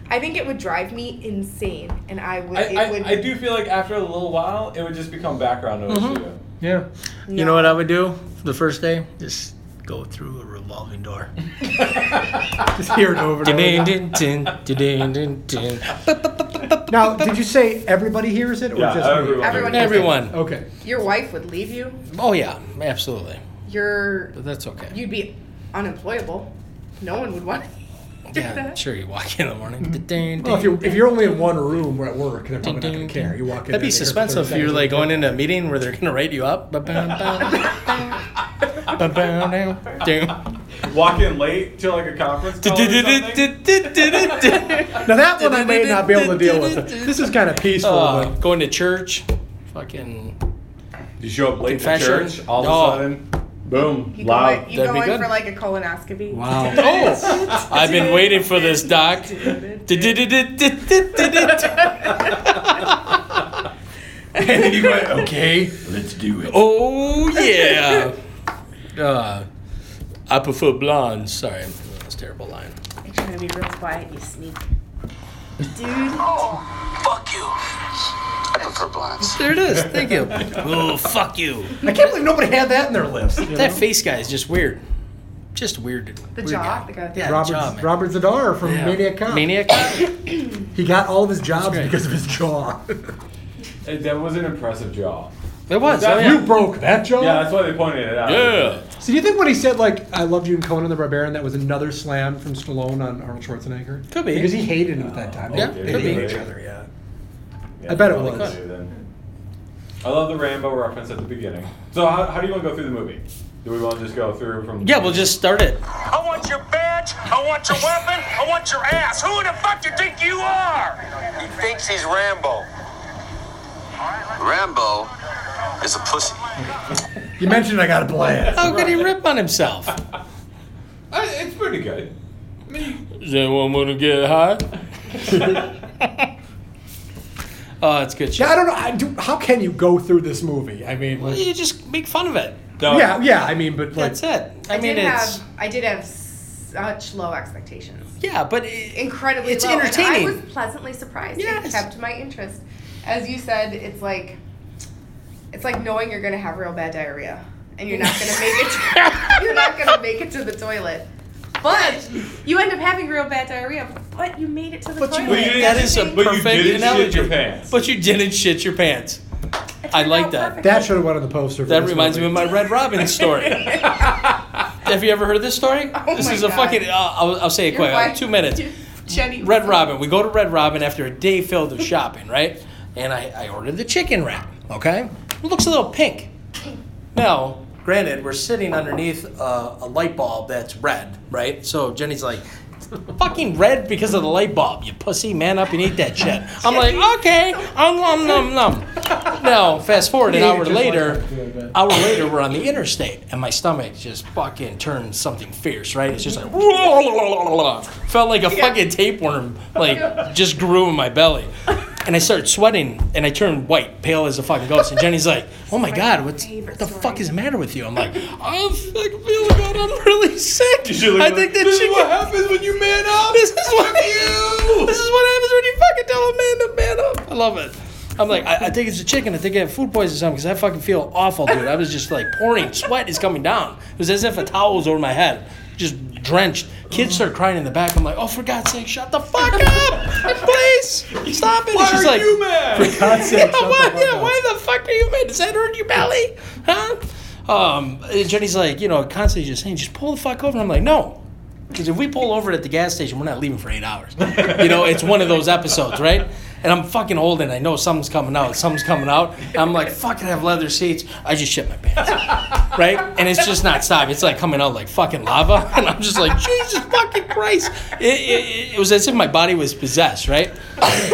Speaker 6: I think it would drive me insane, and I would.
Speaker 1: I,
Speaker 6: it would
Speaker 1: I, I do feel like after a little while, it would just become background noise to you.
Speaker 2: Yeah.
Speaker 3: You know what I would do the first day? Just go through a revolving door.
Speaker 2: Just hear it over and
Speaker 3: Ding,
Speaker 2: over.
Speaker 3: ding, ding, ding, ding, ding.
Speaker 2: Now, did you say everybody hears it or
Speaker 1: Yeah,
Speaker 2: just
Speaker 1: everyone.
Speaker 2: me?
Speaker 6: Everyone does it.
Speaker 3: Everyone.
Speaker 2: Okay.
Speaker 6: Your wife would leave you.
Speaker 3: Oh yeah, absolutely.
Speaker 6: Your
Speaker 3: But that's okay.
Speaker 6: you'd be unemployable. No one would want.
Speaker 3: Yeah, sure. You walk in the morning. Ding,
Speaker 2: Well, if
Speaker 3: ding,
Speaker 2: you're, if you're only in one room or at work, they're probably not
Speaker 3: ding,
Speaker 2: going to
Speaker 3: ding.
Speaker 2: care. You walk in
Speaker 3: That'd be
Speaker 2: there, there's
Speaker 3: suspenseful if
Speaker 2: 30
Speaker 3: you're like
Speaker 2: seconds.
Speaker 3: going into a meeting where they're gonna write you up. Did
Speaker 1: Walk in late to like a conference call or something.
Speaker 2: Now, that one I may not be able to deal with. This is kind of peaceful.
Speaker 3: Uh,
Speaker 2: but
Speaker 3: going to church, fucking
Speaker 1: You show up late to
Speaker 3: Confession?
Speaker 1: church, all
Speaker 3: No.
Speaker 1: of a sudden, boom,
Speaker 6: You go
Speaker 1: loud.
Speaker 6: in, you
Speaker 3: That'd
Speaker 6: go
Speaker 3: be
Speaker 6: in
Speaker 3: good.
Speaker 6: for like a colonoscopy.
Speaker 2: Wow.
Speaker 3: oh, I've been waiting for this, doc.
Speaker 1: and then you go, okay, let's do it.
Speaker 3: Oh yeah. Uh, I prefer blondes. Sorry, that's a terrible line.
Speaker 6: You're trying to be real quiet. You sneak.
Speaker 7: Oh, fuck you. I prefer blinds.
Speaker 3: There it is. Thank you. oh fuck you.
Speaker 2: I can't believe nobody had that in their list. you know?
Speaker 3: That face guy is just weird. Just weird.
Speaker 6: The
Speaker 3: weird
Speaker 6: jaw.
Speaker 3: guy.
Speaker 6: The guy.
Speaker 3: Yeah, the
Speaker 2: Robert,
Speaker 3: jaw, man.
Speaker 2: Robert Zadar from
Speaker 3: Yeah.
Speaker 2: Maniac Cop.
Speaker 3: Maniac.
Speaker 2: He got all of his jobs
Speaker 3: great.
Speaker 2: because of his jaw.
Speaker 1: That was an impressive jaw.
Speaker 3: It was. Oh,
Speaker 1: That-
Speaker 3: yeah.
Speaker 2: You broke that jaw?
Speaker 1: Yeah, that's why they pointed it out.
Speaker 3: yeah.
Speaker 2: So do you think when he said like "I loved you" in Conan the Barbarian, that was another slam from Stallone on Arnold Schwarzenegger?
Speaker 3: Could be. Oh,
Speaker 2: because he hated him at that time.
Speaker 3: Yeah,
Speaker 2: they
Speaker 1: okay.
Speaker 3: could
Speaker 2: hated
Speaker 3: be.
Speaker 2: each other. Yeah.
Speaker 1: Yeah,
Speaker 2: I bet it
Speaker 1: probably
Speaker 2: was.
Speaker 1: could do then. I love the Rambo reference at the beginning. So how, how do you want to go through the movie? Do we want to just go through from?
Speaker 3: Yeah, we'll just start it.
Speaker 7: I want your badge. I want your weapon. I want your ass. Who the fuck do you think you are? He thinks he's Rambo. Rambo is a pussy.
Speaker 2: You mentioned I got a blast.
Speaker 3: How could he rip on himself?
Speaker 1: I, it's pretty good. I mean,
Speaker 3: Does anyone want to get high? Oh, it's good shit.
Speaker 2: Yeah, I don't know. I do, how can you go through this movie? I mean, like,
Speaker 3: You just make fun of it.
Speaker 1: no,
Speaker 2: yeah, yeah. I mean, but like,
Speaker 3: That's it. I,
Speaker 6: I,
Speaker 3: mean,
Speaker 6: did
Speaker 3: it's
Speaker 6: have I did have such low expectations.
Speaker 3: yeah, but it,
Speaker 6: Incredibly
Speaker 3: It's
Speaker 6: low. and
Speaker 3: entertaining.
Speaker 6: I was pleasantly surprised.
Speaker 3: Yes.
Speaker 6: It kept my interest. As you said, it's like it's like knowing you're gonna have real bad diarrhea and you're not gonna make it to, you're not gonna make it to the toilet. But you end up having real bad diarrhea, but you made it to the
Speaker 3: But you
Speaker 6: toilet.
Speaker 1: But you didn't,
Speaker 3: That is a
Speaker 1: but you
Speaker 3: perfect
Speaker 1: didn't
Speaker 3: analogy.
Speaker 1: shit your pants.
Speaker 3: but you didn't shit your pants.
Speaker 6: It
Speaker 3: I
Speaker 6: turned
Speaker 3: like
Speaker 6: out
Speaker 3: that.
Speaker 6: perfectly.
Speaker 2: that should have went on the poster. For
Speaker 3: That
Speaker 2: this
Speaker 3: reminds me
Speaker 2: movie.
Speaker 3: of my Red Robin story. Have you ever heard this story?
Speaker 6: Oh
Speaker 3: this
Speaker 6: my
Speaker 3: is a
Speaker 6: God.
Speaker 3: fucking. Uh, I'll, I'll say it
Speaker 6: Your
Speaker 3: quick.
Speaker 6: wife-
Speaker 3: Two minutes.
Speaker 6: Jenny
Speaker 3: Red Robin. We go to Red Robin after a day filled with shopping, right? And I, I ordered the chicken wrap. Okay, it looks a little pink. Now, granted, we're sitting underneath a, a light bulb that's red, right? So Jenny's like, "Fucking red because of the light bulb, you pussy! Man up and eat that shit." I'm like, "Okay, um, num num num." Now, fast forward an
Speaker 2: Yeah,
Speaker 3: hour
Speaker 2: just like
Speaker 3: later,
Speaker 2: that, yeah, I bet.
Speaker 3: hour later, we're on the interstate, and my stomach just fucking turned something fierce, right? It's just like felt like a fucking tapeworm, like just grew in my belly. And I started sweating, and I turned white, pale as a fucking ghost. And Jenny's like, "Oh my god, what's what the fuck is the matter with you?" I'm like, "I'm fucking feeling good. I'm really sick.
Speaker 1: You should look
Speaker 3: I
Speaker 1: like,
Speaker 3: think that
Speaker 1: this is
Speaker 3: chicken.
Speaker 1: what happens when you man up.
Speaker 3: This is what
Speaker 1: you.
Speaker 3: this is what happens when you fucking tell a man to man up. I love it. I'm like, I, I think it's the chicken. I think I have food poisoning or something because I fucking feel awful, dude. I was just like pouring. Sweat is coming down. It was as if a towel was over my head, just drenched. Kids start crying in the back. I'm like, oh, for God's sake, shut the fuck up, please, stop it. And
Speaker 1: Why
Speaker 3: she's
Speaker 1: are
Speaker 3: like,
Speaker 1: you mad?
Speaker 2: That's it,
Speaker 3: yeah,
Speaker 2: shut the
Speaker 3: why,
Speaker 2: fuck
Speaker 3: yeah,
Speaker 2: up.
Speaker 3: why the fuck are you mad? Does that hurt your belly? Huh? Um, and Jenny's like, you know, constantly just saying, just pull the fuck over. I'm like, no. Because if we pull over at the gas station, we're not leaving for eight hours. You know, it's one of those episodes, right? And I'm fucking holding. I know something's coming out. Something's coming out. I'm like, fucking have leather seats. I just shit my pants, right? And it's just not stopping. It's like coming out like fucking lava, and I'm just like, Jesus fucking Christ! It, it, it was as if my body was possessed, right?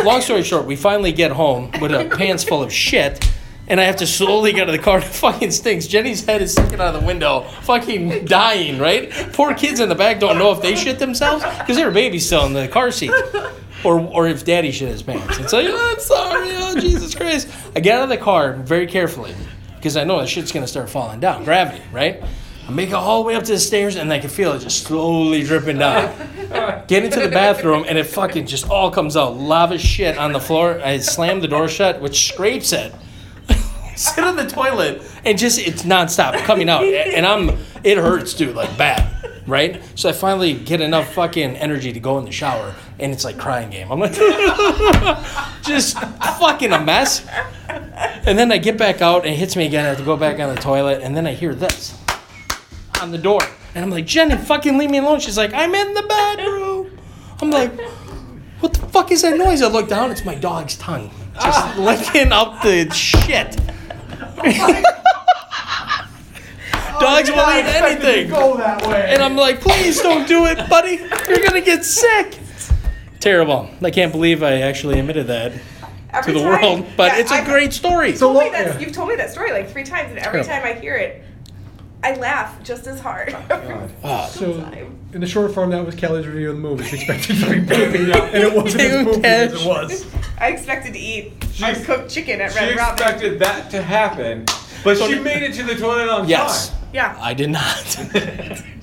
Speaker 3: Long story short, we finally get home with our pants full of shit. And I have to slowly get out of the car. It fucking stinks. Jenny's head is sticking out of the window, fucking dying, right? Poor kids in the back don't know if they shit themselves because they were babies still in the car seat. Or, or if daddy shit his pants. It's like, oh, I'm sorry, oh, Jesus Christ. I get out of the car very carefully because I know that shit's gonna start falling down. Gravity, right? I make it all the way up to the stairs and I can feel it just slowly dripping down get into the bathroom and it fucking just all comes out lava shit on the floor i slam the door shut which scrapes it sit on the toilet and just it's nonstop coming out and i'm it hurts dude like bad right so i finally get enough fucking energy to go in the shower and it's like crying game i'm like just fucking a mess and then i get back out and it hits me again i have to go back on the toilet and then i hear this on the door. And I'm like, Jenny, fucking leave me alone. She's like, I'm in the bedroom. I'm like, what the fuck is that noise? I look down, it's my dog's tongue. Just licking up the shit. Dogs will eat anything.
Speaker 2: Go that way.
Speaker 3: And I'm like, please don't do it, buddy. You're gonna get sick. Terrible. I can't believe I actually admitted that to
Speaker 6: Every
Speaker 3: the
Speaker 6: time-
Speaker 3: world. But
Speaker 6: yeah,
Speaker 3: it's a
Speaker 6: I've
Speaker 3: great story.
Speaker 2: So
Speaker 6: told me
Speaker 2: lo-
Speaker 6: that-
Speaker 2: yeah.
Speaker 6: You've told me that story like three times, and every
Speaker 3: Terrible.
Speaker 6: time I hear it, I laugh just as hard.
Speaker 1: Oh,
Speaker 3: Wow.
Speaker 2: So, in the short form, that was Kelly's review of the movie. She expected to be poopy, and it wasn't as
Speaker 3: Dude,
Speaker 2: poopy as it
Speaker 3: Cash.
Speaker 2: was.
Speaker 6: I expected to eat
Speaker 1: She-
Speaker 6: uncooked chicken at
Speaker 1: She
Speaker 6: Red Robin.
Speaker 1: expected that to happen, but she made it to the toilet on
Speaker 3: Yes.
Speaker 1: time.
Speaker 6: Yeah.
Speaker 3: I did not.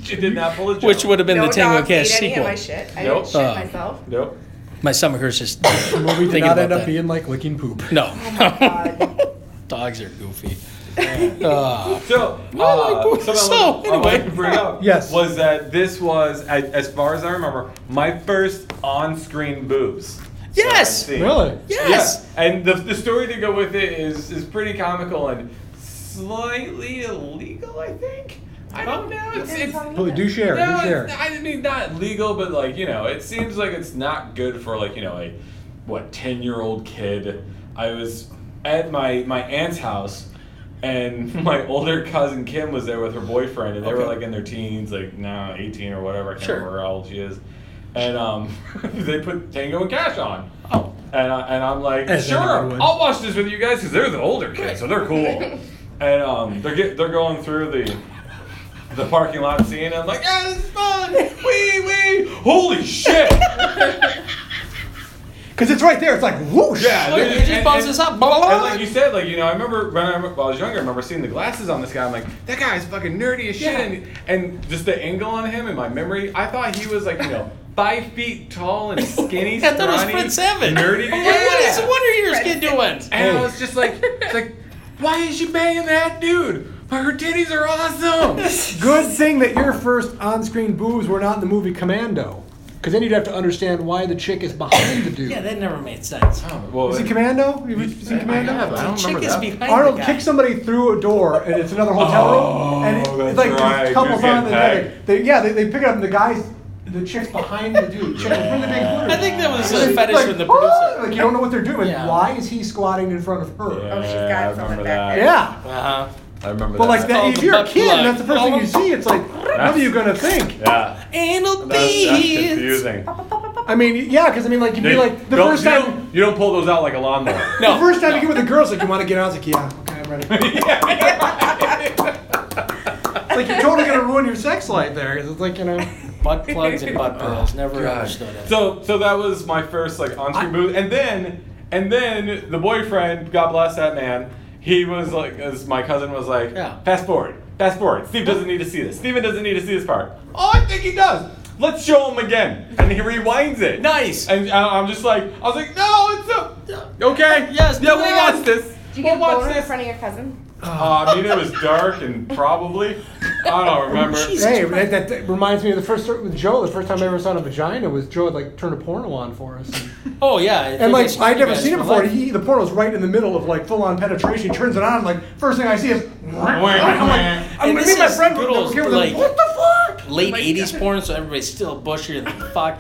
Speaker 1: She did not pull a joke.
Speaker 3: Which would have been
Speaker 6: no
Speaker 3: the Tango
Speaker 6: dogs
Speaker 3: Cash
Speaker 6: ate any
Speaker 3: sequel.
Speaker 6: of my shit. I
Speaker 1: Nope.
Speaker 6: didn't shit
Speaker 3: Uh,
Speaker 6: myself.
Speaker 1: Nope.
Speaker 3: My stomach hurts just
Speaker 2: The movie did
Speaker 3: Thinking
Speaker 2: not
Speaker 3: about
Speaker 2: end up
Speaker 3: that.
Speaker 2: being like licking poop.
Speaker 3: no.
Speaker 6: God.
Speaker 3: Dogs are goofy.
Speaker 1: So,
Speaker 3: Oh,
Speaker 1: uh,
Speaker 3: my
Speaker 1: something
Speaker 3: God.
Speaker 1: I wanted-
Speaker 3: So,
Speaker 1: I wanted
Speaker 3: anyway.
Speaker 1: to bring up
Speaker 2: Yes.
Speaker 1: was that this was, I- as far as I remember, my first on-screen boobs. that I've
Speaker 3: Yes.
Speaker 1: seen.
Speaker 2: Really?
Speaker 3: Yes.
Speaker 1: Yeah. And the, the story to go with it is is pretty comical and slightly illegal, I think. I don't know. It's, it's,
Speaker 2: Please, do share.
Speaker 1: no,
Speaker 2: do share.
Speaker 1: it's, I mean not legal, but like you know, it seems like it's not good for like you know a what ten year old kid. I was at my my aunt's house, and my older cousin Kim was there with her boyfriend, and they were
Speaker 3: Okay.
Speaker 1: like in their teens, like now eighteen or whatever. I can't
Speaker 3: Sure.
Speaker 1: remember how old she is. And um, they put Tango and Cash on.
Speaker 3: Oh.
Speaker 1: And, I, and I'm like,
Speaker 2: As
Speaker 1: sure,
Speaker 2: anyone would."
Speaker 1: I'll watch this with you guys because they're the older kids, so they're cool. and um, they're get, they're going through the the parking lot scene. And I'm like, yeah, this is fun. Wee wee. Holy shit.
Speaker 2: Because it's right there. It's like whoosh.
Speaker 1: Yeah.
Speaker 3: Look,
Speaker 1: they-
Speaker 3: it just
Speaker 1: and-
Speaker 3: bounces
Speaker 1: and-
Speaker 3: up. Blah, blah, blah.
Speaker 1: And like you said, like you know, I remember when I, when I was younger, I remember seeing the glasses on this guy. I'm like, that guy is fucking nerdy as shit,
Speaker 3: Yeah.
Speaker 1: and, and just the angle on him in my memory, I thought he was like you know five feet tall and skinny,
Speaker 3: I thought it was
Speaker 1: scrawny,
Speaker 3: Fred Savage.
Speaker 1: nerdy.
Speaker 3: Like, what is
Speaker 1: Yeah.
Speaker 3: Wonder Years kid doing?
Speaker 1: And I was just like, it's like, why is she banging that dude? Her titties are awesome.
Speaker 2: Good thing that your first on-screen boobs were not in the movie Commando, because then you'd have to understand why the chick is behind the dude.
Speaker 3: Yeah, that never made sense.
Speaker 1: Oh, well,
Speaker 2: Is it Commando? You ever
Speaker 1: I have,
Speaker 2: seen Commando?
Speaker 1: I don't
Speaker 3: Chick
Speaker 1: remember
Speaker 3: is
Speaker 1: that.
Speaker 3: behind
Speaker 2: Arnold
Speaker 3: the guy.
Speaker 2: kicks somebody through a door, and it's another hotel
Speaker 1: Oh,
Speaker 2: room, and it-
Speaker 1: that's
Speaker 2: it's like
Speaker 1: right.
Speaker 2: a couple
Speaker 1: Dude's getting
Speaker 2: on the neck.
Speaker 1: pegged.
Speaker 2: They, yeah, they, they pick it up, and the guys, the chick's behind the dude. Chick with the big hoodie.
Speaker 3: I think that was
Speaker 2: It's
Speaker 3: a fetish
Speaker 2: like,
Speaker 3: from the
Speaker 2: "Oh,"
Speaker 3: producer.
Speaker 2: Like you don't know what they're doing.
Speaker 3: Yeah.
Speaker 2: Why is he squatting in front of her?
Speaker 1: Yeah,
Speaker 6: Oh, she's got
Speaker 1: I
Speaker 6: something
Speaker 1: remember that.
Speaker 6: back there.
Speaker 2: Yeah.
Speaker 3: Uh-huh.
Speaker 1: I remember
Speaker 2: But
Speaker 1: that.
Speaker 2: like that,
Speaker 3: called
Speaker 2: if
Speaker 3: the
Speaker 2: you're a
Speaker 3: butt
Speaker 2: kid,
Speaker 3: plug.
Speaker 2: and that's the first thing you
Speaker 3: Oh.
Speaker 2: see. It's like, what are you gonna think?
Speaker 1: Yeah.
Speaker 3: Anal
Speaker 1: That's, that's
Speaker 3: beads.
Speaker 1: confusing.
Speaker 2: I mean, yeah, because I mean, like you'd be
Speaker 1: You-
Speaker 2: like the
Speaker 1: don't-
Speaker 2: first
Speaker 1: you
Speaker 2: time.
Speaker 1: don't- you don't pull those out like a lawnmower.
Speaker 3: No.
Speaker 2: The first time you get with the girls, like you want to get out, it's like yeah, okay, I'm ready. it's like you're totally gonna ruin your sex life there. 'cause It's like you know,
Speaker 3: Butt plugs and butt pearls. Never understood it.
Speaker 1: So so that was my first like on screen booth, and then and then the boyfriend, God bless that man, he was like, as my cousin was like,
Speaker 3: Yeah.
Speaker 1: fast forward, fast forward. Steve doesn't need to see this. Steven doesn't need to see this part. Oh, I think he does. Let's show him again, and he rewinds it.
Speaker 3: Nice.
Speaker 1: And I- I'm just like, I was like, no, it's a okay.
Speaker 3: Yes,
Speaker 1: Yeah,
Speaker 3: do
Speaker 1: we'll
Speaker 3: that.
Speaker 1: watch this.
Speaker 6: Did you
Speaker 1: we'll
Speaker 6: get
Speaker 1: watch
Speaker 6: boner in
Speaker 1: this.
Speaker 6: front of your cousin?
Speaker 1: Uh, I mean, it was dark and probably I don't remember.
Speaker 2: hey, that, that, that reminds me of the first with Joe. The first time I ever saw a vagina was Joe had like turned a porno on for us,
Speaker 3: Oh yeah. I
Speaker 2: and
Speaker 3: think I
Speaker 2: like
Speaker 3: showed
Speaker 2: I'd
Speaker 3: you
Speaker 2: never
Speaker 3: guys
Speaker 2: seen it
Speaker 3: my
Speaker 2: before.
Speaker 3: life.
Speaker 2: He, the porno's right in the middle of like full on penetration. He turns it on, like first thing I see is. I'm like, I'm,
Speaker 3: And
Speaker 2: me
Speaker 3: this
Speaker 2: and my
Speaker 3: is
Speaker 2: friend
Speaker 3: good
Speaker 2: were
Speaker 3: old,
Speaker 2: like,
Speaker 3: like-
Speaker 2: what the fuck?
Speaker 3: Late '80s porn, so everybody's still bushier than fuck.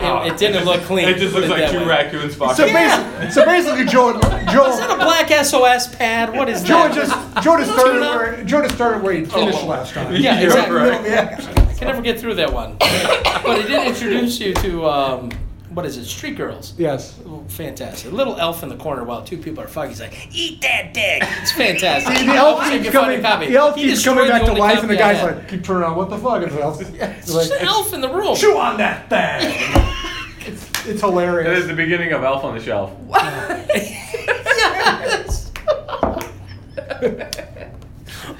Speaker 3: It, it didn't look clean.
Speaker 1: It just looks
Speaker 3: put Oh. it
Speaker 1: like
Speaker 3: that
Speaker 1: two
Speaker 3: way.
Speaker 1: raccoons fucking.
Speaker 2: So,
Speaker 3: Yeah.
Speaker 2: basi- so basically, Joe,
Speaker 3: Is that a
Speaker 2: Joe,
Speaker 3: black SOS pad? What is
Speaker 2: Joe
Speaker 3: that?
Speaker 2: just Joe just started
Speaker 3: Tuna?
Speaker 2: where Joe just started where he finished
Speaker 3: Oh.
Speaker 2: last time.
Speaker 3: Yeah,
Speaker 1: You're
Speaker 3: exactly.
Speaker 1: right.
Speaker 2: Yeah.
Speaker 3: I can never get through that one. but it did introduce you to um, what is it? Street Girls.
Speaker 2: Yes.
Speaker 3: Oh, fantastic. Little elf in the corner while two people are fucking. He's like, "Eat that dick." It's fantastic.
Speaker 2: The elf
Speaker 3: I wish I
Speaker 2: keeps
Speaker 3: could find
Speaker 2: coming.
Speaker 3: a copy.
Speaker 2: The elf
Speaker 3: He
Speaker 2: keeps
Speaker 3: destroyed
Speaker 2: coming back to
Speaker 3: only
Speaker 2: life, and the
Speaker 3: copy I
Speaker 2: guy's
Speaker 3: had.
Speaker 2: like, "Keep turning on. What the fuck?" And the elf, it's
Speaker 3: It's just
Speaker 2: like,
Speaker 3: an elf in the room.
Speaker 2: "Chew on that thing." It's, it's
Speaker 1: That is
Speaker 2: hilarious.
Speaker 1: the beginning of Elf on the Shelf.
Speaker 3: Yes.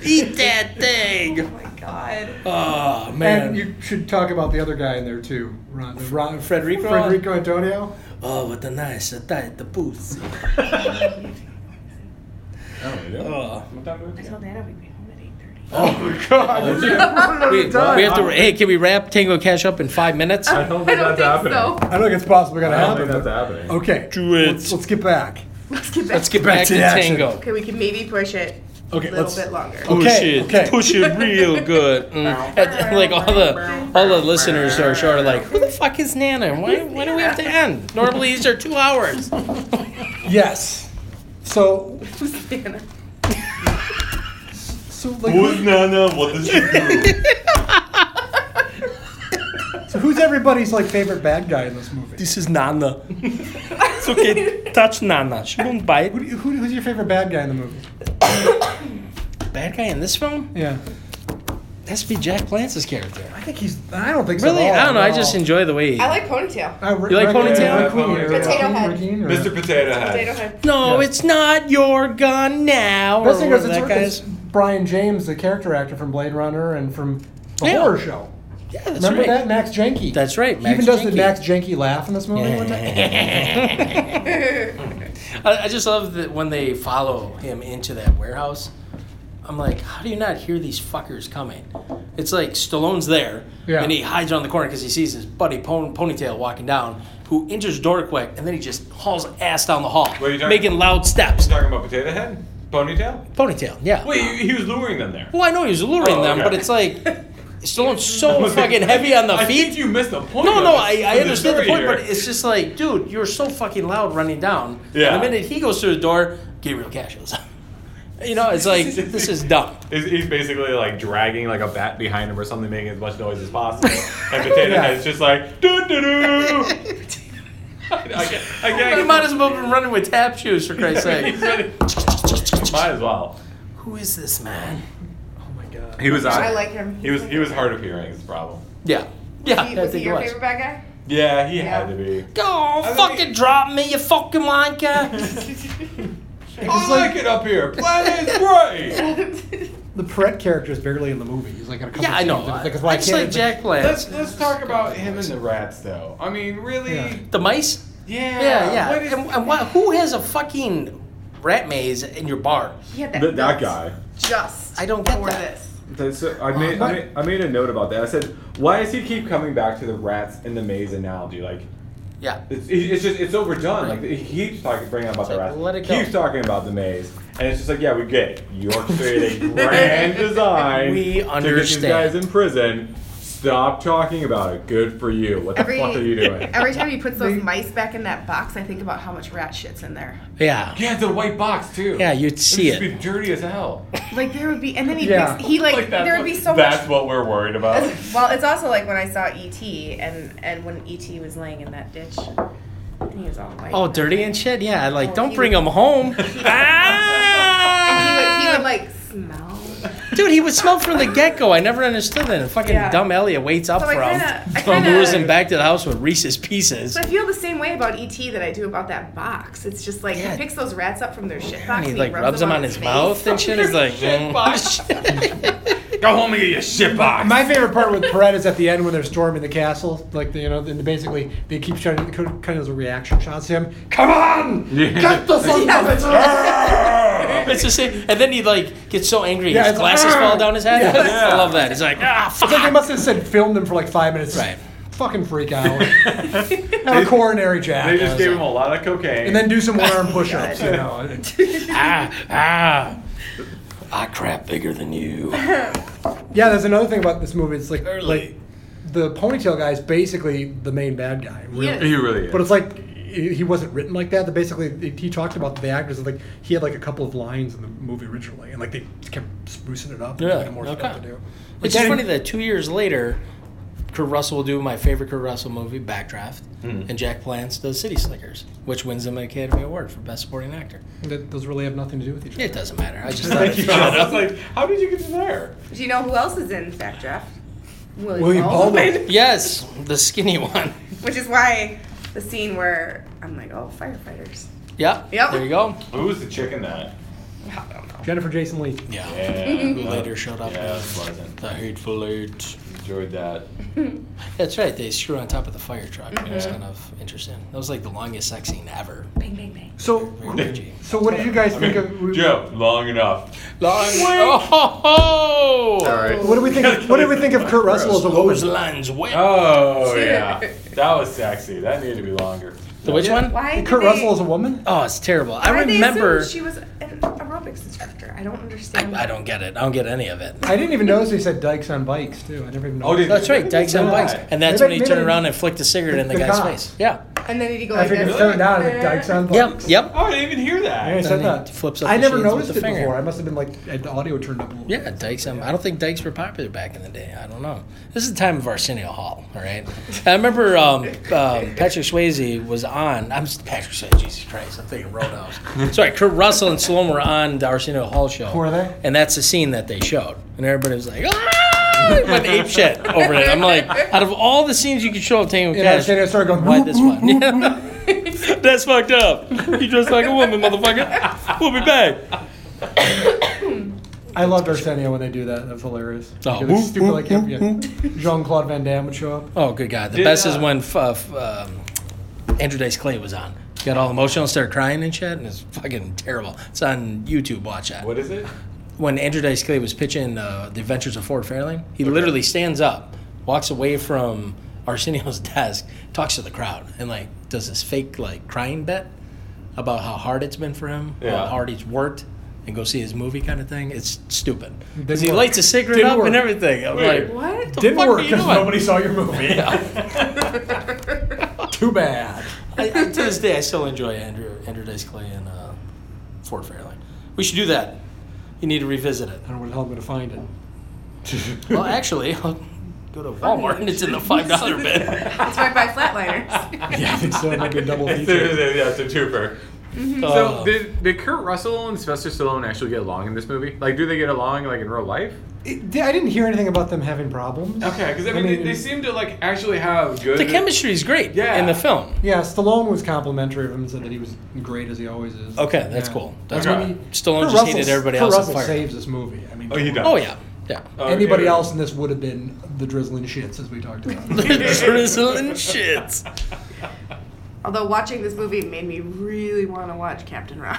Speaker 3: Eat that
Speaker 6: Oh
Speaker 3: thing.
Speaker 6: my god.
Speaker 3: Oh man.
Speaker 2: And you should talk about the other guy in there too, Ron. the Ron
Speaker 3: Frederico?
Speaker 2: Frederico Antonio.
Speaker 3: oh, what a nice, a tight, the boots. Oh.
Speaker 6: I told Dad I'd be home at eight thirty.
Speaker 1: Oh god!
Speaker 3: We, we have to. Hey, can we wrap Tango Cash up in five minutes?
Speaker 2: Uh,
Speaker 1: I don't think
Speaker 6: I don't
Speaker 1: that's
Speaker 6: think
Speaker 1: happening.
Speaker 6: so.
Speaker 2: I don't think it's possibly gonna
Speaker 1: I don't
Speaker 2: happen.
Speaker 1: think that's
Speaker 2: but-
Speaker 1: happening.
Speaker 2: Okay.
Speaker 3: Do it.
Speaker 2: Let's, let's get back.
Speaker 6: Let's get back.
Speaker 3: Let's get back,
Speaker 2: to
Speaker 3: to,
Speaker 2: the action.
Speaker 3: Tango.
Speaker 6: Okay, we can maybe push it
Speaker 2: Okay.
Speaker 6: a little
Speaker 2: Let's.
Speaker 6: bit longer.
Speaker 1: Oh,
Speaker 2: Push Okay, it. okay. Push
Speaker 3: it real good. Mm. like all the all the listeners are sure like, who the fuck is Nana? Why why do we have to end? Normally these are two hours.
Speaker 2: Yes. So.
Speaker 6: Nana?
Speaker 2: So like.
Speaker 1: Nana? What does she do?
Speaker 2: So who's everybody's like favorite bad guy in this movie?
Speaker 3: This is Nana. it's okay. Touch Nana. She won't bite.
Speaker 2: Who do you, who, who's your favorite bad guy in the movie?
Speaker 3: Bad guy in this film?
Speaker 2: Yeah.
Speaker 3: It has to be Jack Lance's character.
Speaker 2: I think he's. I don't think so.
Speaker 3: Really?
Speaker 2: at all,
Speaker 3: I don't know. I
Speaker 2: no.
Speaker 3: just enjoy the way he.
Speaker 6: I like ponytail.
Speaker 2: I re-
Speaker 3: You like
Speaker 2: reckon-
Speaker 3: ponytail?
Speaker 2: Yeah, Queen,
Speaker 1: Potato
Speaker 2: or-
Speaker 6: head.
Speaker 2: Queen or Jean or-
Speaker 1: Mr. Potato
Speaker 6: Potato
Speaker 1: Head.
Speaker 6: head.
Speaker 3: no,
Speaker 2: Yeah.
Speaker 3: it's not your gun now.
Speaker 2: Best thing
Speaker 3: or
Speaker 2: is
Speaker 3: whatever that
Speaker 2: it's, it's
Speaker 3: guy's.
Speaker 2: Brian James, the character actor from Blade Runner and from the
Speaker 3: Yeah.
Speaker 2: horror show.
Speaker 3: Yeah, that's
Speaker 2: Remember
Speaker 3: right.
Speaker 2: that Max Jenke?
Speaker 3: That's right,
Speaker 2: He
Speaker 3: Max
Speaker 2: even does the
Speaker 3: Jenke.
Speaker 2: Max Jenke laugh in this movie. one time.
Speaker 3: I, I just love that when they follow him into that warehouse. I'm like, how do you not hear these fuckers coming? It's like Stallone's there,
Speaker 2: Yeah.
Speaker 3: and he hides around the corner because he sees his buddy pon- Ponytail walking down, who enters the door quick, and then he just hauls ass down the hall,
Speaker 1: are you talking-
Speaker 3: making loud steps.
Speaker 1: Talking about Potato Head? Ponytail?
Speaker 3: Ponytail, yeah.
Speaker 1: Wait, he- he was luring them there.
Speaker 3: Well, I know he was luring
Speaker 1: Oh,
Speaker 3: them,
Speaker 1: okay.
Speaker 3: but it's like Stallone's so fucking heavy on the
Speaker 1: I
Speaker 3: feet.
Speaker 1: think you missed the point.
Speaker 3: no,
Speaker 1: of
Speaker 3: no,
Speaker 1: this-
Speaker 3: I,
Speaker 1: of
Speaker 3: I understand the
Speaker 1: story
Speaker 3: point, but
Speaker 1: here.
Speaker 3: it's just like, dude, you're so fucking loud running down.
Speaker 1: Yeah.
Speaker 3: And the minute he goes through the door, Gabriel Cashes. you know, it's like this is dumb.
Speaker 1: He's, he's basically like dragging like a bat behind him or something, making as much noise as possible. and Potato
Speaker 3: Yeah.
Speaker 1: Head's just like doo doo doo. I, I, can't- I
Speaker 3: You
Speaker 1: can't.
Speaker 3: might as well be running with tap shoes for Christ's
Speaker 1: He's
Speaker 3: sake.
Speaker 1: ready- Might as well.
Speaker 3: Who is this man?
Speaker 1: He was.
Speaker 6: I like him.
Speaker 1: He was. He was hard of hearing. Is the problem.
Speaker 3: Yeah. Yeah,
Speaker 6: He-
Speaker 3: I
Speaker 6: was he
Speaker 3: think he
Speaker 6: your
Speaker 3: was.
Speaker 6: favorite bad guy?
Speaker 1: Yeah, he had to
Speaker 6: Yeah.
Speaker 1: be.
Speaker 3: Go
Speaker 1: think
Speaker 3: fucking
Speaker 1: he-
Speaker 3: drop me, you fucking line guy.
Speaker 1: I like it up here. Planet is great.
Speaker 2: The Perret character is barely in the movie. He's like in a couple
Speaker 3: yeah, I know.
Speaker 2: scenes, and it's
Speaker 3: I,
Speaker 2: like, it's
Speaker 3: I just like Jack Black.
Speaker 1: let's let's talk about him and the rats, though. I mean, really.
Speaker 2: Yeah.
Speaker 3: the mice?
Speaker 1: Yeah.
Speaker 3: Yeah, yeah.
Speaker 1: what is-
Speaker 3: and and why, who has a fucking rat maze in your bar?
Speaker 6: He had that.
Speaker 9: Th- that
Speaker 6: built
Speaker 9: guy.
Speaker 6: Just
Speaker 3: I don't get
Speaker 6: for
Speaker 3: that.
Speaker 6: this.
Speaker 9: That's, I, made, I, made, I made a note about that. I said, why does he keep coming back to the rats in the maze analogy? Like,
Speaker 3: Yeah.
Speaker 9: it's, it's just, it's overdone. Like, he keeps talking, bringing up about the
Speaker 3: It's like,
Speaker 9: rats.
Speaker 3: let it
Speaker 9: keeps
Speaker 3: go.
Speaker 9: talking about the maze. And it's just like, yeah, we get it. You orchestrated a grand design
Speaker 3: We
Speaker 9: to get these
Speaker 3: understand.
Speaker 9: guys in prison. Stop talking about it. Good for you. What the
Speaker 6: Every-
Speaker 9: fuck are you doing?
Speaker 6: Every time he puts those mice back in that box, I think about how much rat shit's in there.
Speaker 3: Yeah.
Speaker 1: Yeah, it's a white box too.
Speaker 3: Yeah, you'd see
Speaker 1: It'd
Speaker 3: it.
Speaker 1: be dirty as hell.
Speaker 6: Like there would be, and then he
Speaker 2: Yeah.
Speaker 6: picks, he like,
Speaker 1: that's
Speaker 6: there
Speaker 1: what-
Speaker 6: would be so
Speaker 1: That's
Speaker 6: much.
Speaker 1: what we're worried about.
Speaker 6: Well, it's also like when I saw ET and and when ET was laying in that ditch, and he was all white.
Speaker 3: Oh, dirty and shit? Yeah, like,
Speaker 6: Oh,
Speaker 3: don't
Speaker 6: he
Speaker 3: bring
Speaker 6: would-
Speaker 3: him home.
Speaker 6: and he would, he would
Speaker 3: ah!
Speaker 6: like smell.
Speaker 3: Dude, he would smell from the get go. I never understood that. And fucking
Speaker 6: Yeah.
Speaker 3: dumb Elliot waits up
Speaker 6: So I
Speaker 3: for him.
Speaker 6: kinda- I
Speaker 3: From
Speaker 6: kinda-
Speaker 3: lures him back to the house with Reese's Pieces.
Speaker 6: So I feel the same way about ET that I do about that box. It's just like
Speaker 3: Yeah.
Speaker 6: he picks those rats up from their shit box
Speaker 3: And
Speaker 6: and
Speaker 3: he like rubs him on his mouth and shit. He's like, mm.
Speaker 1: Go home and get your shit box.
Speaker 2: My favorite part with Perret is at the end when they're storming the castle. Like, they, you know, and basically they keep shutting, kind of as a reaction shots to him. Come on! Get the son of a
Speaker 3: It's the same. And then he like gets so angry,
Speaker 2: Yeah,
Speaker 3: his
Speaker 2: it's-
Speaker 3: glasses fall down his head.
Speaker 2: Yes.
Speaker 3: I love that. He's like, ah, fuck.
Speaker 2: It's like they must have said filmed them for like five minutes.
Speaker 3: Right.
Speaker 2: Fucking freak out. Have a coronary jack.
Speaker 1: They just gave him a lot of cocaine.
Speaker 2: and then do some one arm push ups, you know. and-
Speaker 3: ah, ah. I crap bigger than you.
Speaker 2: Yeah, that's another thing about this movie. It's like,
Speaker 3: Early.
Speaker 2: like the ponytail guy is basically the main bad guy. Really.
Speaker 1: he really is.
Speaker 2: But it's like he he wasn't written like that. That basically he talked about the actors like he had like a couple of lines in the movie originally, and like they kept sprucing it up. and
Speaker 3: Yeah,
Speaker 2: giving him more stuff
Speaker 3: okay.
Speaker 2: to do.
Speaker 3: It's
Speaker 2: But
Speaker 3: just
Speaker 2: then-
Speaker 3: funny that two years later, Kurt Russell will do my favorite Kurt Russell movie, Backdraft, and Jack Palance does City Slickers, which wins him an Academy Award for Best Supporting Actor.
Speaker 2: that those really have nothing to do with each other.
Speaker 3: It doesn't matter. I just
Speaker 1: Like,
Speaker 3: thought.
Speaker 1: you know, I was like, how did you get to there?
Speaker 6: Do you know who else is in that draft? William,
Speaker 2: William Baldwin.
Speaker 3: yes, the skinny one.
Speaker 6: Which is why the scene where I'm like, oh, firefighters.
Speaker 3: Yeah.
Speaker 6: Yep.
Speaker 3: There you go.
Speaker 1: Who was the chick in that?
Speaker 2: Jennifer Jason Lee.
Speaker 3: Yeah.
Speaker 1: Yeah.
Speaker 3: Who Mm-hmm. later showed up
Speaker 1: Yeah, it
Speaker 3: as
Speaker 1: wasn't.
Speaker 3: the hateful eight.
Speaker 1: Enjoyed that.
Speaker 3: That's right. They screw on top of the fire truck. It was kind of interesting. That was like the longest sex scene ever.
Speaker 6: Bang, bang, bang.
Speaker 2: So,
Speaker 3: Reggie.
Speaker 2: so what did you guys
Speaker 1: I
Speaker 2: think
Speaker 1: mean,
Speaker 2: of? we-
Speaker 1: Joe, long enough.
Speaker 3: Long. Oh ho ho!
Speaker 2: What do we think? What did we think of Kurt Russell as a
Speaker 3: Those
Speaker 2: woman?
Speaker 3: lines wet.
Speaker 1: Oh yeah, that was sexy. That needed to be longer.
Speaker 3: the which one?
Speaker 6: Why? did
Speaker 2: Kurt
Speaker 6: they-
Speaker 2: Russell as a woman?
Speaker 3: Oh, it's terrible. I
Speaker 6: why did they assume
Speaker 3: remember.
Speaker 6: she was an aerobics instructor. I don't understand.
Speaker 3: I, I don't get it. I don't get any of it.
Speaker 2: I didn't even notice they said dykes on bikes too. I never even
Speaker 1: Oh,
Speaker 2: noticed.
Speaker 1: did
Speaker 3: That's right, Dykes on
Speaker 1: Yeah.
Speaker 3: Bikes. And that's
Speaker 2: Maybe-
Speaker 3: when he turned
Speaker 2: maybe-
Speaker 3: around and flicked a cigarette in the
Speaker 2: the
Speaker 3: guy's
Speaker 2: cops.
Speaker 3: face. Yeah.
Speaker 6: And then did he go
Speaker 2: I
Speaker 6: like
Speaker 2: figured
Speaker 6: this?
Speaker 2: it's turned down at dykes on
Speaker 3: Yep.
Speaker 2: bikes.
Speaker 3: Yep.
Speaker 1: Oh, I didn't even hear
Speaker 2: Yeah, I
Speaker 1: that.
Speaker 2: said
Speaker 3: And then
Speaker 2: that.
Speaker 3: he flips up
Speaker 2: I
Speaker 3: the
Speaker 2: never
Speaker 3: shades with
Speaker 2: noticed
Speaker 3: the
Speaker 2: it
Speaker 3: finger.
Speaker 2: before. I must have been like I had the audio turned up a little.
Speaker 3: Yeah, dykes. Um, I don't think dykes were popular back in the day. I don't know. This is the time of Arsenio Hall, all right? I remember um, um, Patrick Swayze was on. I'm s- Patrick Swayze, Jesus Christ. I'm thinking Roadhouse. Sorry, Kurt Russell and Sloan were on the Arsenio Hall show.
Speaker 2: Were they?
Speaker 3: And that's the scene that they showed. And everybody was like, ah! They Went ape shit over it. I'm like, out of all the scenes you could show of Tango
Speaker 2: And I
Speaker 3: Cash,
Speaker 2: said I started going.
Speaker 3: why
Speaker 2: "Whoop,
Speaker 3: this
Speaker 2: whoop,
Speaker 3: one? That's fucked up. You dressed like a woman, motherfucker. We'll be back.
Speaker 2: I loved Arsenio when they do that. That was hilarious.
Speaker 3: Oh.
Speaker 2: Because it's stupid like him. Yeah. Jean Claude Van Damme would show up.
Speaker 3: Oh, good God. The
Speaker 1: Did,
Speaker 3: best is
Speaker 1: uh,
Speaker 3: when f- uh, f- um, Andrew Dice Clay was on. He got all emotional and started crying and shit, and it's fucking terrible. It's on YouTube. Watch that.
Speaker 1: What is it?
Speaker 3: When Andrew Dice Clay was pitching uh, The Adventures of Ford Fairlane, he literally stands up, walks away from Arsenio's desk, talks to the crowd, and like does this fake like crying bit about how hard it's been for him,
Speaker 1: Yeah.
Speaker 3: how hard he's worked, and go see his movie kind of thing. It's stupid.
Speaker 2: Didn't
Speaker 3: Because he
Speaker 2: work.
Speaker 3: lights a cigarette
Speaker 2: Didn't
Speaker 3: up
Speaker 2: work.
Speaker 3: and everything. I'm
Speaker 1: Weird.
Speaker 3: like,
Speaker 6: What?
Speaker 3: the
Speaker 2: Didn't
Speaker 3: fuck
Speaker 2: work
Speaker 3: are you doing?
Speaker 2: nobody saw your movie. Too bad.
Speaker 3: I, I- to this day, I still enjoy Andrew Andrew Dice Clay and uh, Fort Fairlane. We should do that. You need to revisit it.
Speaker 2: I don't know where the hell I'm gonna find it.
Speaker 3: Well, actually, I'll go to Walmart and it's in the five dollar bin.
Speaker 6: It's right by Flatliners.
Speaker 2: Yeah, I think so. It might be a double
Speaker 1: It's
Speaker 2: feature.
Speaker 1: a- yeah, it's a twofer.
Speaker 3: Um,
Speaker 9: So did did Kurt Russell and Sylvester Stallone actually get along in this movie? Like, do they get along like in real life?
Speaker 2: It- I didn't hear anything about them having problems.
Speaker 1: Okay, because I mean, they, they seem to like actually have good.
Speaker 3: The chemistry is great
Speaker 1: Yeah.
Speaker 3: in the film.
Speaker 2: Yeah, Stallone was complimentary of him and said that he was great as he always is.
Speaker 3: Okay, that's cool. That's
Speaker 1: Okay.
Speaker 3: when Stallone
Speaker 2: Kurt
Speaker 3: just
Speaker 2: Russell-
Speaker 3: hated everybody
Speaker 2: Kurt
Speaker 3: else
Speaker 2: Russell
Speaker 3: and fired.
Speaker 2: saves this movie. I mean,
Speaker 1: Oh, he does. Oh,
Speaker 3: Oh yeah, yeah.
Speaker 1: Okay.
Speaker 2: Anybody else in this would have been the drizzling shits, as we talked about.
Speaker 3: Drizzling shits.
Speaker 6: Although watching this movie made me really want to watch Captain Ron.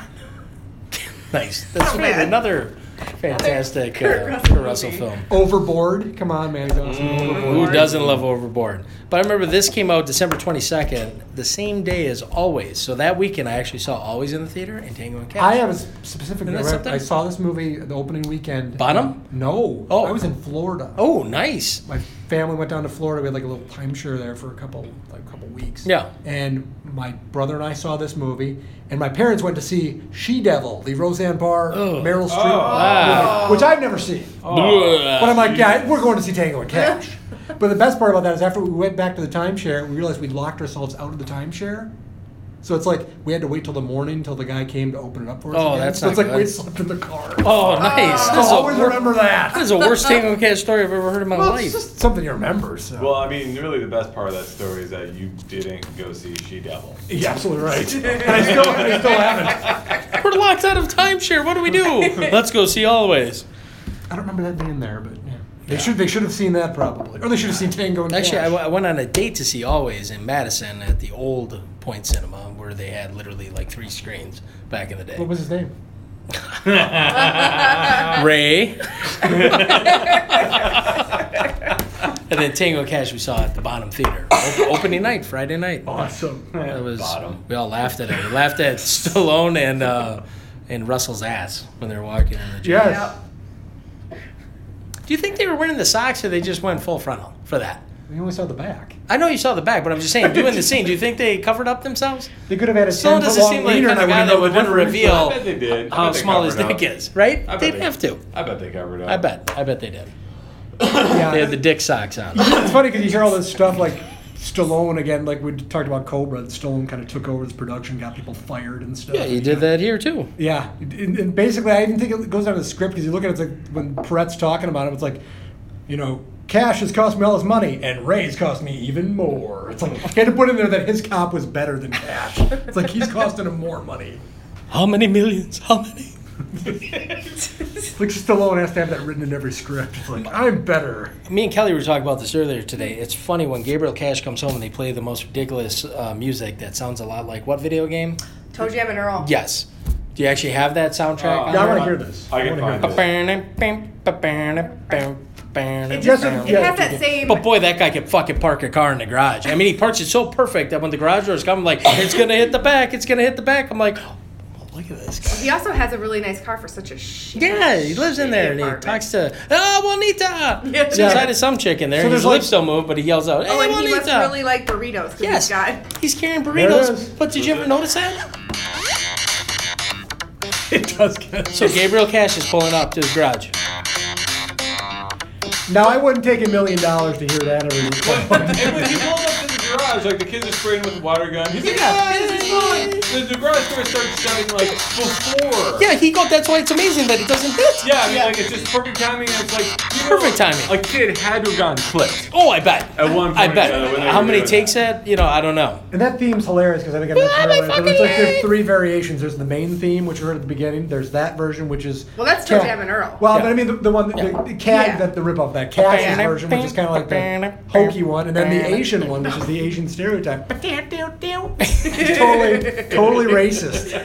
Speaker 3: Nice. That's
Speaker 6: Not
Speaker 3: right.
Speaker 6: bad.
Speaker 3: Another fantastic
Speaker 6: Kurt
Speaker 3: uh,
Speaker 6: Russell
Speaker 3: Kurt Russell
Speaker 6: movie.
Speaker 3: film.
Speaker 2: Overboard. Come on, man. He's awesome.
Speaker 1: Mm.
Speaker 3: Who
Speaker 2: Overboard.
Speaker 3: doesn't love Overboard? But I remember this came out December 22nd, the same day as Always. So that weekend, I actually saw Always in the theater and Tango and Cash.
Speaker 2: I have a s- specific.
Speaker 3: Isn't that
Speaker 2: memory.
Speaker 3: something?
Speaker 2: I saw this movie the opening weekend.
Speaker 3: Bonham?
Speaker 2: No.
Speaker 3: Oh.
Speaker 2: I was in Florida.
Speaker 3: Oh, nice.
Speaker 2: My family went down to Florida. We had like a little timeshare there for a couple, like a couple weeks.
Speaker 3: Yeah.
Speaker 2: And my brother and I saw this movie, and my parents went to see She Devil, the Roseanne Barr,
Speaker 3: Ugh.
Speaker 2: Meryl Streep,
Speaker 3: wow.
Speaker 2: movie, which I've never seen.
Speaker 3: Oh, Blah.
Speaker 2: But I'm like, yeah, we're going to see Tango and Cash. but the best part about that is after we went back to the timeshare, we realized we locked ourselves out of the timeshare. So it's like we had to wait till the morning till the guy came to open it up for us.
Speaker 3: Oh,
Speaker 2: again.
Speaker 3: that's
Speaker 2: so it's
Speaker 3: not
Speaker 2: like
Speaker 3: good.
Speaker 2: we slept in the car.
Speaker 3: Oh, nice.
Speaker 2: I'll
Speaker 3: This is a-
Speaker 2: always remember that.
Speaker 3: That is the worst Tango and Cash story I've ever heard in my
Speaker 2: Well,
Speaker 3: life.
Speaker 2: it's just something you remember. So.
Speaker 1: Well, I mean, really, the best part of that story is that you didn't go see She Devil.
Speaker 2: He's absolutely right. and I still, I still haven't.
Speaker 3: We're locked out of timeshare. What do we do? Let's go see Always.
Speaker 2: I don't remember that being there, but yeah. They should they should have seen that probably, or they should have seen Tango and
Speaker 3: Actually, I,
Speaker 2: Cash.
Speaker 3: w- I went on a date to see Always in Madison at the old Point Cinema where they had literally like three screens back in the day.
Speaker 2: what was his name?
Speaker 3: Ray. and then Tango Cash we saw at the Bottom Theater. Op- opening night, Friday night.
Speaker 2: Awesome.
Speaker 3: That was we all laughed at it. We laughed at Stallone and uh, and Russell's ass when they were walking in the gym.
Speaker 2: Yes.
Speaker 3: Do you think they were wearing the socks or they just went full frontal for that?
Speaker 2: We only saw the back.
Speaker 3: I know you saw the back, but I'm just saying, doing the scene, do you think they covered up themselves?
Speaker 2: They could have had a ten
Speaker 3: Stallone
Speaker 2: foot
Speaker 3: doesn't
Speaker 2: long
Speaker 3: seem like the
Speaker 2: wiener,
Speaker 3: kind
Speaker 2: and I
Speaker 3: of guy
Speaker 2: wouldn't
Speaker 3: that
Speaker 2: know the
Speaker 3: would want to
Speaker 2: difference.
Speaker 3: reveal
Speaker 1: I bet they did. I
Speaker 3: how
Speaker 1: bet they
Speaker 3: small his
Speaker 1: covered
Speaker 3: dick
Speaker 1: up.
Speaker 3: is, right?
Speaker 1: bet
Speaker 3: They'd
Speaker 1: they-
Speaker 3: have to.
Speaker 1: I bet they covered up.
Speaker 3: I bet. I bet they did.
Speaker 2: Yeah.
Speaker 3: They had the dick socks on.
Speaker 2: it's funny because you hear all this stuff like Stallone again, like we talked about Cobra. that Stallone kind of took over his production, got people fired and stuff.
Speaker 3: Yeah, he did that here too.
Speaker 2: Yeah, and, and basically, I even think it goes down to the script because you look at it, it's like when Perrette's talking about it, it's like, you know, cash has cost me all this money, and Ray's cost me even more. It's like, I had to put in there that his cop was better than cash. It's like he's costing him more money.
Speaker 3: How many millions? How many?
Speaker 2: It's like Stallone has to have that written in every script. It's like, I'm better.
Speaker 3: Me and Kelly were talking about this earlier today. It's funny when Gabriel Cash comes home and they play the most ridiculous uh, music that sounds a lot like what video game?
Speaker 6: Toe Jam and Earl.
Speaker 3: Yes. Do you actually have that soundtrack?
Speaker 1: Uh,
Speaker 3: on
Speaker 2: Yeah, I
Speaker 3: there?
Speaker 2: want to hear this.
Speaker 1: I can
Speaker 2: wanna hear
Speaker 1: find
Speaker 2: this.
Speaker 6: It,
Speaker 2: Yes,
Speaker 6: just,
Speaker 2: it-
Speaker 6: it
Speaker 2: yes,
Speaker 6: has that same.
Speaker 3: But boy, that guy could fucking park a car in the garage. I mean, he parks it so perfect that when the garage doors come, I'm like, it's gonna hit the back, it's gonna hit the back. I'm like, oh, look at this guy.
Speaker 6: He also has a really nice car for such a shit.
Speaker 3: Yeah, he lives in there and he
Speaker 6: apartment.
Speaker 3: talks to, oh, Juanita!
Speaker 6: Yeah.
Speaker 3: Yeah. So excited some chick in there.
Speaker 2: So
Speaker 3: His
Speaker 2: there's like-
Speaker 3: lips don't move, but he yells out, hey,
Speaker 6: Oh, and he
Speaker 3: Juanita!
Speaker 6: must really like burritos because
Speaker 3: yes,
Speaker 6: he's got.
Speaker 3: he's carrying
Speaker 2: it
Speaker 3: burritos.
Speaker 2: is.
Speaker 3: But did you ever notice that?
Speaker 2: It does get-
Speaker 3: So Gabriel Cash is pulling up to his garage.
Speaker 2: Now, I wouldn't take a million dollars to hear that every week.
Speaker 1: and when he pulls up to the garage, like the kids are spraying with a water gun. He's like, yeah, this is fun. The, the garage door starts shouting like before.
Speaker 3: Yeah, he got. That's why it's amazing that it doesn't hit.
Speaker 1: Yeah, I mean, like it's just perfect timing. and It's like you know,
Speaker 3: Perfect timing.
Speaker 1: A kid had to have gotten clipped.
Speaker 3: Oh, I bet.
Speaker 1: At one
Speaker 3: I
Speaker 1: point,
Speaker 3: bet.
Speaker 1: uh, when they
Speaker 3: How
Speaker 1: were
Speaker 3: many
Speaker 1: doing
Speaker 3: takes that? You know, I don't know.
Speaker 2: And that theme's hilarious because I think I mentioned
Speaker 3: my
Speaker 2: earlier. but There's like
Speaker 3: fucking
Speaker 2: there's three variations. There's the main theme, which you heard at the beginning. There's that version, which is
Speaker 6: Well, that's Toe Jam and Earl.
Speaker 2: Well, but
Speaker 3: Yeah.
Speaker 2: I mean the, the one the, the cat
Speaker 6: Yeah.
Speaker 2: that the rip off that cat
Speaker 3: Yeah.
Speaker 2: version, which is kind of like the hokey one, and then the Asian one, which is the Asian stereotype. It's totally totally racist.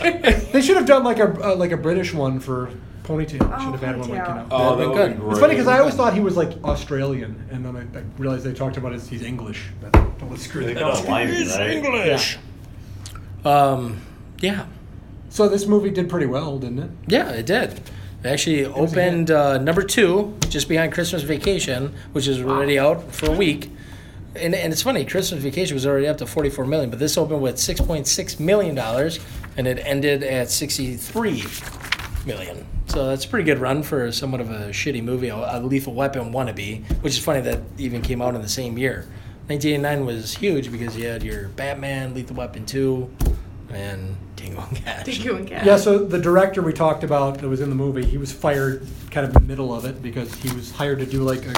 Speaker 2: they should have done like a uh, like a British one for ponytail. should have had one like you know.
Speaker 6: Ponytail.
Speaker 1: Oh, that
Speaker 3: That'd be
Speaker 1: would be
Speaker 3: good.
Speaker 1: great.
Speaker 2: It's funny because I always thought he was like Australian, and then I, I realized they talked about his he's English. That totally screwed
Speaker 1: They
Speaker 2: it
Speaker 1: call
Speaker 2: up.
Speaker 1: it white, right?
Speaker 3: Um, yeah.
Speaker 2: So this movie did pretty well, didn't it?
Speaker 3: Yeah, it did. It actually
Speaker 2: was a hit.
Speaker 3: opened uh, number two just behind Christmas Vacation, which is already out for a week. And, and it's funny, Christmas Vacation was already up to 44 million, but this opened with 6.6 million dollars, and it ended at 63 million. So that's a pretty good run for somewhat of a shitty movie, a a Lethal Weapon wannabe, which is funny that even came out in the same year. 1989 was huge because you had your Batman, Lethal Weapon 2, and Tango and Cash.
Speaker 4: You and Kat.
Speaker 2: Yeah, so the director we talked about that was in the movie, he was fired kind of in the middle of it because he was hired to do like a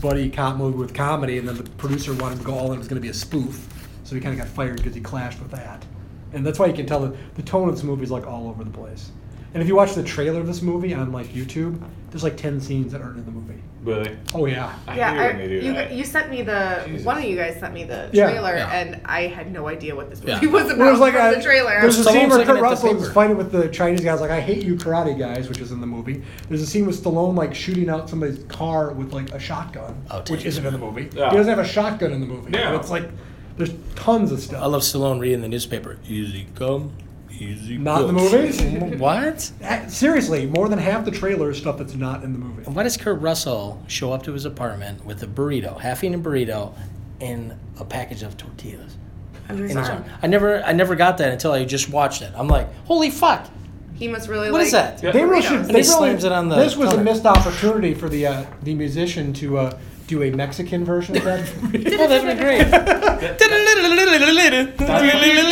Speaker 2: buddy cop movie with comedy, and then the producer wanted to go all in, it was going to be a spoof. So he kind of got fired because he clashed with that. And that's why you can tell that the tone of this movie is like all over the place. And if you watch the trailer of this movie on like YouTube, there's like 10 scenes that aren't in the movie.
Speaker 1: Really?
Speaker 2: Oh, yeah.
Speaker 1: I
Speaker 4: Yeah,
Speaker 1: hate
Speaker 4: I,
Speaker 1: when they do
Speaker 4: you,
Speaker 1: that.
Speaker 4: you sent me the one of you guys sent me the
Speaker 2: Yeah.
Speaker 4: trailer,
Speaker 3: Yeah.
Speaker 4: and I had no idea what this
Speaker 3: Yeah.
Speaker 4: movie was about
Speaker 2: Well, there's like
Speaker 4: from
Speaker 2: a,
Speaker 4: the trailer.
Speaker 2: There's a
Speaker 3: Someone's
Speaker 2: scene where
Speaker 3: looking
Speaker 2: Kurt
Speaker 3: at the
Speaker 2: Russell is
Speaker 3: paper.
Speaker 2: fighting with the Chinese guys, like "I hate you, karate guys," which is in the movie. There's a scene with Stallone like shooting out somebody's car with like a shotgun,
Speaker 3: Oh,
Speaker 2: which
Speaker 3: dang.
Speaker 2: isn't in the movie.
Speaker 1: Yeah.
Speaker 2: He doesn't have a shotgun in the movie.
Speaker 1: Yeah.
Speaker 2: but it's like there's tons of stuff.
Speaker 3: I love Stallone reading the newspaper. Easy come, easy
Speaker 2: not in the
Speaker 3: go.
Speaker 2: movies.
Speaker 3: What?
Speaker 2: Uh, Seriously, more than half the trailer is stuff that's not in the movie.
Speaker 3: Why does Kurt Russell show up to his apartment with a burrito, half eaten burrito, and a package of tortillas? In his arm. I never, I never got that until I just watched it. I'm like, holy fuck,
Speaker 6: He must really
Speaker 3: what
Speaker 6: like
Speaker 3: is that?
Speaker 1: Yeah.
Speaker 2: They really should.
Speaker 3: And
Speaker 2: They
Speaker 3: he slams
Speaker 2: really-
Speaker 3: it on the
Speaker 2: This was a
Speaker 3: counter.
Speaker 2: missed opportunity for the uh, the musician to uh, do a Mexican version of that.
Speaker 3: Oh, that'd be great.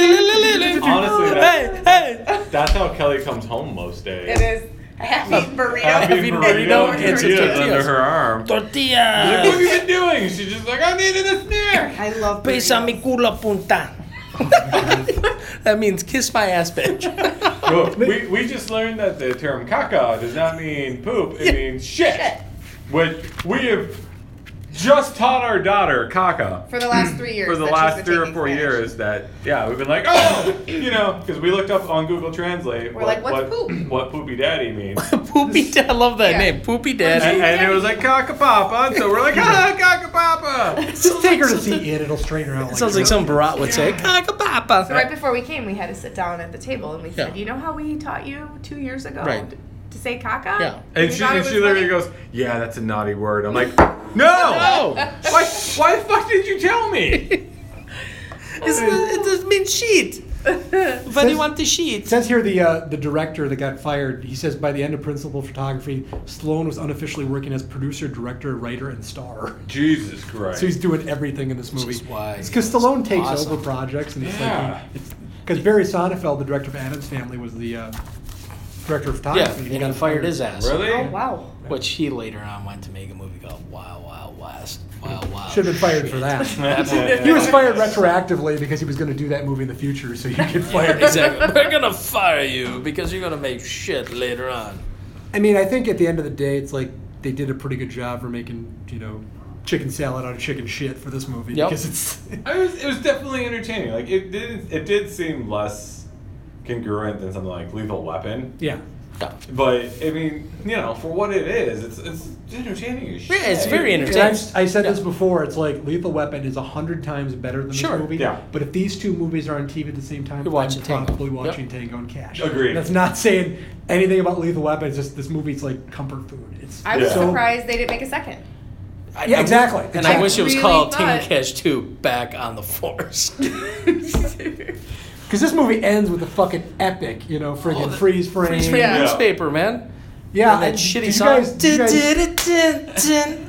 Speaker 1: Honestly,
Speaker 3: hey, hey.
Speaker 1: That's how Kelly comes home most days.
Speaker 6: It is happy burrito.
Speaker 1: Happy
Speaker 3: Happy burrito
Speaker 1: burrito
Speaker 3: and
Speaker 1: and
Speaker 3: tortillas.
Speaker 1: tortillas under her arm. Like, what have
Speaker 3: Tortillas.
Speaker 1: you been doing? She's just like, "Ah." I needed a snack.
Speaker 6: I love
Speaker 3: Besa mi culo punta. that means kiss my ass, bitch.
Speaker 1: Look, we, we just learned that the term caca does not mean poop, it means shit. Which we have just taught our daughter caca.
Speaker 6: for the last three years.
Speaker 1: For the
Speaker 6: that she's
Speaker 1: last
Speaker 6: been
Speaker 1: three or
Speaker 6: taking
Speaker 1: four
Speaker 6: Spanish.
Speaker 1: years, that yeah, we've been like, oh, you know, because we looked up on Google Translate.
Speaker 6: We're like,
Speaker 1: what,
Speaker 6: what's poop?
Speaker 1: What poopy daddy means,
Speaker 3: Poopy Dad. I love that
Speaker 6: Yeah.
Speaker 3: name. Poopy Daddy.
Speaker 1: and, and it was like caca papa, so we're like, ah, caca papa.
Speaker 2: Just take her to see it; it'll straighten her out.
Speaker 3: Sounds like something Barat would say.
Speaker 6: So
Speaker 3: Cock-a-papa.
Speaker 6: right before we came, we had to sit down at the table and we said,
Speaker 3: Yeah.
Speaker 6: "You know how we taught you two years ago
Speaker 3: Right.
Speaker 6: to, to say caca?"
Speaker 3: Yeah.
Speaker 1: And
Speaker 6: you
Speaker 1: she,
Speaker 6: thought it
Speaker 1: and she
Speaker 6: was
Speaker 1: literally
Speaker 6: funny?
Speaker 1: goes, "Yeah, that's a naughty word." I'm like, "No,
Speaker 3: No!
Speaker 1: why? Why the fuck did you tell me?"
Speaker 3: It's- It doesn't mean sheet. But you want the
Speaker 2: It
Speaker 3: sheet.
Speaker 2: says here the uh, the director that got fired. He says by the end of principal photography, Sloan was unofficially working as producer, director, writer, and star.
Speaker 1: Jesus Christ!
Speaker 2: So he's doing everything in this movie.
Speaker 3: is why
Speaker 2: It's because Stallone
Speaker 3: it's
Speaker 2: takes
Speaker 3: awesome.
Speaker 2: over projects, and it's
Speaker 1: Yeah.
Speaker 2: like because Barry Sonnenfeld, the director of Adam's Family, was the uh, director of
Speaker 3: Yeah,
Speaker 2: photography.
Speaker 3: and he fired his ass.
Speaker 1: really?
Speaker 6: Oh wow.
Speaker 3: Which he later on went to make a movie called Wild Wild West. Wild Wild.
Speaker 2: Should have been fired
Speaker 3: Shit.
Speaker 2: for that.
Speaker 1: Absolutely.
Speaker 2: He was fired retroactively because he was going to do that movie in the future, so you get fired.
Speaker 3: exactly. We're gonna fire you because you're gonna make shit later on.
Speaker 2: I mean, I think at the end of the day, it's like they did a pretty good job for making you know chicken salad out of chicken shit for this movie
Speaker 3: Yep.
Speaker 2: because it's
Speaker 1: I was, it was definitely entertaining. Like it did. It did seem less congruent than something like Lethal Weapon.
Speaker 2: yeah.
Speaker 1: But I mean, you know, for what it is, it's it's entertaining as shit.
Speaker 3: Yeah, it's very
Speaker 2: And
Speaker 3: entertaining.
Speaker 2: I, I said this before. It's like Lethal Weapon is a hundred times better than
Speaker 3: Sure.
Speaker 2: this movie.
Speaker 1: Yeah.
Speaker 2: But if these two movies are on TV at the same time,
Speaker 3: You're watching
Speaker 2: I'm
Speaker 3: Tango.
Speaker 2: probably
Speaker 3: Yep.
Speaker 2: watching Tango and Cash.
Speaker 1: Agreed.
Speaker 2: That's not saying anything about Lethal Weapon. It's just this movie's like comfort food. It's
Speaker 6: I was
Speaker 1: Yeah.
Speaker 2: so,
Speaker 6: surprised they didn't make a second.
Speaker 3: I-
Speaker 2: Yeah, exactly.
Speaker 3: And I
Speaker 2: exactly.
Speaker 3: wish it was
Speaker 6: Really
Speaker 3: called
Speaker 6: thought-
Speaker 3: King and Cash 2 Back on the Force.
Speaker 2: because this movie ends with a fucking epic, you know, friggin' freeze frame.
Speaker 3: Oh, Freeze frame
Speaker 6: Yeah.
Speaker 3: newspaper, man.
Speaker 2: Yeah,
Speaker 3: and
Speaker 2: I-
Speaker 3: that
Speaker 2: did
Speaker 3: shitty
Speaker 2: you
Speaker 3: song.
Speaker 2: guys- did you guys-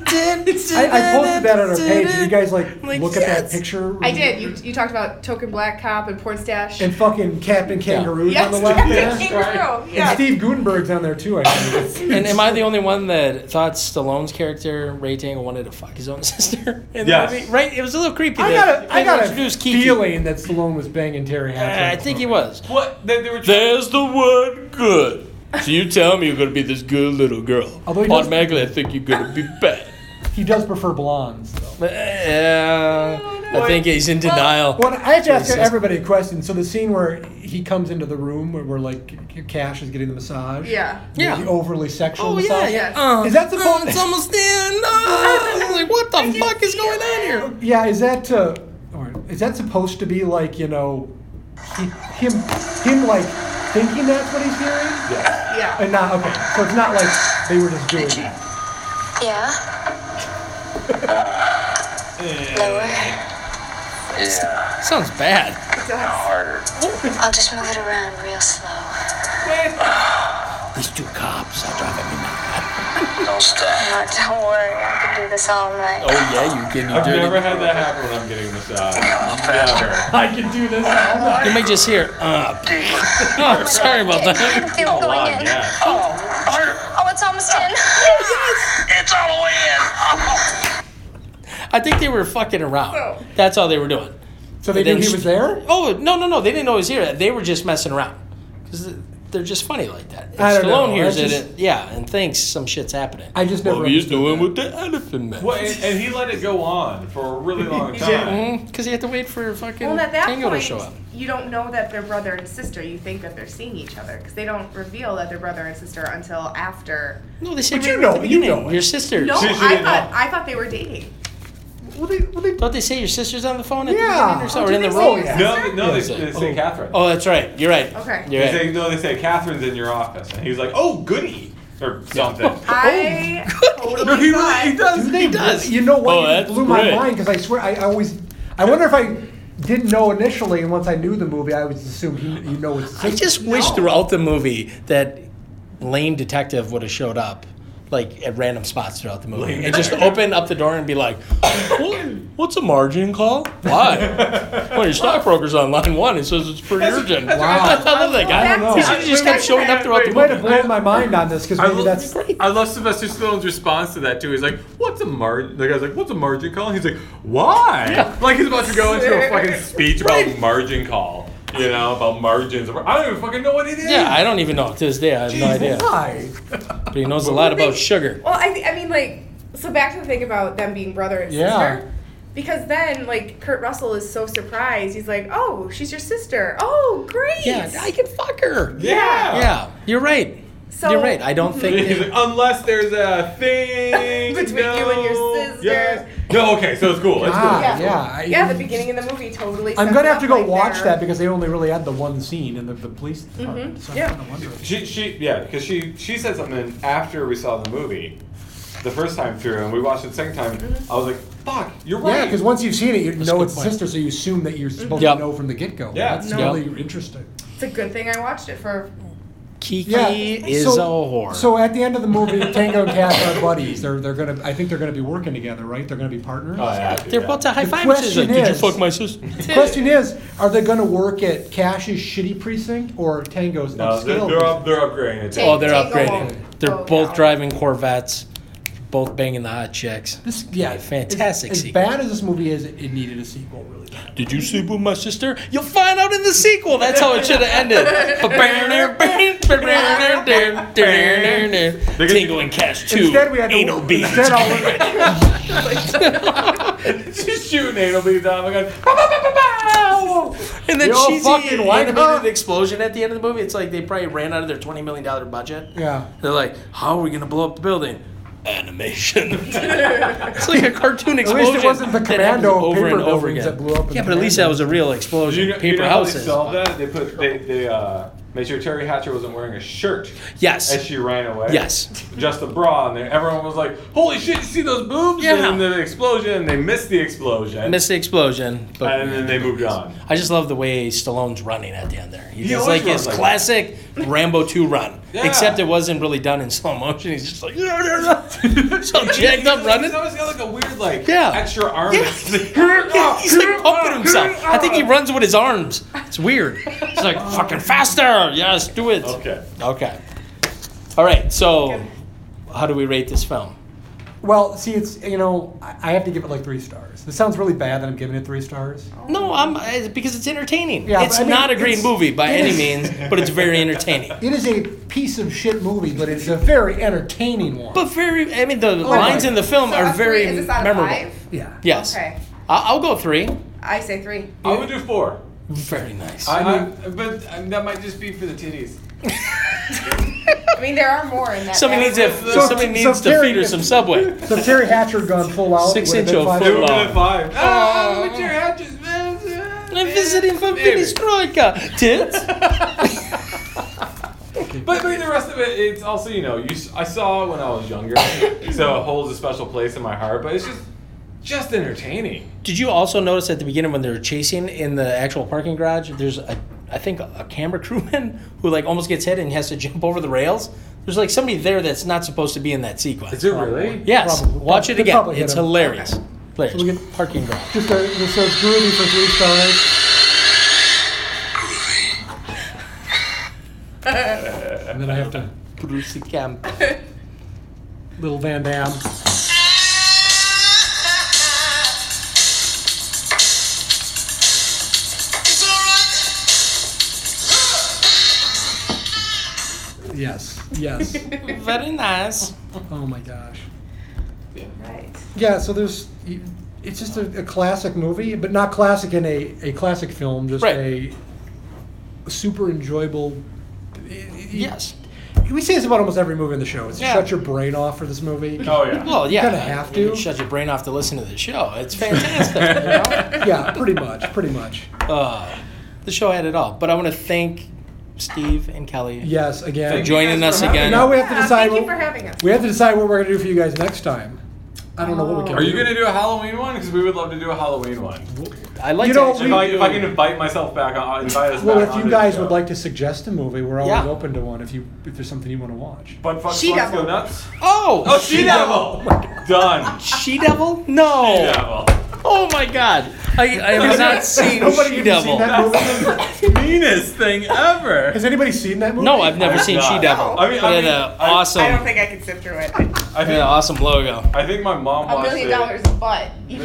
Speaker 2: I, I posted that on our page. Did you guys like,
Speaker 3: Like,
Speaker 2: look at that
Speaker 3: yes.
Speaker 2: picture?
Speaker 6: I did. You, you talked about token black cop and porn stash.
Speaker 2: and fucking Captain Kangaroo's
Speaker 6: yes,
Speaker 2: on the left there.
Speaker 6: Captain Kangaroo,
Speaker 2: And
Speaker 6: yeah.
Speaker 2: Steve Gutenberg's on there too, I think.
Speaker 3: And am I the only one that thought Stallone's character Ray Tango wanted to fuck his own sister in the
Speaker 1: Yes.
Speaker 3: movie? Right? It was a little creepy.
Speaker 2: I
Speaker 3: that
Speaker 2: got a, I
Speaker 3: they
Speaker 2: got a
Speaker 3: introduced Kiki.
Speaker 2: feeling that Stallone was banging Terry
Speaker 3: Uh,
Speaker 2: Hatcher.
Speaker 3: I think he was.
Speaker 1: What they, they were.
Speaker 3: There's the word good. So you tell me you're gonna be this good little girl.
Speaker 2: Although he does-
Speaker 3: Automatically, I think you're gonna be bad.
Speaker 2: He does prefer blondes, though.
Speaker 3: Uh, I think he's in denial.
Speaker 2: Well, I have to ask
Speaker 3: Jesus.
Speaker 2: everybody a question. So the scene where he comes into the room where, where like Cash is getting the massage.
Speaker 6: yeah.
Speaker 2: the-
Speaker 3: Yeah.
Speaker 2: The overly sexual
Speaker 3: Oh yeah,
Speaker 2: massage.
Speaker 3: yeah.
Speaker 6: Yeah.
Speaker 3: Uh,
Speaker 2: Is that the
Speaker 3: uh,
Speaker 2: phone-
Speaker 3: It's almost in. Uh, I'm like, what the fuck is going on here?
Speaker 2: Yeah, is that uh, or is that supposed to be like you know, he- him him like thinking that's what he's hearing?
Speaker 9: Yes.
Speaker 10: Yeah.
Speaker 2: And not okay. So it's not like they were just doing that.
Speaker 7: Yeah. Lower.
Speaker 8: Yeah.
Speaker 3: Sounds bad.
Speaker 8: Harder.
Speaker 7: I'll just move it around real slow.
Speaker 3: These two cops are driving me mad.
Speaker 8: Don't stop.
Speaker 7: Not, don't worry, I can do this all night.
Speaker 3: Oh yeah, you getting
Speaker 9: I've
Speaker 3: dirty?
Speaker 9: never had that happen when I'm getting the shot. Never.
Speaker 2: I can do this all night.
Speaker 3: You may just hear. Uh, oh, sorry about that.
Speaker 7: I feel it going
Speaker 9: wow,
Speaker 7: in.
Speaker 9: yeah.
Speaker 8: Oh, harder.
Speaker 7: Oh, it's almost in.
Speaker 8: It's all the way in. Oh.
Speaker 3: I think they were fucking around. That's all they were doing.
Speaker 2: So they
Speaker 3: But then
Speaker 2: knew he
Speaker 3: she-
Speaker 2: was there?
Speaker 3: Oh no no no! They didn't always hear that. They were just messing around because they're just funny like that. If
Speaker 2: I don't
Speaker 3: Stallone
Speaker 2: know.
Speaker 3: hears
Speaker 2: I
Speaker 3: it,
Speaker 2: just-
Speaker 3: it, yeah, and thinks some shit's happening.
Speaker 2: I just never.
Speaker 3: doing with the elephant man?
Speaker 9: Well, and, and he let it go on for a really long time.
Speaker 3: Because you have to wait for fucking
Speaker 6: Well, at that
Speaker 3: Tango
Speaker 6: point,
Speaker 3: to show up.
Speaker 6: you don't know that they're brother and sister. You think that they're seeing each other because they don't reveal that they're brother and sister until after.
Speaker 3: No, they said
Speaker 2: But you
Speaker 3: right
Speaker 2: know-
Speaker 3: at the
Speaker 2: you know
Speaker 3: beginning,
Speaker 2: it.
Speaker 3: your sister.
Speaker 6: No,
Speaker 9: She- she
Speaker 6: I
Speaker 9: didn't
Speaker 6: thought
Speaker 9: know.
Speaker 6: I thought they were dating.
Speaker 2: Well, they, well, they,
Speaker 3: Don't they say your sister's on the phone at
Speaker 2: Yeah.
Speaker 3: the beginning or something? Or in the
Speaker 6: Oh, they say
Speaker 3: room?
Speaker 6: your sister-
Speaker 9: No, no, they,
Speaker 3: Yeah.
Speaker 9: they say Catherine.
Speaker 3: Oh, that's right. You're right.
Speaker 6: Okay.
Speaker 3: You're
Speaker 9: They
Speaker 3: right.
Speaker 9: say, no, they say Catherine's in your office, and he was like, "Oh, goody," or something.
Speaker 2: Oh
Speaker 6: I totally
Speaker 9: no, he
Speaker 6: thought-
Speaker 9: really he does.
Speaker 3: He does.
Speaker 2: You know what?
Speaker 3: Oh,
Speaker 2: It
Speaker 3: that's
Speaker 2: blew my
Speaker 3: great.
Speaker 2: mind because I swear I, I always. I wonder if I didn't know initially, and once I knew the movie, I always assumed you, you know it's.
Speaker 3: I just wish throughout the movie that lame detective would have showed up, like at random spots throughout the movie, and just open up the door and be like, "What- "What's a margin call? Why? well, your stockbroker's on line one. It says it's pretty urgent. Wow, I love that guy.
Speaker 6: don't know.
Speaker 3: He should have just kept showing up throughout the
Speaker 2: It might have
Speaker 3: movie.
Speaker 2: blown my mind on this because
Speaker 9: I
Speaker 2: maybe
Speaker 9: love,
Speaker 2: that's.
Speaker 9: I love Sylvester Stallone's response to that too. He's like, "What's a margin?" The guy's like, "What's a margin call?" He's like, "Why?" Like he's about to go into a fucking speech about margin call. You know about margins. I don't even fucking know what it is.
Speaker 3: Yeah, I don't even know to this day. I have no idea.
Speaker 2: Why?
Speaker 3: But he knows a lot about sugar.
Speaker 6: Well, I, th- I mean, like, so back to the thing about them being brother and
Speaker 2: Yeah.
Speaker 6: sister. Because then, like, Kurt Russell is so surprised. He's like, oh, she's your sister. Oh, great.
Speaker 3: Yeah, I can fuck her.
Speaker 9: Yeah.
Speaker 3: Yeah, you're right.
Speaker 6: So-
Speaker 3: you're right. I don't think.
Speaker 9: He's like, unless there's a thing
Speaker 6: Between you and your
Speaker 9: no."
Speaker 6: sister.
Speaker 9: Yes. No. Okay. So it's cool. It's
Speaker 2: Ah,
Speaker 9: cool.
Speaker 6: Yeah.
Speaker 2: yeah.
Speaker 6: yeah, the beginning of the movie totally.
Speaker 2: I'm
Speaker 6: sets
Speaker 2: gonna
Speaker 6: it
Speaker 2: have
Speaker 6: up
Speaker 2: to go
Speaker 6: like
Speaker 2: watch
Speaker 6: there.
Speaker 2: that because they only really had the one scene in the, the police
Speaker 3: Mm-hmm.
Speaker 2: department. So I'm
Speaker 6: Yeah.
Speaker 2: kinda wondering.
Speaker 9: She, she, yeah, because she, she said something after we saw the movie, the first time through, and we watched it the second time. I was like, "Fuck, you're right."
Speaker 2: Yeah, because once you've seen it, you
Speaker 3: a
Speaker 2: know
Speaker 3: good
Speaker 2: it's
Speaker 3: point.
Speaker 2: sister, so you assume that you're supposed
Speaker 3: Yep.
Speaker 2: to know from the get go.
Speaker 9: Yeah.
Speaker 2: that's
Speaker 3: No.
Speaker 2: really interesting.
Speaker 6: It's a good thing I watched it for.
Speaker 3: Kiki
Speaker 2: Yeah,
Speaker 3: is
Speaker 2: so,
Speaker 3: a whore.
Speaker 2: So at the end of the movie, Tango and Cat are buddies. They're they're gonna. I think they're gonna be working together, right? They're gonna be partners.
Speaker 9: Oh, yeah, I do
Speaker 3: They're
Speaker 9: that.
Speaker 3: about to high
Speaker 2: The
Speaker 3: five. She's like,
Speaker 2: question
Speaker 3: "Did you
Speaker 2: is-
Speaker 3: fuck my sister?"
Speaker 2: The question is, are they gonna work at Cash's shitty precinct or Tango's
Speaker 9: No,
Speaker 2: upscale?
Speaker 9: Uh, they're, they're up, they're upgrading it.
Speaker 6: Take-
Speaker 3: Oh, they're
Speaker 6: take
Speaker 3: upgrading.
Speaker 6: them all.
Speaker 3: They're
Speaker 6: Oh,
Speaker 3: both
Speaker 6: no.
Speaker 3: driving Corvettes, both banging the hot chicks.
Speaker 2: This yeah,
Speaker 3: A fantastic
Speaker 2: As, as
Speaker 3: sequel.
Speaker 2: bad as this movie is, it, it needed a sequel really. Bad.
Speaker 3: Did you sleep with my sister? You'll find out in the sequel. That's how it should have ended. Tingle and Cash 2.
Speaker 2: Instead, we had to-
Speaker 3: anal beads.
Speaker 2: Instead, all we-
Speaker 9: She's shooting anal beads out. my god.
Speaker 3: and then
Speaker 2: You're all
Speaker 3: cheesy
Speaker 2: fucking white,
Speaker 3: animated
Speaker 2: huh?
Speaker 3: explosion at the end of the movie. It's like they probably ran out of their $20 million budget.
Speaker 2: yeah.
Speaker 3: They're like, how are we gonna blow up the building? Animation. it's like a cartoon
Speaker 2: At
Speaker 3: explosion.
Speaker 2: least it wasn't the
Speaker 3: that happens
Speaker 2: commando paper buildings that blew up. in
Speaker 3: Yeah,
Speaker 2: the
Speaker 3: but at least
Speaker 2: Manhattan.
Speaker 3: that was a real explosion.
Speaker 9: You know,
Speaker 3: paper
Speaker 9: you know how they
Speaker 3: houses.
Speaker 9: solved that? They put they, they uh, made sure Terry Hatcher wasn't wearing a shirt as
Speaker 3: Yes.
Speaker 9: she ran away.
Speaker 3: Yes.
Speaker 9: Just a bra on there. Everyone was like, "Holy shit! You see those boobs?"
Speaker 3: Yeah.
Speaker 9: And then the explosion. They missed the explosion.
Speaker 3: Missed the explosion. But
Speaker 9: and then they moved on.
Speaker 3: I just love the way Stallone's running at the end there. He
Speaker 9: He
Speaker 3: just
Speaker 9: always
Speaker 3: like his
Speaker 9: runs like that.
Speaker 3: classic Rambo 2 run.
Speaker 9: Yeah.
Speaker 3: Except it wasn't really done in slow motion. He's just like so jacked up running.
Speaker 9: He's always got like a weird like
Speaker 3: Yeah.
Speaker 9: extra arm.
Speaker 3: He's like pumping himself. I think he runs with his arms. It's weird. He's like, fucking faster. Yes, do it.
Speaker 9: okay.
Speaker 3: Okay. All right. So, how do we rate this film?
Speaker 2: Well, see, it's you know, I I have to give it like three stars. This sounds really bad that I'm giving it three stars.
Speaker 3: No, I'm it's because it's entertaining.
Speaker 2: Yeah,
Speaker 3: it's
Speaker 2: but I mean,
Speaker 3: not a great
Speaker 2: it's-
Speaker 3: movie by
Speaker 2: it
Speaker 3: any
Speaker 2: is-
Speaker 3: means, but it's very entertaining.
Speaker 2: It is a piece of shit movie, but it's a very entertaining one.
Speaker 3: But very, I mean, the lines
Speaker 2: Oh my-
Speaker 3: in the film
Speaker 6: So
Speaker 3: are
Speaker 6: a three-
Speaker 3: very
Speaker 6: is this out of
Speaker 3: memorable.
Speaker 6: five?
Speaker 2: yeah.
Speaker 3: Yes.
Speaker 6: Okay.
Speaker 3: I- I'll go three.
Speaker 6: I say three.
Speaker 9: I would do four.
Speaker 3: Very nice.
Speaker 9: I,
Speaker 2: mean-
Speaker 9: I- but um, that might just be for the titties.
Speaker 6: I mean, there are more in that.
Speaker 3: somebody needs to,
Speaker 9: So-
Speaker 3: somebody
Speaker 2: so
Speaker 3: needs to
Speaker 2: Terry-
Speaker 3: feed her some Subway.
Speaker 2: So if Terry Hatcher had gone full out.
Speaker 3: Six
Speaker 2: it would've been
Speaker 3: inch of
Speaker 2: five
Speaker 3: foot
Speaker 9: They would
Speaker 3: long.
Speaker 9: have five. Ah,
Speaker 1: Oh,
Speaker 9: look at your hatches, man.
Speaker 3: I'm visiting from
Speaker 9: Maybe.
Speaker 3: Perestroika. Tits?
Speaker 9: But, but the rest of it, it's also you know you s- I saw it when I was younger, so it holds a special place in my heart. But it's just just entertaining.
Speaker 3: Did you also notice at the beginning when they were chasing in the actual parking garage? There's a, I think a camera crewman who like almost gets hit and has to jump over the rails. There's like somebody there that's not supposed to be in that sequence.
Speaker 9: Is it really?
Speaker 3: Yes,
Speaker 2: Probably.
Speaker 3: watch it
Speaker 2: They
Speaker 3: again.
Speaker 2: probably hit
Speaker 3: It's
Speaker 2: him.
Speaker 3: hilarious. Hilarious.
Speaker 2: So we get-
Speaker 3: parking garage.
Speaker 2: Just a, just a groovy for three stars. and then I have to
Speaker 3: Brucey Camp.
Speaker 2: little Van Dam. Yes. Yes.
Speaker 3: Very nice.
Speaker 2: oh my gosh.
Speaker 6: Right.
Speaker 2: Yeah. So there's. It's just a, a classic movie, but not classic in a, a classic film. Just
Speaker 3: Right.
Speaker 2: a super enjoyable.
Speaker 3: Yes.
Speaker 2: We say this about almost every movie in the show. It's
Speaker 3: Yeah.
Speaker 2: shut your brain off for this movie.
Speaker 9: Oh yeah.
Speaker 3: Well, yeah.
Speaker 2: kinda have to.
Speaker 3: You shut your brain off to listen to the show. It's fantastic. you know?
Speaker 2: yeah, pretty much, pretty much.
Speaker 3: uh, the show had it all. But I want to thank Steve and Kelly
Speaker 2: Yes,
Speaker 3: for
Speaker 2: again.
Speaker 3: joining us again.
Speaker 2: Now we have to
Speaker 6: Yeah,
Speaker 2: decide.
Speaker 6: thank you
Speaker 2: what-
Speaker 6: for having us.
Speaker 2: We have to decide what we're gonna do for you guys next time. I don't know what we can.
Speaker 9: Are you
Speaker 2: do.
Speaker 9: gonna do a Halloween one? Because we would love to do a Halloween one.
Speaker 3: I like
Speaker 2: You
Speaker 3: to
Speaker 2: know,
Speaker 3: actually
Speaker 9: If I,
Speaker 3: do-
Speaker 9: if I can invite myself back, I'll invite us
Speaker 2: Well,
Speaker 9: back.
Speaker 2: if
Speaker 9: onto
Speaker 2: you
Speaker 9: the
Speaker 2: guys
Speaker 9: show.
Speaker 2: would like to suggest a movie, we're always
Speaker 3: Yeah.
Speaker 2: open to one. If you if there's something you want to watch.
Speaker 9: But fuck,
Speaker 6: She
Speaker 9: Slugs go
Speaker 6: Devil.
Speaker 9: nuts.
Speaker 3: Oh,
Speaker 9: Oh, she devil. Done.
Speaker 3: She Devil? No.
Speaker 9: She devil.
Speaker 3: Oh my God. I, I have not seen
Speaker 2: Nobody
Speaker 3: She
Speaker 2: even seen
Speaker 3: Devil.
Speaker 2: that movie?
Speaker 9: That's the meanest thing ever.
Speaker 2: Has anybody seen that movie?
Speaker 3: No, I've never seen She
Speaker 9: not.
Speaker 3: Devil.
Speaker 9: I mean- I
Speaker 3: But
Speaker 9: mean,
Speaker 3: an uh,
Speaker 9: I-
Speaker 3: awesome,
Speaker 6: I don't think I could sift through it.
Speaker 9: I
Speaker 3: had an
Speaker 9: think,
Speaker 3: awesome logo.
Speaker 9: I think my mom
Speaker 6: A
Speaker 9: watched
Speaker 6: million
Speaker 9: it.
Speaker 6: dollars, but
Speaker 9: yeah,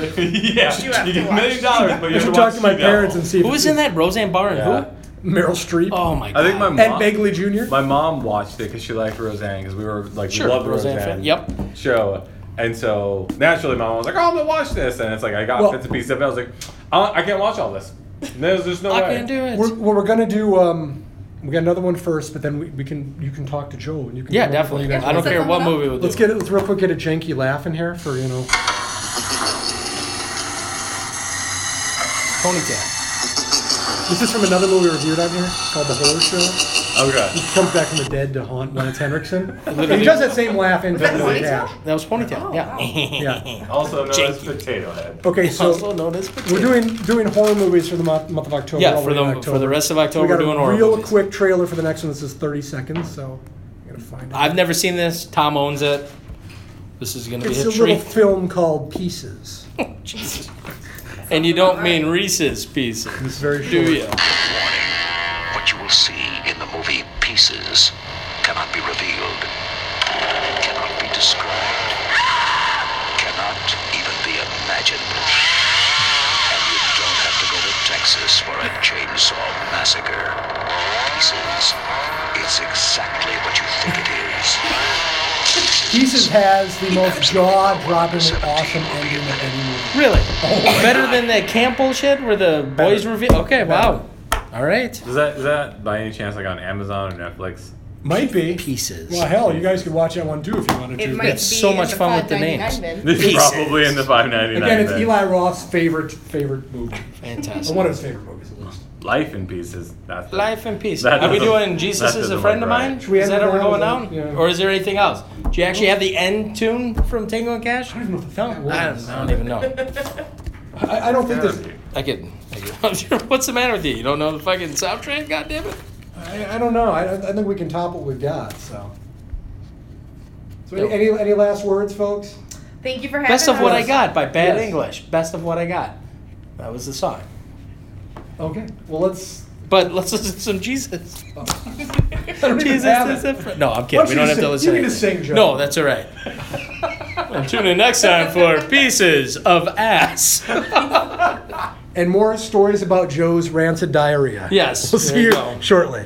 Speaker 6: You have to
Speaker 9: get a
Speaker 6: watch.
Speaker 9: million dollars, but you
Speaker 2: I
Speaker 9: have to
Speaker 2: should
Speaker 9: watch
Speaker 2: talk to my
Speaker 9: She Devil.
Speaker 2: parents and see. if
Speaker 3: Who was
Speaker 2: it's-
Speaker 3: in that? Roseanne Barr and
Speaker 9: Yeah.
Speaker 3: who?
Speaker 2: Meryl Streep.
Speaker 3: Oh my God.
Speaker 9: I think my
Speaker 2: Ed
Speaker 9: mom.
Speaker 2: Begley Jr.
Speaker 9: my mom watched it because she liked Roseanne because we were like
Speaker 3: Sure,
Speaker 9: we loved
Speaker 3: Roseanne
Speaker 9: Roseanne.
Speaker 3: fan. Yep.
Speaker 9: Show. And so naturally, my mom was like, "Oh, I'm gonna watch this," and it's like I got
Speaker 2: Well-
Speaker 9: bits and pieces of it. I was like, "I, I can't watch all this. There's just no
Speaker 3: I
Speaker 9: way."
Speaker 3: can do it.
Speaker 2: We're, well, we're gonna do. Um, we got another one first, but then we, we can you can talk to Joe and you can.
Speaker 3: yeah,
Speaker 2: come up with
Speaker 3: definitely.
Speaker 2: what you guys
Speaker 3: I don't
Speaker 2: want.
Speaker 6: Set
Speaker 3: care what
Speaker 6: someone up?
Speaker 3: movie we do.
Speaker 2: Let's get it. Let's real quick get a janky laugh in here for you know.
Speaker 3: ponytail.
Speaker 2: This is from another movie we reviewed on here called The Horror Show.
Speaker 9: Okay.
Speaker 2: He comes back from the dead to haunt Lance Henriksen.
Speaker 3: Literally.
Speaker 2: And he does that same laugh in
Speaker 6: that
Speaker 2: Vanilla
Speaker 6: the
Speaker 2: Cash.
Speaker 3: That was ponytail.
Speaker 6: oh,
Speaker 9: Oh,
Speaker 3: yeah.
Speaker 2: Yeah.
Speaker 9: Also known as
Speaker 3: Janky.
Speaker 9: Potato Head.
Speaker 2: Okay,
Speaker 3: also
Speaker 2: so
Speaker 3: known as potato.
Speaker 2: we're doing doing horror movies for the month, month of October.
Speaker 3: yeah
Speaker 2: all
Speaker 3: for
Speaker 2: way in
Speaker 3: the
Speaker 2: October.
Speaker 3: for the rest of
Speaker 2: we
Speaker 3: October.
Speaker 2: got
Speaker 3: We're doing
Speaker 2: a
Speaker 3: horror
Speaker 2: real
Speaker 3: movies.
Speaker 2: quick trailer for the next one. This is 30 seconds, so I'm gonna find it.
Speaker 3: I've never seen this. Tom owns it. This is gonna be
Speaker 2: it's
Speaker 3: a
Speaker 2: a little
Speaker 3: treat.
Speaker 2: film called Pieces.
Speaker 3: and you don't mean Reese's Pieces,
Speaker 2: It's very short.
Speaker 3: do you?
Speaker 7: What you will see in the movie Pieces cannot be revealed, cannot be described, cannot even be imagined. And you don't have to go to Texas for a chainsaw massacre. Pieces, it's exactly what you think it is.
Speaker 2: Pieces has the most jaw-droppingly awesome ending of any movie.
Speaker 3: Really? Better than that camp bullshit where the boys reveal. Okay, wow. All right.
Speaker 9: Is that is that by any chance like on Amazon or Netflix?
Speaker 2: Might be.
Speaker 3: Pieces.
Speaker 2: Well, hell, you guys could watch that one too if you wanted to.
Speaker 6: it
Speaker 2: but-
Speaker 6: might be
Speaker 3: It's so
Speaker 6: in
Speaker 3: much
Speaker 6: the
Speaker 3: fun with the
Speaker 6: 5.99
Speaker 3: names.
Speaker 6: bin.
Speaker 9: This is probably in the five ninety nine.
Speaker 2: Again, it's Eli Roth's favorite favorite movie. Or
Speaker 3: Fantastic.
Speaker 2: one of his favorite movies, at least.
Speaker 9: Life in pieces. That's the-
Speaker 3: Life and peace.
Speaker 9: That
Speaker 3: Are we
Speaker 9: doesn't-
Speaker 3: doing Jesus
Speaker 9: that
Speaker 3: is a
Speaker 9: doesn't
Speaker 3: friend
Speaker 9: look
Speaker 3: of
Speaker 9: right.
Speaker 3: mine?
Speaker 2: we
Speaker 3: Is
Speaker 2: end
Speaker 3: that how
Speaker 2: with
Speaker 3: we're
Speaker 2: that?
Speaker 3: going
Speaker 2: Is
Speaker 3: down?
Speaker 2: that- yeah.
Speaker 3: Or is there anything else? Do you actually have the end tune from Tango and
Speaker 2: I
Speaker 3: Cash?
Speaker 2: don't even know what the fuck that
Speaker 3: I
Speaker 2: was.
Speaker 3: don't, I don't even know.
Speaker 2: I, I don't think this.
Speaker 3: I could. I could- I'm sure- What's the matter with you? You don't know the fucking soundtrack? God damn it!
Speaker 2: I, I don't know. I, I think we can top what we've got. So. So
Speaker 3: Yeah.
Speaker 2: any, any any last words, folks?
Speaker 6: Thank you for having
Speaker 3: Best of
Speaker 6: us.
Speaker 3: What I Got by Bad
Speaker 2: Yes.
Speaker 3: English. Best of What I Got. That was the song.
Speaker 2: Okay. Well, let's.
Speaker 3: But let's listen to some Jesus.
Speaker 2: I don't even
Speaker 3: Jesus
Speaker 2: have
Speaker 3: is
Speaker 2: it.
Speaker 3: a friend. No, I'm
Speaker 2: Why
Speaker 3: kidding. We don't
Speaker 2: you
Speaker 3: have to
Speaker 2: sing-
Speaker 3: listen.
Speaker 2: You need to
Speaker 3: anything.
Speaker 2: sing, Joe.
Speaker 3: No, that's all right. and tune in next time for Pieces of Ass.
Speaker 2: And more stories about Joe's rancid diarrhea.
Speaker 3: Yes.
Speaker 2: We'll see
Speaker 3: there
Speaker 2: you
Speaker 3: go.
Speaker 2: shortly.